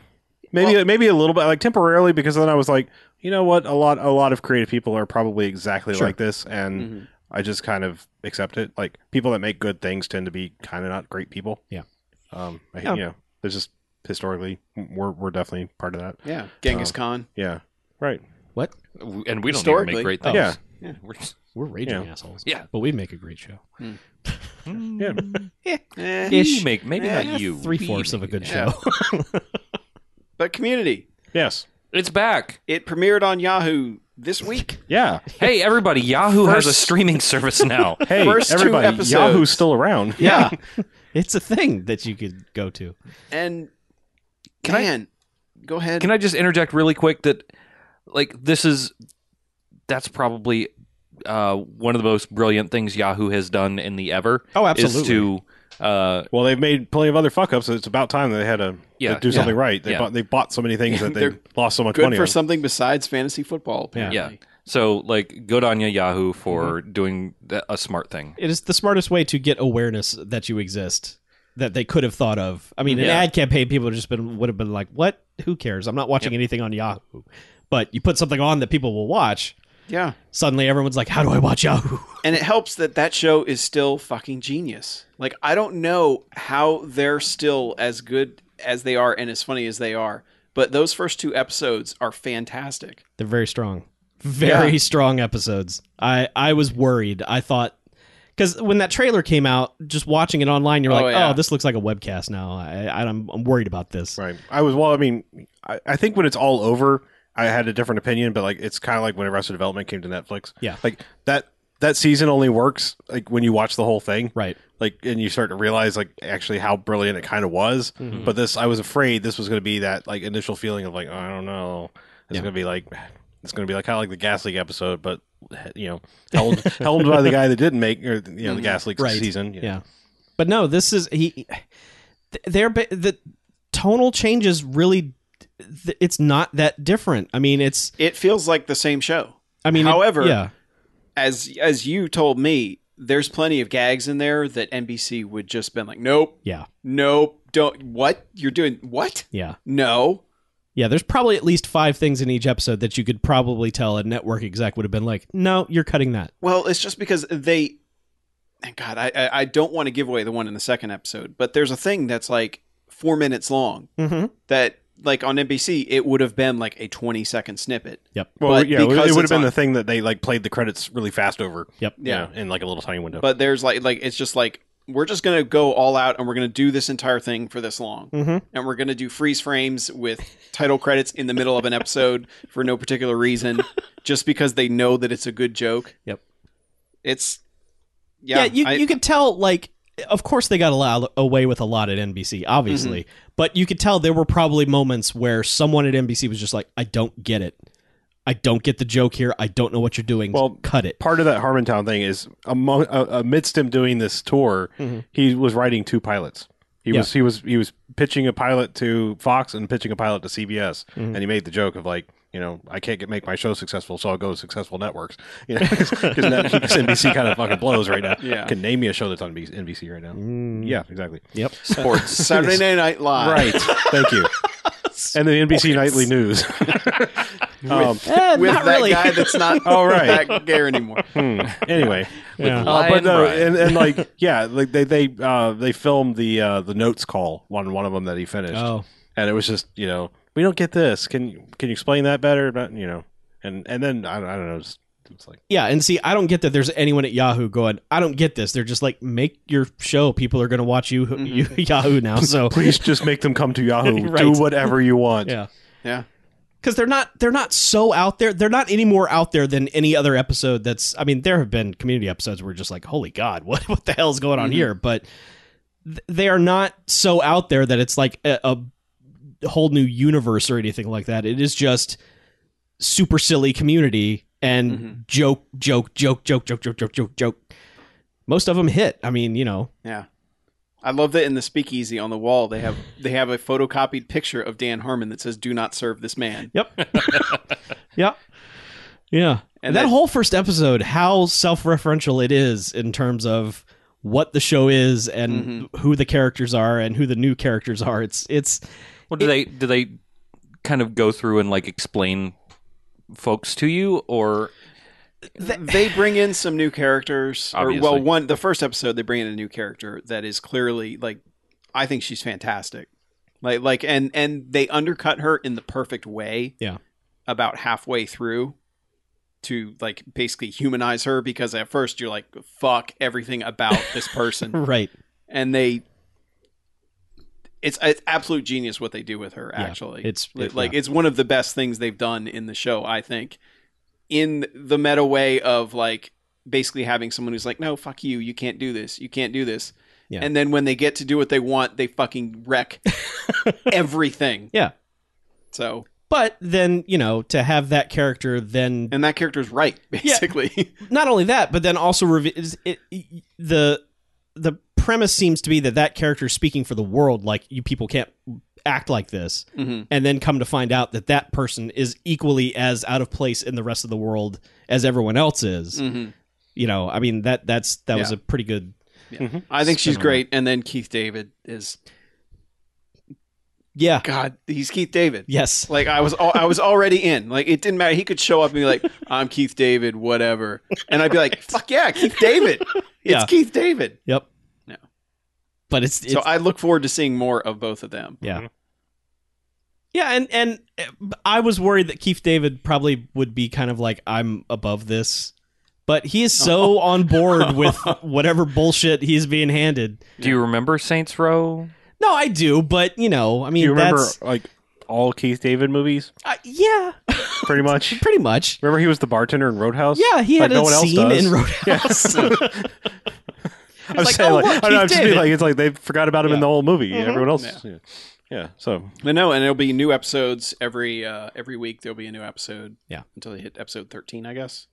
B: Maybe maybe a little bit like temporarily because then I was like you know what a lot a lot of creative people are probably exactly
E: Sure.
B: like this and.
D: it. Mhm.
B: I just kind of accept it. Like people that make good things tend to be kind of not great people.
E: Yeah.
B: Um. I,
E: Yeah.
B: You know, there's just historically, we're we're definitely part of that.
D: Yeah, Genghis
B: Oh.
D: Khan.
B: Yeah. Right.
E: What?
C: and we don't even
D: Historically.
C: make great
E: Oh.
C: things.
B: Yeah.
C: We're just-
E: We're raging
B: Yeah.
E: assholes.
C: Yeah.
E: but we make a great show.
B: Yeah.
D: Eh.
E: Ish.
C: You make maybe
D: Yeah,
C: not you.
E: Three fourths
C: We
E: of a
C: make
E: good
C: it.
D: Yeah.
E: show. (laughs)
D: But Community,
B: Yes.
C: It's back.
D: it premiered on Yahoo this week.
B: Yeah.
C: (laughs) Hey, everybody! Yahoo has a
D: First-
C: streaming service now.
B: Hey,
D: First two
B: everybody.
D: episodes.
B: Yahoo's still around.
D: Yeah.
E: it's a thing that you could go to.
D: (laughs) and
C: Can I-
D: man, go ahead.
C: Can I just interject really quick that, like, this is that's probably uh, one of the most brilliant things Yahoo has done in the ever.
E: Oh,
C: Is to uh,
B: Well, they've made plenty of other fuck ups. So it's about time they had to
C: Yeah.
B: to do something right. They
C: Yeah.
B: bought they bought so many things
D: Yeah,
B: that they
D: they're
B: lost so much
D: Good
B: money
D: for
B: on.
D: something besides fantasy football.
E: Yeah.
C: yeah.
D: Apparently.
C: So like, good on you, Yahoo, for doing th- a smart thing.
E: it is the smartest way to get awareness that you exist that they could have thought of. I mean, an
C: Yeah.
E: ad campaign people have just been would have been like, "What? Who cares? I'm not watching anything on Yahoo." But you put something on that people will watch.
D: yeah.
E: Suddenly, everyone's like, "How do I watch Yahoo?" (laughs)
D: And it helps that that show is still fucking genius. Like I don't know how they're still as good as they are and as funny as they are, but those first two episodes are fantastic.
E: They're very strong, very
D: Yeah.
E: strong episodes. I I was worried. I thought because when that trailer came out, just watching it online, you're
D: Oh,
E: like,
D: yeah.
E: "Oh, this looks like a webcast now." I, I I'm, I'm worried about this.
B: Right. I was well. I mean, I, I think when it's all over, I had a different opinion, but like it's kind of like when Arrested Development came to Netflix.
E: Yeah.
B: Like that that season only works like when you watch the whole thing,
E: Right.
B: like, and you start to realize like actually how brilliant it kind of was.
E: Mm-hmm.
B: But this, I was afraid this was going to be that like initial feeling of like "Oh, I don't know, it's
E: Yeah.
B: going to be like it's going to be like kind of like the Gas Leak episode, but you know, held (laughs) held by the guy that didn't make or you know the Gas Leak
E: Mm-hmm. Right.
B: season. you know.
E: Yeah. But no, this is he. They're ba- the tonal changes really. th- It's not that different. I mean, it's.
D: It feels like the same show.
E: I mean, it-
D: However,
E: yeah,
D: As as you told me, there's plenty of gags in there that NBC would just been like, Nope,
E: yeah,
D: nope, don't what? You're doing what?
E: yeah,
D: No.
E: yeah. There's probably at least five things in each episode that you could probably tell a network exec would have been like, "No, you're cutting that."
D: Well, it's just because they. And God, I I- I don't want to give away the one in the second episode, but there's a thing that's like four minutes long
E: Mm-hmm.
D: that like on NBC it would have been like a 20 second snippet.
E: Yep.
B: Well,
D: But
B: yeah, it would
D: because
B: have
D: it's
B: been
D: on-
B: the thing that they like played the credits really fast over.
E: Yep.
B: you
D: Yeah.
B: know, in like a little tiny window.
D: But there's like like it's just like we're just gonna go all out and we're gonna do this entire thing for this
E: (laughs)
D: long,
E: Mm-hmm.
D: and we're gonna do freeze frames with title credits in the middle of an episode for no particular reason, just because they know that it's a good joke.
E: Yep.
D: It's
E: Yeah.
D: yeah.
E: you
D: I-
E: you could tell like. Of course, they got a lot away with a lot at NBC, obviously,
D: Mm-hmm.
E: but you could tell there were probably moments where someone at NBC was just like, "I don't get it, I don't get the joke here, I don't know what you're doing.
B: Well,
E: cut it."
B: part of that Harmontown thing is among uh, amidst him doing this tour,
E: Mhm.
B: he was writing two pilots. He
E: Yeah.
B: was he was he was pitching a pilot to Fox and pitching a pilot to CBS, and he made the joke of like. You know, I can't get make my show successful, so I'll go to successful networks. You know, (laughs) because NBC kind of fucking blows right now.
D: Yeah.
B: can name me a show that's on NBC right now. Yeah, exactly.
E: Yep.
C: Sports.
D: (laughs) Saturday Night- Night Live.
B: Right. Thank (laughs) you. And the NBC nightly news. (laughs) um,
D: (laughs) (laughs) with
E: Eh, not
D: that
E: really.
D: guy that's not
B: All right.
D: that gay anymore.
B: hmm, anyway,
E: Yeah.
B: Uh, but
C: Lion
B: no,
C: Ryan.
B: and, and
E: (laughs)
B: like yeah, like they they uh, they filmed the uh, the notes call on one of them that he finished,
E: Oh,
B: and it was just you know we don't get this. Can you can you explain that better? But you know, and and then I don't, I don't know. It's, it's like
E: yeah. And see, I don't get that. There's anyone at Yahoo going, I don't get this. They're just like, make your show. People are going to watch you, you
D: Mm-hmm.
E: (laughs) Yahoo now. So
B: please just make them come to Yahoo.
E: (laughs) Right.
B: Do whatever you want.
E: yeah,
D: Yeah.
E: because they're not they're not so out there. They're not any more out there than any other episode. That's I mean, there have been community episodes where just like, holy god, (laughs) what what the hell is going on here? But th- they are not so out there that it's like a, a whole new universe or anything like that. It is just super silly community and
D: Mhm.
E: joke, joke, joke, joke, joke, joke, joke, joke, joke. Most of them hit. I mean, you know,
D: Yeah. I love that in the speakeasy on the wall they have they have a photocopied picture of Dan Harmon that says "Do not serve this man."
E: Yep. yeah. Yeah.
D: And
E: And that,
D: that-
E: whole first episode, how self referential it is in terms of what the show is and who the characters are and who the new characters are. It's it's
C: Well, do they do they kind of go through and like explain folks to you, or
D: (laughs) they bring in some new characters. Or, well,
C: Obviously.
D: one the first episode they bring in a new character that is clearly like I think she's fantastic. Like like and and they undercut her in the perfect way.
E: Yeah.
D: About halfway through to like basically humanize her because at first you're like fuck everything about this
E: (laughs)
D: person
E: right.
D: and they it's it's absolute genius what they do with her
E: Yeah,
D: actually
E: it's-
D: Li-
E: it-
D: like
E: yeah.
D: it's one of the best things they've done in the show i think in the meta way of like basically having someone who's like no fuck you you can't do this you can't do this
E: Yeah.
D: and then when they get to do what they want they fucking
E: (laughs)
D: wreck everything
E: Yeah.
D: so
E: But then, you know, to have that character then
D: and that character's right basically (laughs)
E: not only that, but then also reve- is it, the the premise seems to be that that character is speaking for the world, like you people can't act like this,
D: Mhm.
E: and then come to find out that that person is equally as out of place in the rest of the world as everyone else is.
D: Mhm.
E: You know, I mean that that's that was
D: Yeah.
E: a pretty good.
D: i think she's
E: Spin on
D: great and then keith david is
E: Yeah.
D: god he's keith david
E: Yes.
D: Like I was, al- I was already in. Like it didn't matter. He could show up and be like, "I'm Keith David, whatever," and I'd be
E: (laughs)
D: like, "Fuck yeah, Keith David! It's
E: Yeah.
D: Keith David."
E: Yep.
D: No.
E: But it's, it's
D: so I look forward to seeing more of both of them.
E: Yeah. Yeah, and and uh, I was worried that Keith David probably would be kind of like I'm above this, but he is
B: Oh.
E: so on
B: (laughs)
E: board with whatever bullshit he's being handed.
C: do you remember Saints Row?
E: No, I do, but you know, I mean,
B: Do you remember
E: that's
B: like all Keith David movies?
E: uh, yeah,
B: Pretty
E: (laughs)
B: much.
E: pretty much.
B: Remember he was the bartender in Roadhouse?
E: (laughs) Yeah, he
B: Like,
E: had
B: no
E: a
B: one else
E: scene
B: does. (laughs)
E: in Roadhouse.
B: I'm
E: like,
B: saying
E: "Oh,
B: like,
E: look,
B: I
E: Keith
B: am just being
E: David."
B: like it's like they forgot about him in the whole movie.
E: Mm-hmm.
B: Everyone else,
D: Yeah.
B: yeah. yeah. So
D: But no, and it'll be new episodes every uh, every week. There'll be a new episode.
E: Yeah.
D: until they hit episode thirteen, I guess.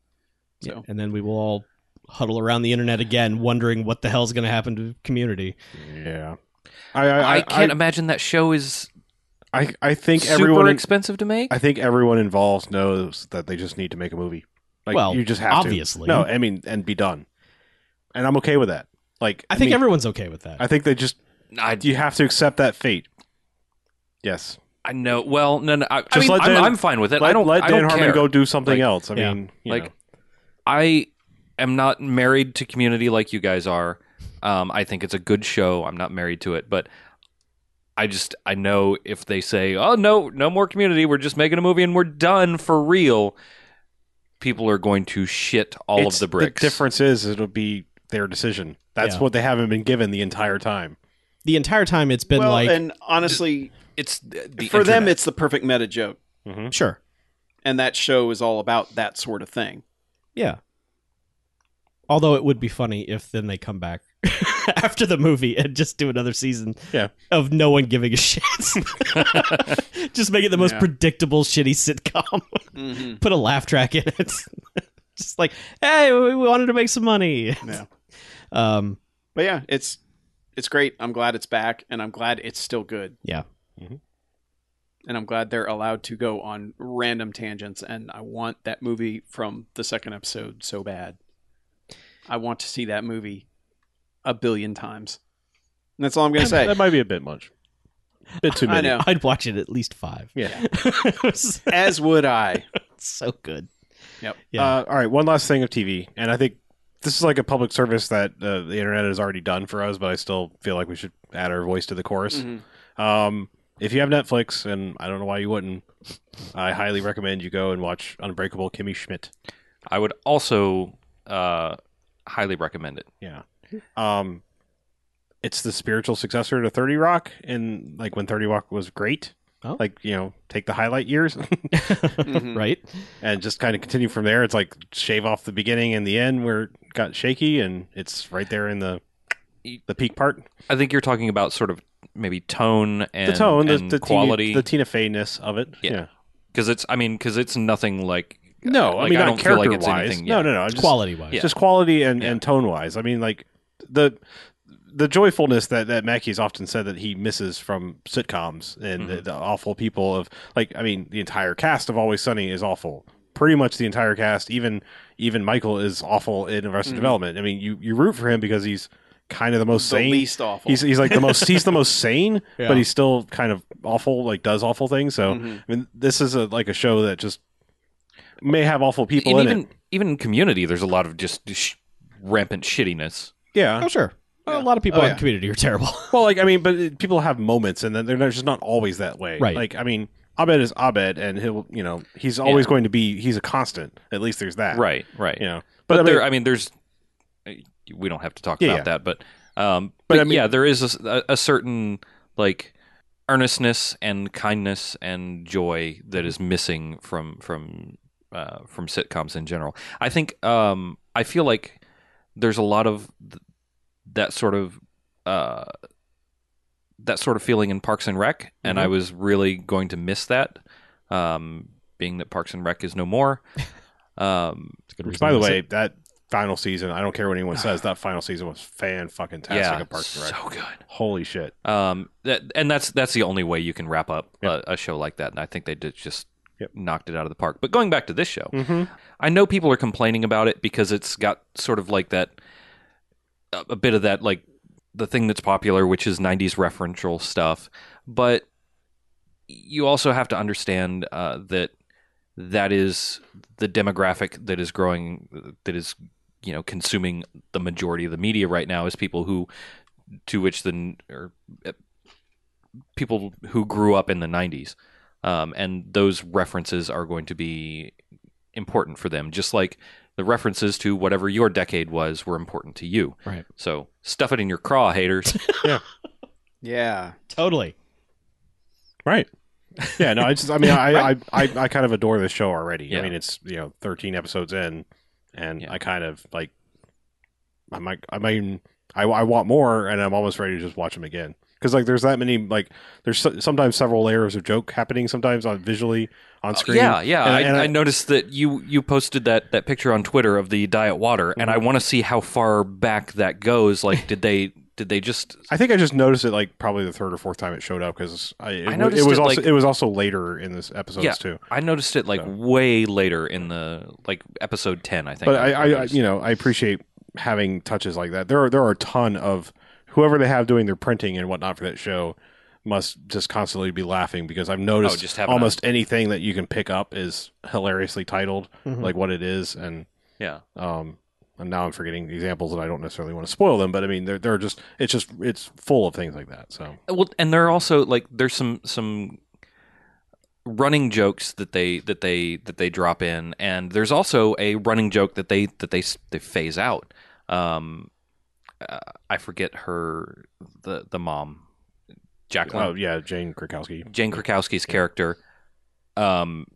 E: Yeah,
D: So
E: and then we will all huddle around the internet again, wondering what the hell's going to happen to community.
B: yeah, I I,
C: I,
B: I,
C: can't imagine that show is
B: I, I, think
C: super
B: everyone in-
C: expensive to make.
B: I think everyone involved knows that they just need to make a movie. Like
E: Well,
B: you just have to.
E: obviously.
B: No, I mean and be done. And I'm okay with that. Like
E: I think
B: mean,
E: everyone's okay with that.
B: I think they just
C: I,
B: you have to accept that fate. Yes.
C: I know. Well, no, no. I, I
B: Just
C: mean,
B: let
C: I'm,
B: Dan-
C: I'm fine with it.
B: let,
C: I don't.
B: let
C: I don't
B: Dan Harmon
C: care.
B: go do something
C: Like-
B: else. I
E: yeah.
B: mean, you
C: like
B: know.
C: I am not married to community like you guys are. Um, I think it's a good show. I'm not married to it, but I just I know if they say, "Oh no, no more community. We're just making a movie and we're done for real." People are going to shit all
B: It's-
C: of the bricks.
B: difference is it'll be their decision. That's
E: Yeah.
B: what they haven't been given the entire time.
E: the entire time it's been
D: well,
E: like,
D: and honestly,
C: It's th- the
D: for them,
C: internet.
D: it's the perfect meta joke,
E: sure,
D: and that show is all about that sort of thing.
E: Yeah. Although it would be funny if then they come back (laughs) after the movie and just do another season
B: Yeah.
E: of no one giving a shit. (laughs) just make it the most
D: Yeah.
E: predictable, shitty sitcom. (laughs)
D: Mm-hmm.
E: Put a laugh track in it. (laughs) just like, hey, we we wanted to make some money.
D: Yeah.
E: Um,
D: But yeah, it's it's great. I'm glad it's back, and I'm glad it's still good.
E: Yeah.
B: Mhm.
D: And I'm glad they're allowed to go on random tangents. And I want that movie from the second episode so bad. I want to see that movie a billion times. And that's all I'm gonna
B: (laughs)
D: say.
B: That might be a bit much. bit too
D: I
B: many.
D: know.
E: I'd watch it at least five. (laughs)
B: Yeah.
E: It's
D: As would I.
E: so good. Yeah.
B: Uh, all right, one last thing of TV, and I think this is like a public service that uh, the internet has already done for us, but I still feel like we should add our voice to the chorus.
D: Mhm.
E: Mm-hmm.
B: Um, if you have Netflix, and I don't know why you wouldn't, I highly recommend you go and watch Unbreakable Kimmy Schmidt.
C: I would also uh, highly recommend it.
B: Yeah. Um, it's the spiritual successor to Thirty Rock, and like when Thirty Rock was great,
E: Oh.
B: Like, you know, take the highlight years
D: Mhm.
E: right?
B: and just kind of continue from there. It's like shave off the beginning and the end where it got shaky and it's right there in the the peak part.
C: I think you're talking about sort of maybe tone and
B: the tone, the,
C: and
B: the
C: quality.
B: Tina, the Tina Fey-ness of it.
C: Yeah. because it's I mean because it's nothing like
B: No, I
C: like,
B: mean not
C: don't feel like
B: character
C: it's
B: wise.
C: anything.
B: No,
C: yeah.
B: no, no. I'm just,
E: Quality wise.
C: Yeah.
B: just quality and,
C: Yeah.
B: and tone wise. I mean, like the the joyfulness that that Mackey's often said that he misses from sitcoms and
C: Mm-hmm.
B: the, the awful people of like I mean the entire cast of Always Sunny is awful. Pretty much the entire cast, even even Michael is awful in Arrested
C: Mm-hmm.
B: Development. I mean, you you root for him because he's kind of the most
D: The
B: sane.
D: least awful.
B: He's he's like the most he's the
C: (laughs)
B: most sane,
E: Yeah.
B: but he's still kind of awful, like does awful things. So
C: Mm-hmm.
D: Mhm.
B: I mean, this is a like a show that just may have awful people
C: and
B: in
C: even
B: it.
C: even in Community, there's a lot of just sh- rampant shittiness.
B: Yeah,
E: Oh, sure. A lot of people
D: Oh,
E: in
D: yeah.
E: the community are terrible.
B: Well, like I mean, but it, people have moments, and then they're not, just not always that way.
E: Right.
B: Like I mean, Abed is Abed, and he'll you know he's always going to be he's a constant. At least there's that.
C: Right, right.
B: You know.
C: But,
B: But, I mean,
C: there, I mean, there's we don't have to talk
B: Yeah,
C: about
B: yeah.
C: that, but um,
B: But
C: but,
B: I mean-
C: yeah, there is a, a- a certain like earnestness and kindness and joy that is missing from from uh, from sitcoms in general. I think um, I feel like there's a lot of th- that sort of uh, that sort of feeling in Parks and Rec, and
B: Mm-hmm.
C: I was really going to miss that, um, being that Parks and Rec is
B: (laughs)
C: no more. Um,
B: which, by the way, that final season, I don't care what anyone says, that final season was fan fucking tastic.
C: yeah,
B: at Parks and Rec.
C: so good.
B: Holy shit!
C: Um, that, and that's that's the only way you can wrap up
B: Yep.
C: a, a show like that. And I think they did just
B: Yep.
C: knocked it out of the park. But going back to this show,
B: Mm-hmm.
C: I know people are complaining about it because it's got sort of like that a, a bit of that like the thing that's popular, which is '90s referential stuff. But you also have to understand uh, that that is the demographic that is growing, that is you know consuming the majority of the media right now is people who to which the n- or uh, people who grew up in the 90s um, and those references are going to be important for them just like the references to whatever your decade was were important to you
E: Right.
C: so stuff it in your craw
B: (laughs)
C: haters
D: Yeah.
E: totally.
B: Right. Yeah. No. I just. I mean,
C: (laughs)
B: I, I, I I kind of adore this show already. I
C: Yeah.
B: mean, it's you know 13 episodes in, and
C: Yeah.
B: I kind of like. I might. I mean, I, I want more, and I'm almost ready to just watch them again because like there's that many like there's so, sometimes several layers of joke happening sometimes on visually on screen.
C: Uh, yeah yeah
B: And-
C: I,
B: and
C: I,
B: I-
C: noticed that you you posted that that picture on twitter of the diet water
B: Mm-hmm.
C: and i want to see how far back that goes like did they did they just
B: I think I just noticed it like probably the third or fourth time it showed up because I, it,
C: I
B: wa-
C: noticed
B: it was
C: it,
B: also
C: like-
B: it was also later in this episodes
C: Yeah.
B: too.
C: I noticed it like
B: So-
C: way later in the like episode ten, I think.
B: but I, I, I
C: noticed.
B: you know I appreciate having touches like that. There are there are a ton of whoever they have doing their printing and whatnot for that show must just constantly be laughing because I've noticed
C: Oh, just having a-
B: almost anything that you can pick up is hilariously titled like what it is and
C: yeah,
B: um and now I'm forgetting examples and I don't necessarily want to spoil them but I mean they're they're just it's just it's full of things like that so
C: well, and there are also like there's some some running jokes that they that they that they drop in, and there's also a running joke that they that they s- they phase out. Um, uh, I forget her the the mom, Jacqueline.
B: oh yeah Jane Krakowski
C: Jane Krakowski's character um,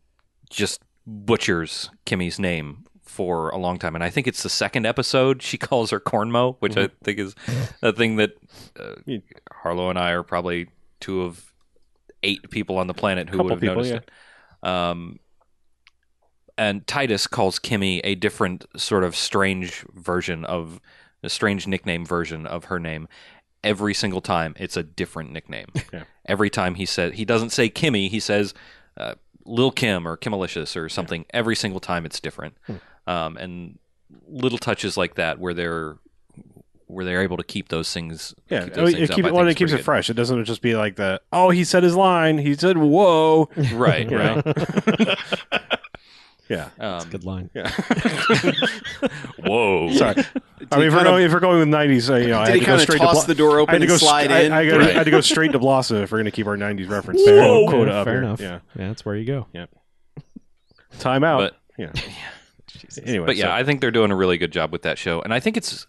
C: just butchers Kimmy's name for a long time, and I think it's the second episode. She (laughs) calls her Cornmo, which I think is a thing that uh,
B: Mm-hmm. Yeah.
C: Harlow and I are probably two of eight people on the planet who
B: Couple
C: would have
B: people,
C: noticed
B: yeah.
C: it. Um, and Titus calls Kimmy a different sort of strange version of a strange nickname version of her name every single time. It's a different nickname.
B: Yeah.
C: Every time he says he doesn't say Kimmy, he says uh, Lil Kim or Kimmalicious or something. Every single time it's different,
B: Hmm.
C: um, and little touches like that where they're where they're able to keep those things.
B: Yeah,
C: keep
B: it,
C: those things
B: it,
C: up,
B: keep,
C: I think
B: well, it
C: is
B: keeps it
C: pretty
B: fresh. It doesn't just be like the oh he said his line. He said whoa. (laughs)
C: good. right? Right.
B: Yeah. (laughs)
C: Um,
E: Good line.
C: whoa.
B: Sorry. I
D: he
B: mean, if we're,
D: kinda-
B: going, if we're going with '90s, uh, you know, I
D: Did
B: had to
D: he
B: go
D: kind of
B: straight to
D: toss
B: Blo-
D: the door
B: I had
D: open
B: to
D: and
B: go
D: slide
B: str- I-
D: in?
B: I, gotta-
C: Right.
B: I had to go straight to Blossom if we're going to keep our '90s reference
E: Whoa!
B: quota
E: Yeah,
B: up
E: fair
B: here.
E: enough.
B: Yeah,
E: Yeah, that's where you go.
B: time out.
C: But-
B: yeah. Anyway,
C: but yeah,
B: so-
C: I think they're doing a really good job with that show, and I think it's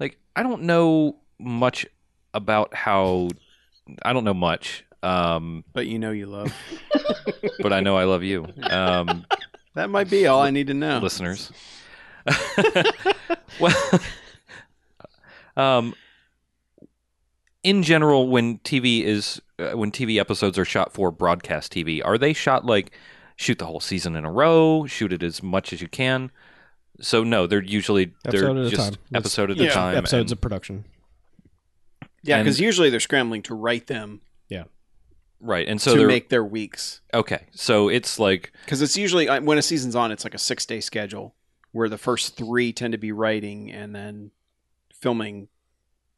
C: like I don't know much about how I don't know much Um,
D: But you know you love.
C: but I know I love you, um,
D: That might be all I need to
B: Oh.
D: know.
C: listeners.
B: (laughs)
C: well, um, in general, when TV is uh, when TV episodes are shot for broadcast TV, are they shot like shoot the whole season in a row, shoot it as much as you can? So no, they're usually
E: Episode at
C: they're
E: a
C: just
E: time.
C: episode at a
D: Yeah.
C: time.
E: Episodes
C: and-
E: of production.
D: Yeah,
C: And-
D: because usually they're scrambling to write them
C: right, and so
D: to
C: they're
D: make their weeks.
C: okay. So it's like
D: Because it's usually I- when a season's on, it's like a six day schedule where the first three tend to be writing and then filming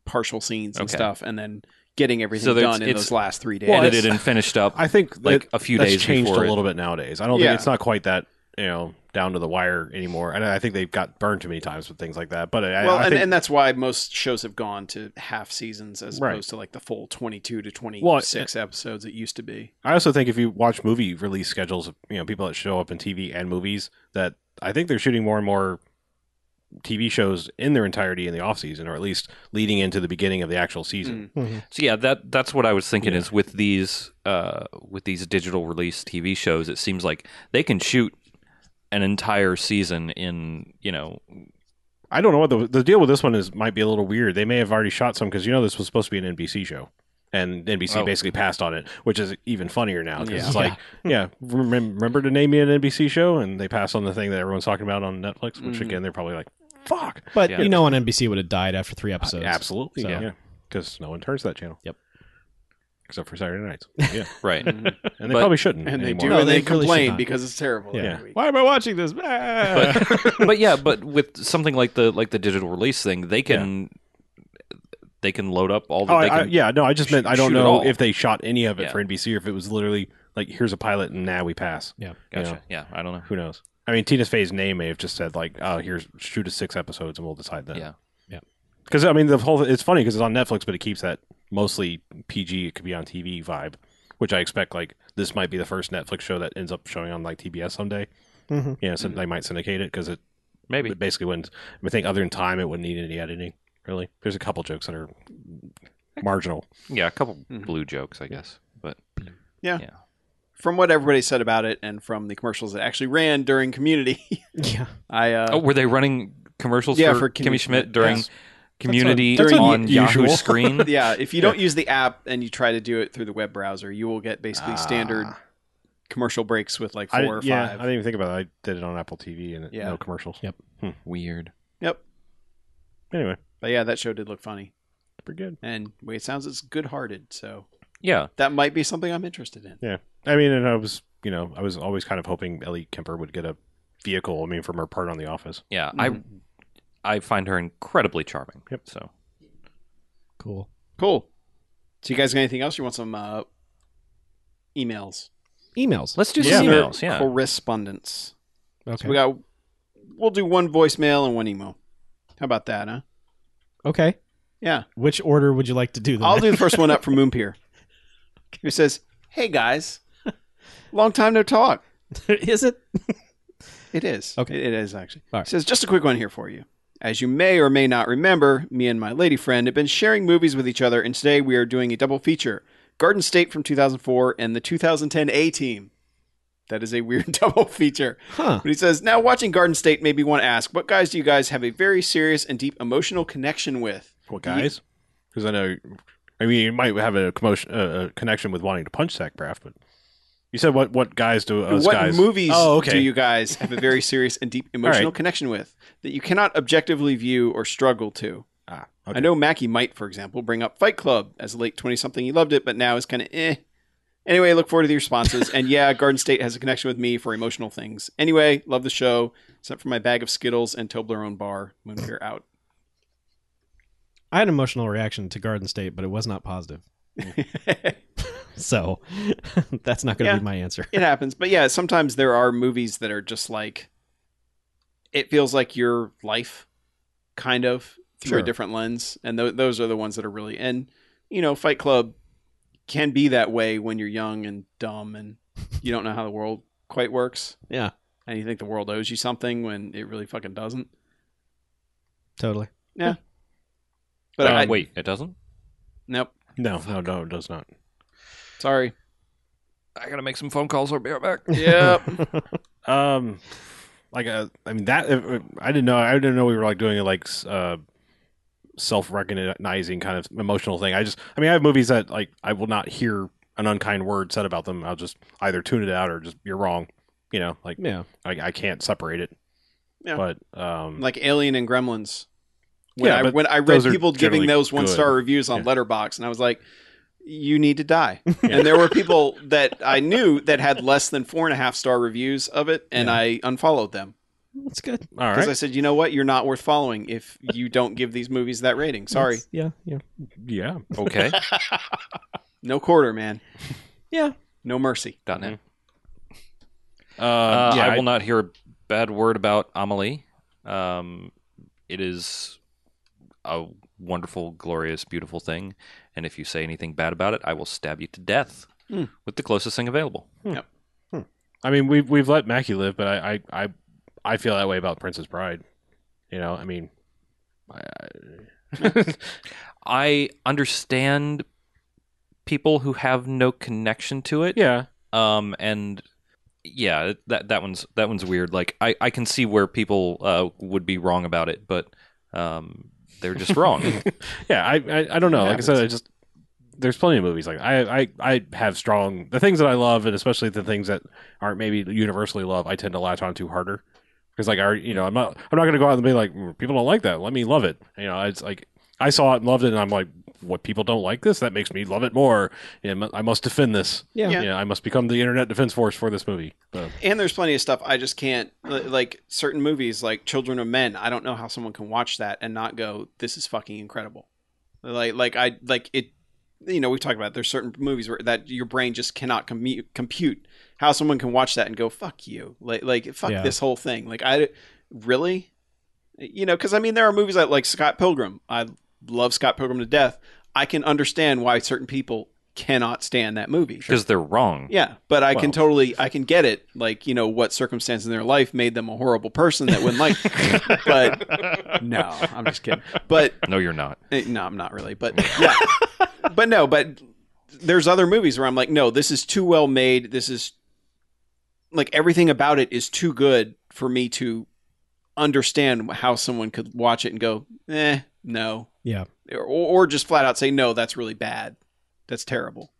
D: partial scenes and
C: Okay.
D: stuff, and then getting everything
C: So there's-
D: done in
C: it's
D: those last three days.
B: Well, it's-
C: edited and finished up.
B: I think
C: like
B: that-
C: a few
B: that's
C: days
B: changed
C: before
B: a
C: it.
B: little bit nowadays. I don't
D: Yeah.
B: think it's not quite that you know down to the wire anymore. And I think they've got burned too many times with things like that. But I,
D: well,
B: I
D: and,
B: think
D: and that's why most shows have gone to half seasons as
B: Right.
D: opposed to like the full twenty-two to
B: Well,
D: twenty-six episodes it used to be.
B: I also think if you watch movie release schedules, of, you know people that show up in TV and movies, that I think they're shooting more and more TV shows in their entirety in the off season, or at least leading into the beginning of the actual
D: Hmm. Mm.
B: season.
C: So yeah, that that's what I was thinking is with these uh, with these digital release TV shows, it seems like they can shoot an entire season in you know
B: I don't know what the, the deal with this one is. Might be a little weird. They may have already shot some because you know this was supposed to be an NBC show. And NBC
C: Oh.
B: basically passed on it, which is even funnier now because
D: Yeah.
B: it's like, yeah, remem- remember to name me an NBC show, and they pass on the thing that everyone's talking about on Netflix. Which
D: Mhm.
B: again, they're probably like, "Fuck,
E: (laughs) But
C: Yeah.
E: you know, on NBC would have died after three episodes.
B: Absolutely,
E: So-
B: yeah. Because no one turns that channel.
E: Yep.
B: Except for Saturday
C: (laughs)
B: nights. Yeah, (laughs)
C: right. (laughs)
B: and they
C: But-
B: probably shouldn't.
D: Mm-hmm. And they do,
B: anymore.
E: No,
D: and
E: they
D: they,
E: really should
D: complain
E: not.
D: because it's terrible.
B: Yeah.
D: every week.
E: Why am I watching this? Ah. (laughs)
C: But, but yeah, but with something like the like the digital release thing, they can they can load up all. The,
B: Oh,
C: they
B: I, I,
C: can,
B: yeah. No, I just meant I don't
C: shoot it
B: know
C: all.
B: if they shot any of it
C: Yeah.
B: for NBC or if it was literally like, here's a pilot and now we pass.
C: Gotcha.
B: you know.
C: Yeah, I don't know.
B: Who knows? I mean, Tina Fey's name may have just said like, "Oh, here's shoot us six episodes and we'll decide then."
C: Yeah.
E: Yeah.
B: Because I mean, the whole it's funny because it's on Netflix, but it keeps that mostly PG. It could be on TV vibe, which I expect. Like this might be the first Netflix show that ends up showing on like TBS someday.
E: Mhm.
B: Yeah, so they might syndicate it because it
C: Maybe
B: It basically wouldn't. I think other than time, it wouldn't need any editing. Really, there's a couple jokes that are marginal.
C: yeah, a couple
D: Mhm.
C: blue jokes, I guess. But
D: From what everybody said about it, and from the commercials that actually ran during Community, (laughs)
E: Yeah.
D: I uh,
C: oh, were they running commercials
D: Yeah,
C: for,
D: for Kimmy
C: Kimmy Schmidt
D: Schmidt,
C: during
D: yes.
C: Community
E: that's
C: on
E: un-
C: Yahoo
E: usual.
B: (laughs)
C: screen?
D: (laughs) yeah, if you don't use the app and you try to do it through the web browser, you will get basically standard
B: Ah.
D: commercial breaks with like four
B: I,
D: or
B: yeah, I
D: five.
B: didn't even think about it. I did it on Apple TV and it-
D: Yeah.
B: no commercials.
E: Yep.
C: Weird.
D: Yep.
B: Anyway,
D: But yeah, that show did look funny.
B: pretty good.
D: And the way it sounds, it's good hearted. So
C: Yeah.
D: that might be something I'm interested in.
B: I mean, and I was, you know, I was always kind of hoping Ellie Kemper would get a vehicle. I mean, from her part on The Office.
C: Yeah,
D: Mhm.
C: I I find her incredibly charming.
B: Yep.
C: So
E: Cool.
D: Cool. So you guys got anything else? You want some uh, emails?
E: Emails.
C: let's do
B: Yeah.
C: some emails. Yeah.
D: Correspondence.
E: Okay.
D: So we got, we'll do one voicemail and one email. How about that, huh?
E: okay.
D: Yeah.
E: Which order would you like to do them?
D: I'll
E: in?
D: do the first one up from Moonpier, who says, Hey guys, long time no talk.
E: Is it?
D: It is.
E: Okay.
D: It- it is actually.
E: All right.
D: It says just a quick one here for you. As you may or may not remember, me and my lady friend have been sharing movies with each other, and today we are doing a double feature: Garden State from 2004 and the 2010 A Team. That is a weird (laughs) double feature.
E: Huh.
D: But he says, now watching Garden State made me want to ask, what guys do you guys have a very serious and deep emotional connection with?
B: What guys? Because I know, I mean, you might have a commotion, uh, a connection with wanting to punch Sackcraft, but you said what? What guys do us
D: what
B: guys?
D: movies
B: Uh, Oh, okay.
D: do you guys have a very serious
B: (laughs)
D: and deep emotional
B: right.
D: connection with that you cannot objectively view or struggle to?
B: Ah,
D: I know Mackie might, for example, bring up Fight Club as a late 20 something. He loved it, but now is kind of eh. Anyway, I look forward to the responses. and yeah, Garden State has a connection with me for emotional things. Anyway, love the show, except for my bag of Skittles and Toblerone bar. Moonbeer out. (laughs)
E: I had an emotional reaction to Garden State, but it was not positive.
D: it
E: So (laughs) that's not going to
D: Yeah.
E: be my answer.
D: happens. But yeah, sometimes there are movies that are just like, it feels like your life, kind of, through a
E: Sure.
D: different lens. And th- those are the ones that are really. And, you know, Fight Club can be that way when you're young and dumb and you don't know how the world quite works.
E: Yeah.
D: and you think the world owes you something when it really fucking doesn't.
E: Totally.
D: But
C: Uh,
D: I,
E: Uh,
C: wait, it doesn't.
D: nope.
B: No, no, no, it does not.
E: (laughs)
D: Sorry.
C: I gotta make some phone calls or be right back.
D: Yep.
B: Um, like uh, I mean that if- if- I didn't know. I didn't know we were like doing like s- uh, self-recognizing kind of emotional thing. I just, I mean, I have movies that like I will not hear an unkind word said about them. I'll just either tune it out or just you're wrong. You know, like
E: Yeah.
B: I, I can't separate it.
D: Yeah.
B: But um,
D: like Alien and Gremlins. When
B: Yeah,
D: I
B: but
D: when I read
B: those are
D: people giving
B: generally
D: those one star
B: good.
D: reviews on
B: Yeah.
D: Letterbox, and I was like, "You need
B: (laughs)
D: to die." And there were people that I knew that had less than four and a half star reviews of it, and I unfollowed them
E: That's good.
B: all
D: because
B: right,
D: I said, "You know what? You're not worth following if you don't give these movies that rating." Sorry,
E: That's- yeah. Yeah.
B: yeah,
C: (laughs) Okay.
D: no
B: (laughs)
D: quarter, man.
E: Yeah.
D: No mercy.
C: Done it.
B: uh,
C: Uh,
B: yeah,
C: I
B: I-
C: will not hear a bad word about Amelie. Um, it is a wonderful, glorious, beautiful thing. And if you say anything bad about it, I will stab you to death
D: Hmm.
C: with the closest thing available.
B: I mean, we've we've let Mackie live, but I I I, I feel that way about Princess Bride. You know, I mean, I, I-
C: (laughs) I understand people who have no connection to it.
B: yeah,
C: Um, and yeah, that that one's that one's weird. Like I, I can see where people uh, would be wrong about it, but um, they're just wrong.
B: yeah. I I, I don't know. Like I said, I just there's plenty of movies like I, I I have strong the things that I love, and especially the things that aren't maybe universally loved. I tend to latch on to harder because like I already- you know I'm not I'm not gonna go out and be like "Mm, people don't like that. Let me love it. You know, it's like I saw it and loved it, and I'm like, what people don't like this? That makes me love it more. And I must defend this.
E: Yeah.
D: Yeah.
B: You know, I must become the internet defense force for this movie. So.
D: And there's plenty of stuff I just can't li- like certain movies like Children of Men. I don't know how someone can watch that and not go, "This is fucking incredible." Like like I like it. You know, we talked about it. there's certain movies where that your brain just cannot commu- compute how someone can watch that and go, "Fuck you!" Like like fuck
E: Yeah.
D: this whole thing. Like I really, you know, because I mean there are movies that like Scott Pilgrim. I love Scott Pilgrim to death. I can understand why certain people cannot stand that movie
C: because they're wrong.
D: yeah, but I can
B: Well-
D: totally, I can get it. Like, you know, what circumstance in their life made them a horrible person that wouldn't like. but no, I'm just kidding. But
C: No, you're not.
D: eh, no, I'm not really. But yeah, but no, but there's other movies where I'm like, no, this is too well made. This is like everything about it is too good for me to understand how someone could watch it and go, eh, no,
E: Yeah.
D: or, or just flat out say, no, that's really bad. That's terrible.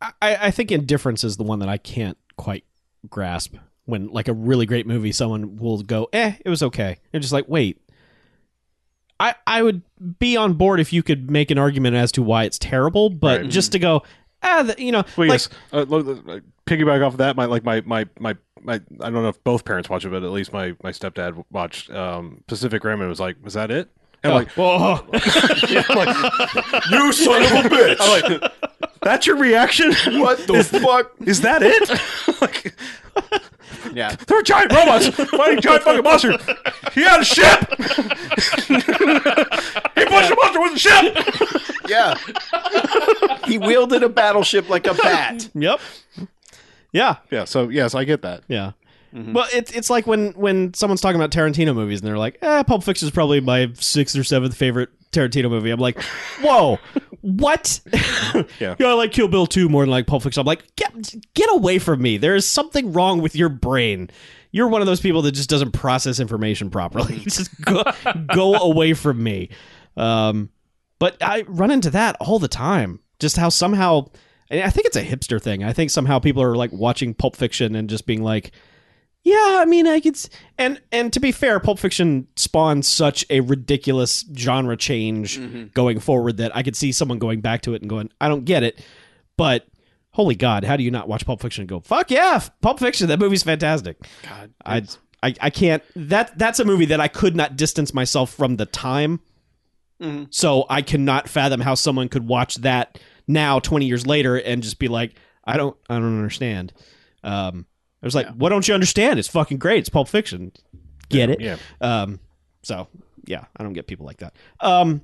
E: I, I think indifference is the one that I can't quite grasp. When like a really great movie, someone will go, "Eh, it was okay." And just like, wait, I I would be on board if you could make an argument as to why it's terrible, but
B: Right.
E: just to go, ah, the, you know,
B: Well,
E: like,
B: yes. Uh, lo- uh, piggyback off of that, my like my my my my. I don't know if both parents watch it, but at least my my stepdad watched um, Pacific Rim and was like, "Was that it?" And I'm like,
E: (laughs) oh,
B: (laughs) "You son of a bitch!" I'm like, "That's your reaction?
D: (laughs) What the fuck?
B: Is that it?" like,
D: Yeah.
B: they're giant robots fighting giant fucking monsters. He had a ship. (laughs) he pushed the monster with a ship.
D: Yeah. he wielded a battleship like a bat.
E: yep, yeah,
B: Yeah. So yes, I get that. Mm-hmm.
E: yeah. Well, it's it's like when when someone's talking about Tarantino movies and they're like, "Eh, Pulp Fiction is probably my sixth or seventh favorite Tarantino movie."
B: (laughs)
E: I'm like, "Whoa, what?" (laughs)
B: Yeah.
E: I like Kill Bill two more than like Pulp Fiction. I'm like, get get away from me. There is something wrong with your brain. You're one of those people that just doesn't process information properly. (laughs) just go go away from me. Um, but I run into that all the time. Just how somehow, and I think it's a hipster thing. I think somehow people are like watching Pulp Fiction and just being like, yeah, I mean, I could. s- And and to be fair, Pulp Fiction spawned such a ridiculous genre change going forward that I could see someone going back to it and going, I don't get it, but. Holy God! How do you not watch Pulp Fiction and go, "Fuck yeah, f- Pulp Fiction"? That movie's fantastic.
D: God.
E: I, I, I can't. That that's a movie that I could not distance myself from the time.
D: Mhm.
E: So I cannot fathom how someone could watch that now, twenty years later, and just be like, I don't, I don't understand. Um, I was like,
D: Yeah.
E: what don't you understand? It's fucking great. It's Pulp Fiction. Get it?
B: Yeah.
E: Um, so yeah, I don't get people like that. Um,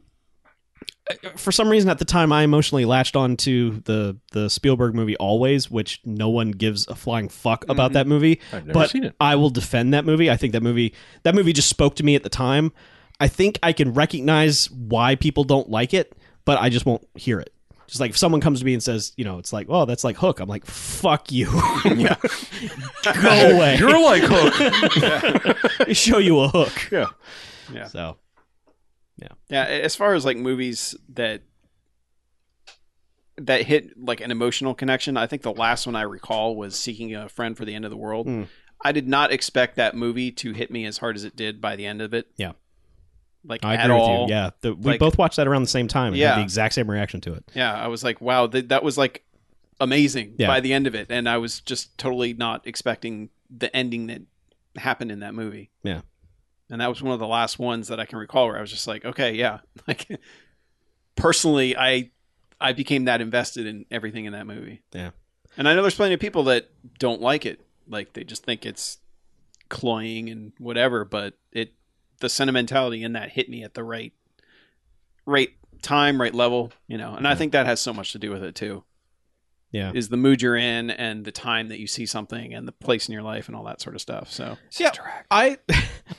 E: for some reason at the time I emotionally latched on to the the Spielberg movie Always, which no one gives a flying fuck about that movie.
B: I've never
E: but
B: seen it.
E: I will defend that movie. I think that movie that movie just spoke to me at the time. I think I can recognize why people don't like it, but I just won't hear it. Just like if someone comes to me and says, you know, it's like, oh, that's like Hook. I'm like, fuck
B: (laughs)
E: you. (laughs) Go away.
B: You're like Hook.
E: (laughs) Show you a hook.
B: yeah.
D: Yeah.
E: So
D: Yeah, a- as far as like movies that that hit like an emotional connection, I think the last one I recall was Seeking a Friend for the End of the World.
E: Mm.
D: I did not expect that movie to hit me as hard as it did by the end of it.
E: Yeah.
D: Like
E: I
D: at
E: agree
D: all.
E: with you. Yeah. The, we
D: Like-
E: both watched that around the same time and
D: Yeah.
E: had the exact same reaction to it.
D: Yeah, I was like, wow, th- that was like amazing
E: Yeah.
D: by the end of it, and I was just totally not expecting the ending that happened in that movie.
E: Yeah.
D: and that was one of the last ones that I can recall where I was just like, okay, yeah, (laughs) like personally, I I became that invested in everything in that movie.
E: Yeah.
D: and I know there's plenty of people that don't like it, like they just think it's cloying and whatever, but it the sentimentality in that hit me at the right right time, right level, you know. And I think that has so much to do with it too.
E: Yeah.
D: Is the mood you're in and the time that you see something and the place in your life and all that sort of stuff. So
E: Yeah. I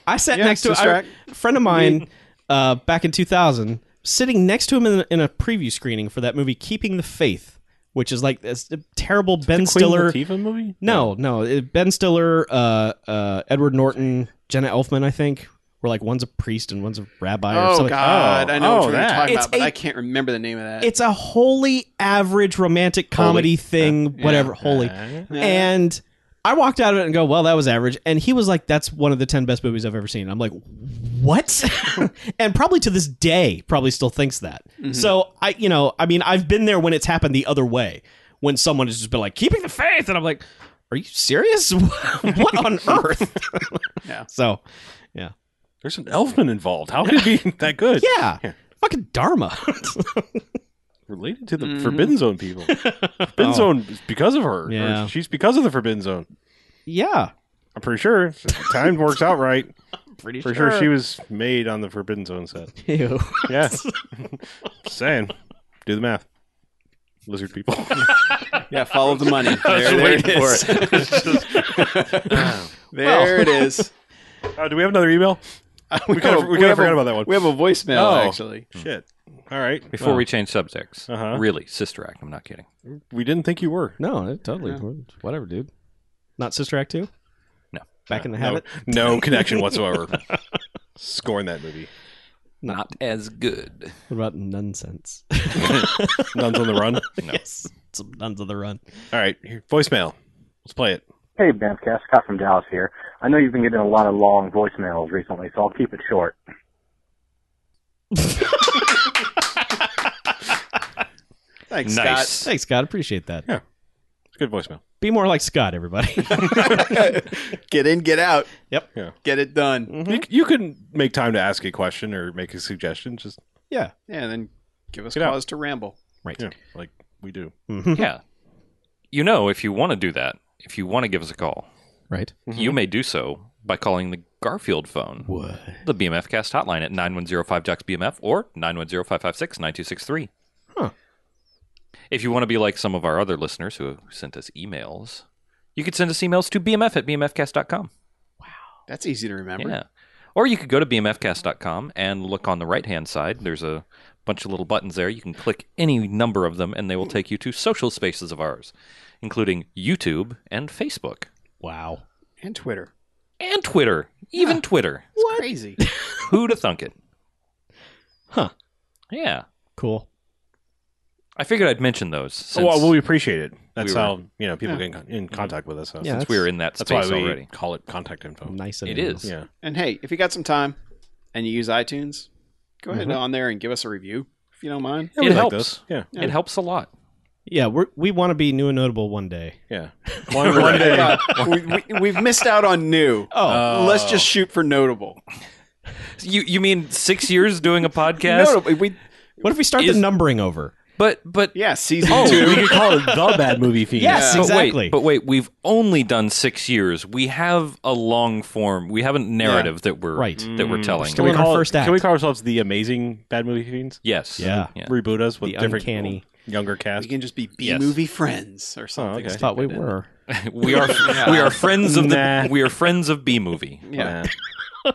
E: I sat
D: Yeah,
E: next to
D: sister
E: I-
D: act.
E: a friend of mine uh, back in 2000, sitting next to him in, in a preview screening for that movie Keeping the Faith, which is like this terrible Ben Stiller.
B: Latifah movie?
E: No, no. it- Ben Stiller, uh, uh, Edward Norton, Jenna Elfman, I think, were like one's a priest and one's a rabbi or
D: Oh
E: something.
D: God,
B: Oh,
D: I know
B: oh,
D: what you're
B: that.
D: talking
E: It's
D: about, but
E: a-
D: I can't remember the name of that.
E: It's a wholly average romantic comedy thing,
D: yeah.
E: whatever, holy.
D: Yeah.
E: And I walked out of it and go, well, that was average. And he was like, that's one of the 10 best movies I've ever seen. And I'm like, what? and probably to this day, probably still thinks that. So I, you know, I mean, I've been there when it's happened the other way, when someone has just been like, keeping the faith. And I'm like, are you serious? (laughs) what on earth?
D: Yeah.
E: (laughs) So,
B: There's an Elfman involved. How could it be (laughs) that good?
E: yeah.
B: Yeah.
E: Fucking Dharma. (laughs)
B: Related to the
D: Mhm.
B: Forbidden Zone
E: (laughs)
B: people. Forbidden
E: Mm-hmm. Oh.
B: Zone is because of her. or
E: Yeah.
B: she's because of the Forbidden Zone.
E: yeah.
B: I'm pretty sure. If Time works out right.
E: (laughs) Pretty
B: For sure. she was made on the Forbidden Zone
E: (laughs)
B: set.
E: Ew.
B: Yeah. Saying. Do the math. Lizard people. (laughs)
D: yeah, follow the money.
B: was
D: There, there it
B: waiting for
D: is.
B: (laughs)
D: (laughs) there it is.
B: Uh, do we have another email?
D: (laughs) we
B: kinda- we kinda forgot
D: a,
B: about that one.
D: We have a voicemail
B: Oh.
D: actually.
B: Shit. All right.
C: Hmm. Before we change subjects,
B: Uh-huh.
C: really, Sister Act. I'm not kidding.
B: We didn't think you were.
E: No, it totally. Whatever, dude. Not Sister Act 2?
C: No.
E: Back in the
B: No,
E: habit?
B: no connection
C: (laughs)
B: whatsoever. Scorn that movie.
C: Not as good.
E: What about nonsense?
B: Nuns on the
C: (laughs)
B: run. All
E: yes. Some nuns on the (laughs) run.
B: right. Here, voicemail. Let's play it.
F: Hey, Bamcast. Scott from Dallas here. I know you've been getting a lot of long voicemails recently, so I'll keep it short.
D: Thanks,
C: nice.
D: Scott.
E: Thanks, Scott. Appreciate that.
B: It's a good voicemail.
E: Be more like Scott, (laughs) everybody.
D: (laughs) Get in, get out.
E: Yep.
B: Yeah.
D: Get it done.
B: You, you can make time to ask a question or make a suggestion. Just
E: yeah.
D: Yeah, and then give us
B: Get out.
D: cause to ramble.
E: Right.
B: you know, like we do.
E: Mhm.
C: Yeah. You know, if you want to do that, if you want to give us a call,
E: Right.
C: you may do so by calling the Garfield phone,
E: Mm-hmm. What?
C: the BMF cast hotline at 9105 Jocks BMF or 910 556 9263.
E: Huh.
C: If you want to be like some of our other listeners who have sent us emails, you could send us emails to bmf at bmfcast.com.
D: That's easy to remember.
C: Yeah. Or you could go to bmfcast.com and look on the right hand side. There's a bunch of little buttons there. You can click any number of them, and they will take you to social spaces of ours, including YouTube and Facebook
E: Wow.
D: And Twitter.
C: and Twitter. Even Twitter.
D: It's crazy.
C: Who'd have thunk it?
E: Huh.
C: Yeah.
E: Cool.
C: I figured I'd mention those since
B: well, well, we Mm-hmm. appreciate it. That's
C: we were-
B: how you know people get in, con- in contact with us. So
E: Yeah.
C: we were in that
B: that's
C: space
B: why we
C: already.
B: call it contact info.
E: Oh, Nice. of
C: It
E: you.
C: is.
B: Yeah,
D: And hey, if you got some time and you use iTunes, go ahead on there and give us a review if you don't mind.
B: Mm-hmm. Yeah,
E: (laughs)
B: we
C: It
B: like
C: helps.
B: those. Yeah,
C: It helps a lot.
E: Yeah. We're, we want to be new and notable one day.
B: yeah. (laughs) One, one day.
D: Uh, we, we, we've missed out on new.
E: Oh.
D: Let's just shoot for notable.
C: You you mean six years doing a podcast?
D: Notable. We,
E: what if we start
C: Is-
E: the numbering over?
C: But but
D: yeah, season
B: Oh,
D: two.
B: we could call it the bad movie fiend.
E: Yes,
D: Yeah.
E: exactly.
C: But wait, but wait, we've only done six years. We have a long form. We have a narrative that we're
E: Right.
C: that we're telling.
E: still- We're in our
B: call it-
E: first act.
B: Mm. Can we call ourselves the amazing bad movie fiends?
C: yes.
E: Yeah.
B: Reboot us with
E: The
B: different
E: uncanny.
B: younger
D: We
B: cast.
D: can just be B
C: Yes.
D: movie friends or something.
B: Oh, okay.
E: thought we
D: stupid.
E: were.
C: (laughs) we are we are friends of the
B: Nah.
C: we are friends of B movie.
D: Yeah.
B: Nah.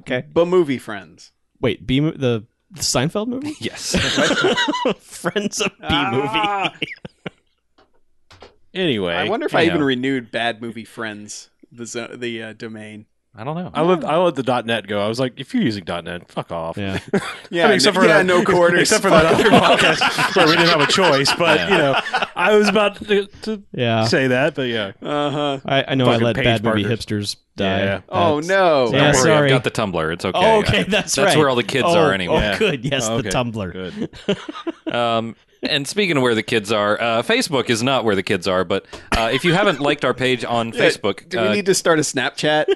E: Okay.
D: But movie friends.
E: Wait. B the The Seinfeld movie?
C: Yes.
E: (laughs) Friends of B
D: Ah.
E: (laughs) movie.
B: Anyway,
D: I wonder if I
B: you
D: even
B: know.
D: renewed bad movie friends the zo- the uh, domain.
C: I don't know.
B: I let I let the .net go. I was like, if you're using .net, fuck off.
E: Yeah.
D: Yeah,
B: except for
D: yeah,
B: that-
D: no
B: (laughs)
D: quarters.
B: Except for that
D: (laughs)
B: other podcast where we didn't have a choice, but you know, I was about to, to
C: (laughs)
E: Yeah.
B: say that, but yeah,
D: Uh huh.
E: I, I know I
B: Fucking
E: let
B: page
E: bad movie
B: markers.
E: hipsters die.
B: Yeah.
E: That's-
D: Oh no.
E: Yeah,
C: Don't worry,
E: sorry.
C: I've got the Tumblr. It's okay.
E: Oh, okay,
C: I-
E: that's, right.
C: That's where all the kids
E: Oh,
C: are anyway.
E: Oh, good. Yes,
B: Oh, okay.
E: the Tumblr.
B: good.
C: Um, and speaking of where the kids are, uh, Facebook is not where the kids are. But uh, if you
D: (laughs)
C: haven't liked our page on
D: Yeah,
C: Facebook,
D: Do we
C: uh,
D: need to start a Snapchat?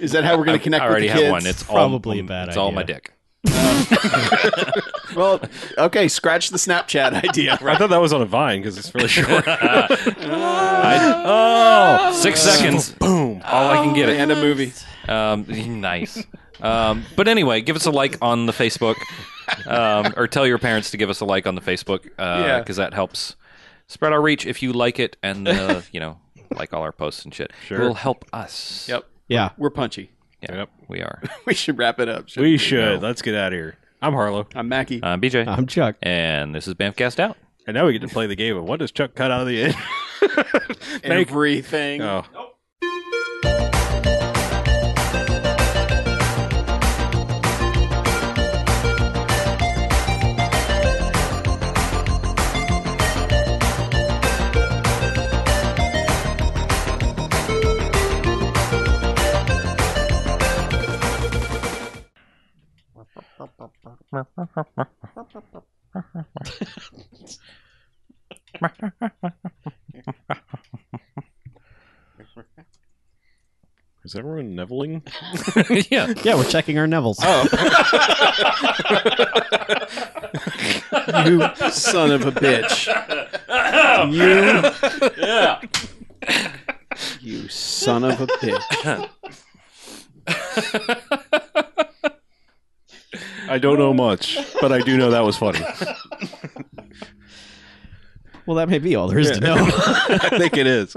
D: Is that how we're going
C: I-
D: to connect
C: I already
D: with the kids?
C: have one. It's all-
E: Probably a bad
C: It's all
E: idea.
C: my dick.
D: well, okay. Scratch the Snapchat (laughs) idea.
B: I thought that was on a vine because it's really (laughs) short.
C: I, oh, six seconds.
B: Boom.
C: All I can get it.
D: And a movie.
C: Um, nice. Um, but anyway, give us a like on the Facebook, um, or tell your parents to give us a like on the Facebook, because
D: Yeah.
C: that helps spread our reach. If you like it, and
D: (laughs)
C: uh, you know, like all our posts and shit,
B: Sure.
C: it'll help us.
D: Yep.
E: Yeah.
D: We're punchy. (laughs)
C: Yeah,
B: Yep.
C: we are.
D: We should wrap it up. shouldn't
B: We should. Let's get out of here. I'm Harlow,
D: I'm Mackie.
C: I'm BJ,
E: I'm Chuck.
C: and this is Bamfcast
D: (laughs)
C: out. (laughs)
B: and now we get to play the game of what does Chuck cut out of the end? Make-
D: Everything.
B: oh. Is everyone niveling?
C: yeah.
E: Yeah, we're checking
C: (laughs)
E: our Neville's. Oh,
D: You son of a
C: (laughs)
D: bitch. You. (laughs) You son of a bitch.
B: I don't know much, but I do know that was (laughs) funny.
E: well, that may be all there is
B: (laughs)
E: to know.
B: I think it is.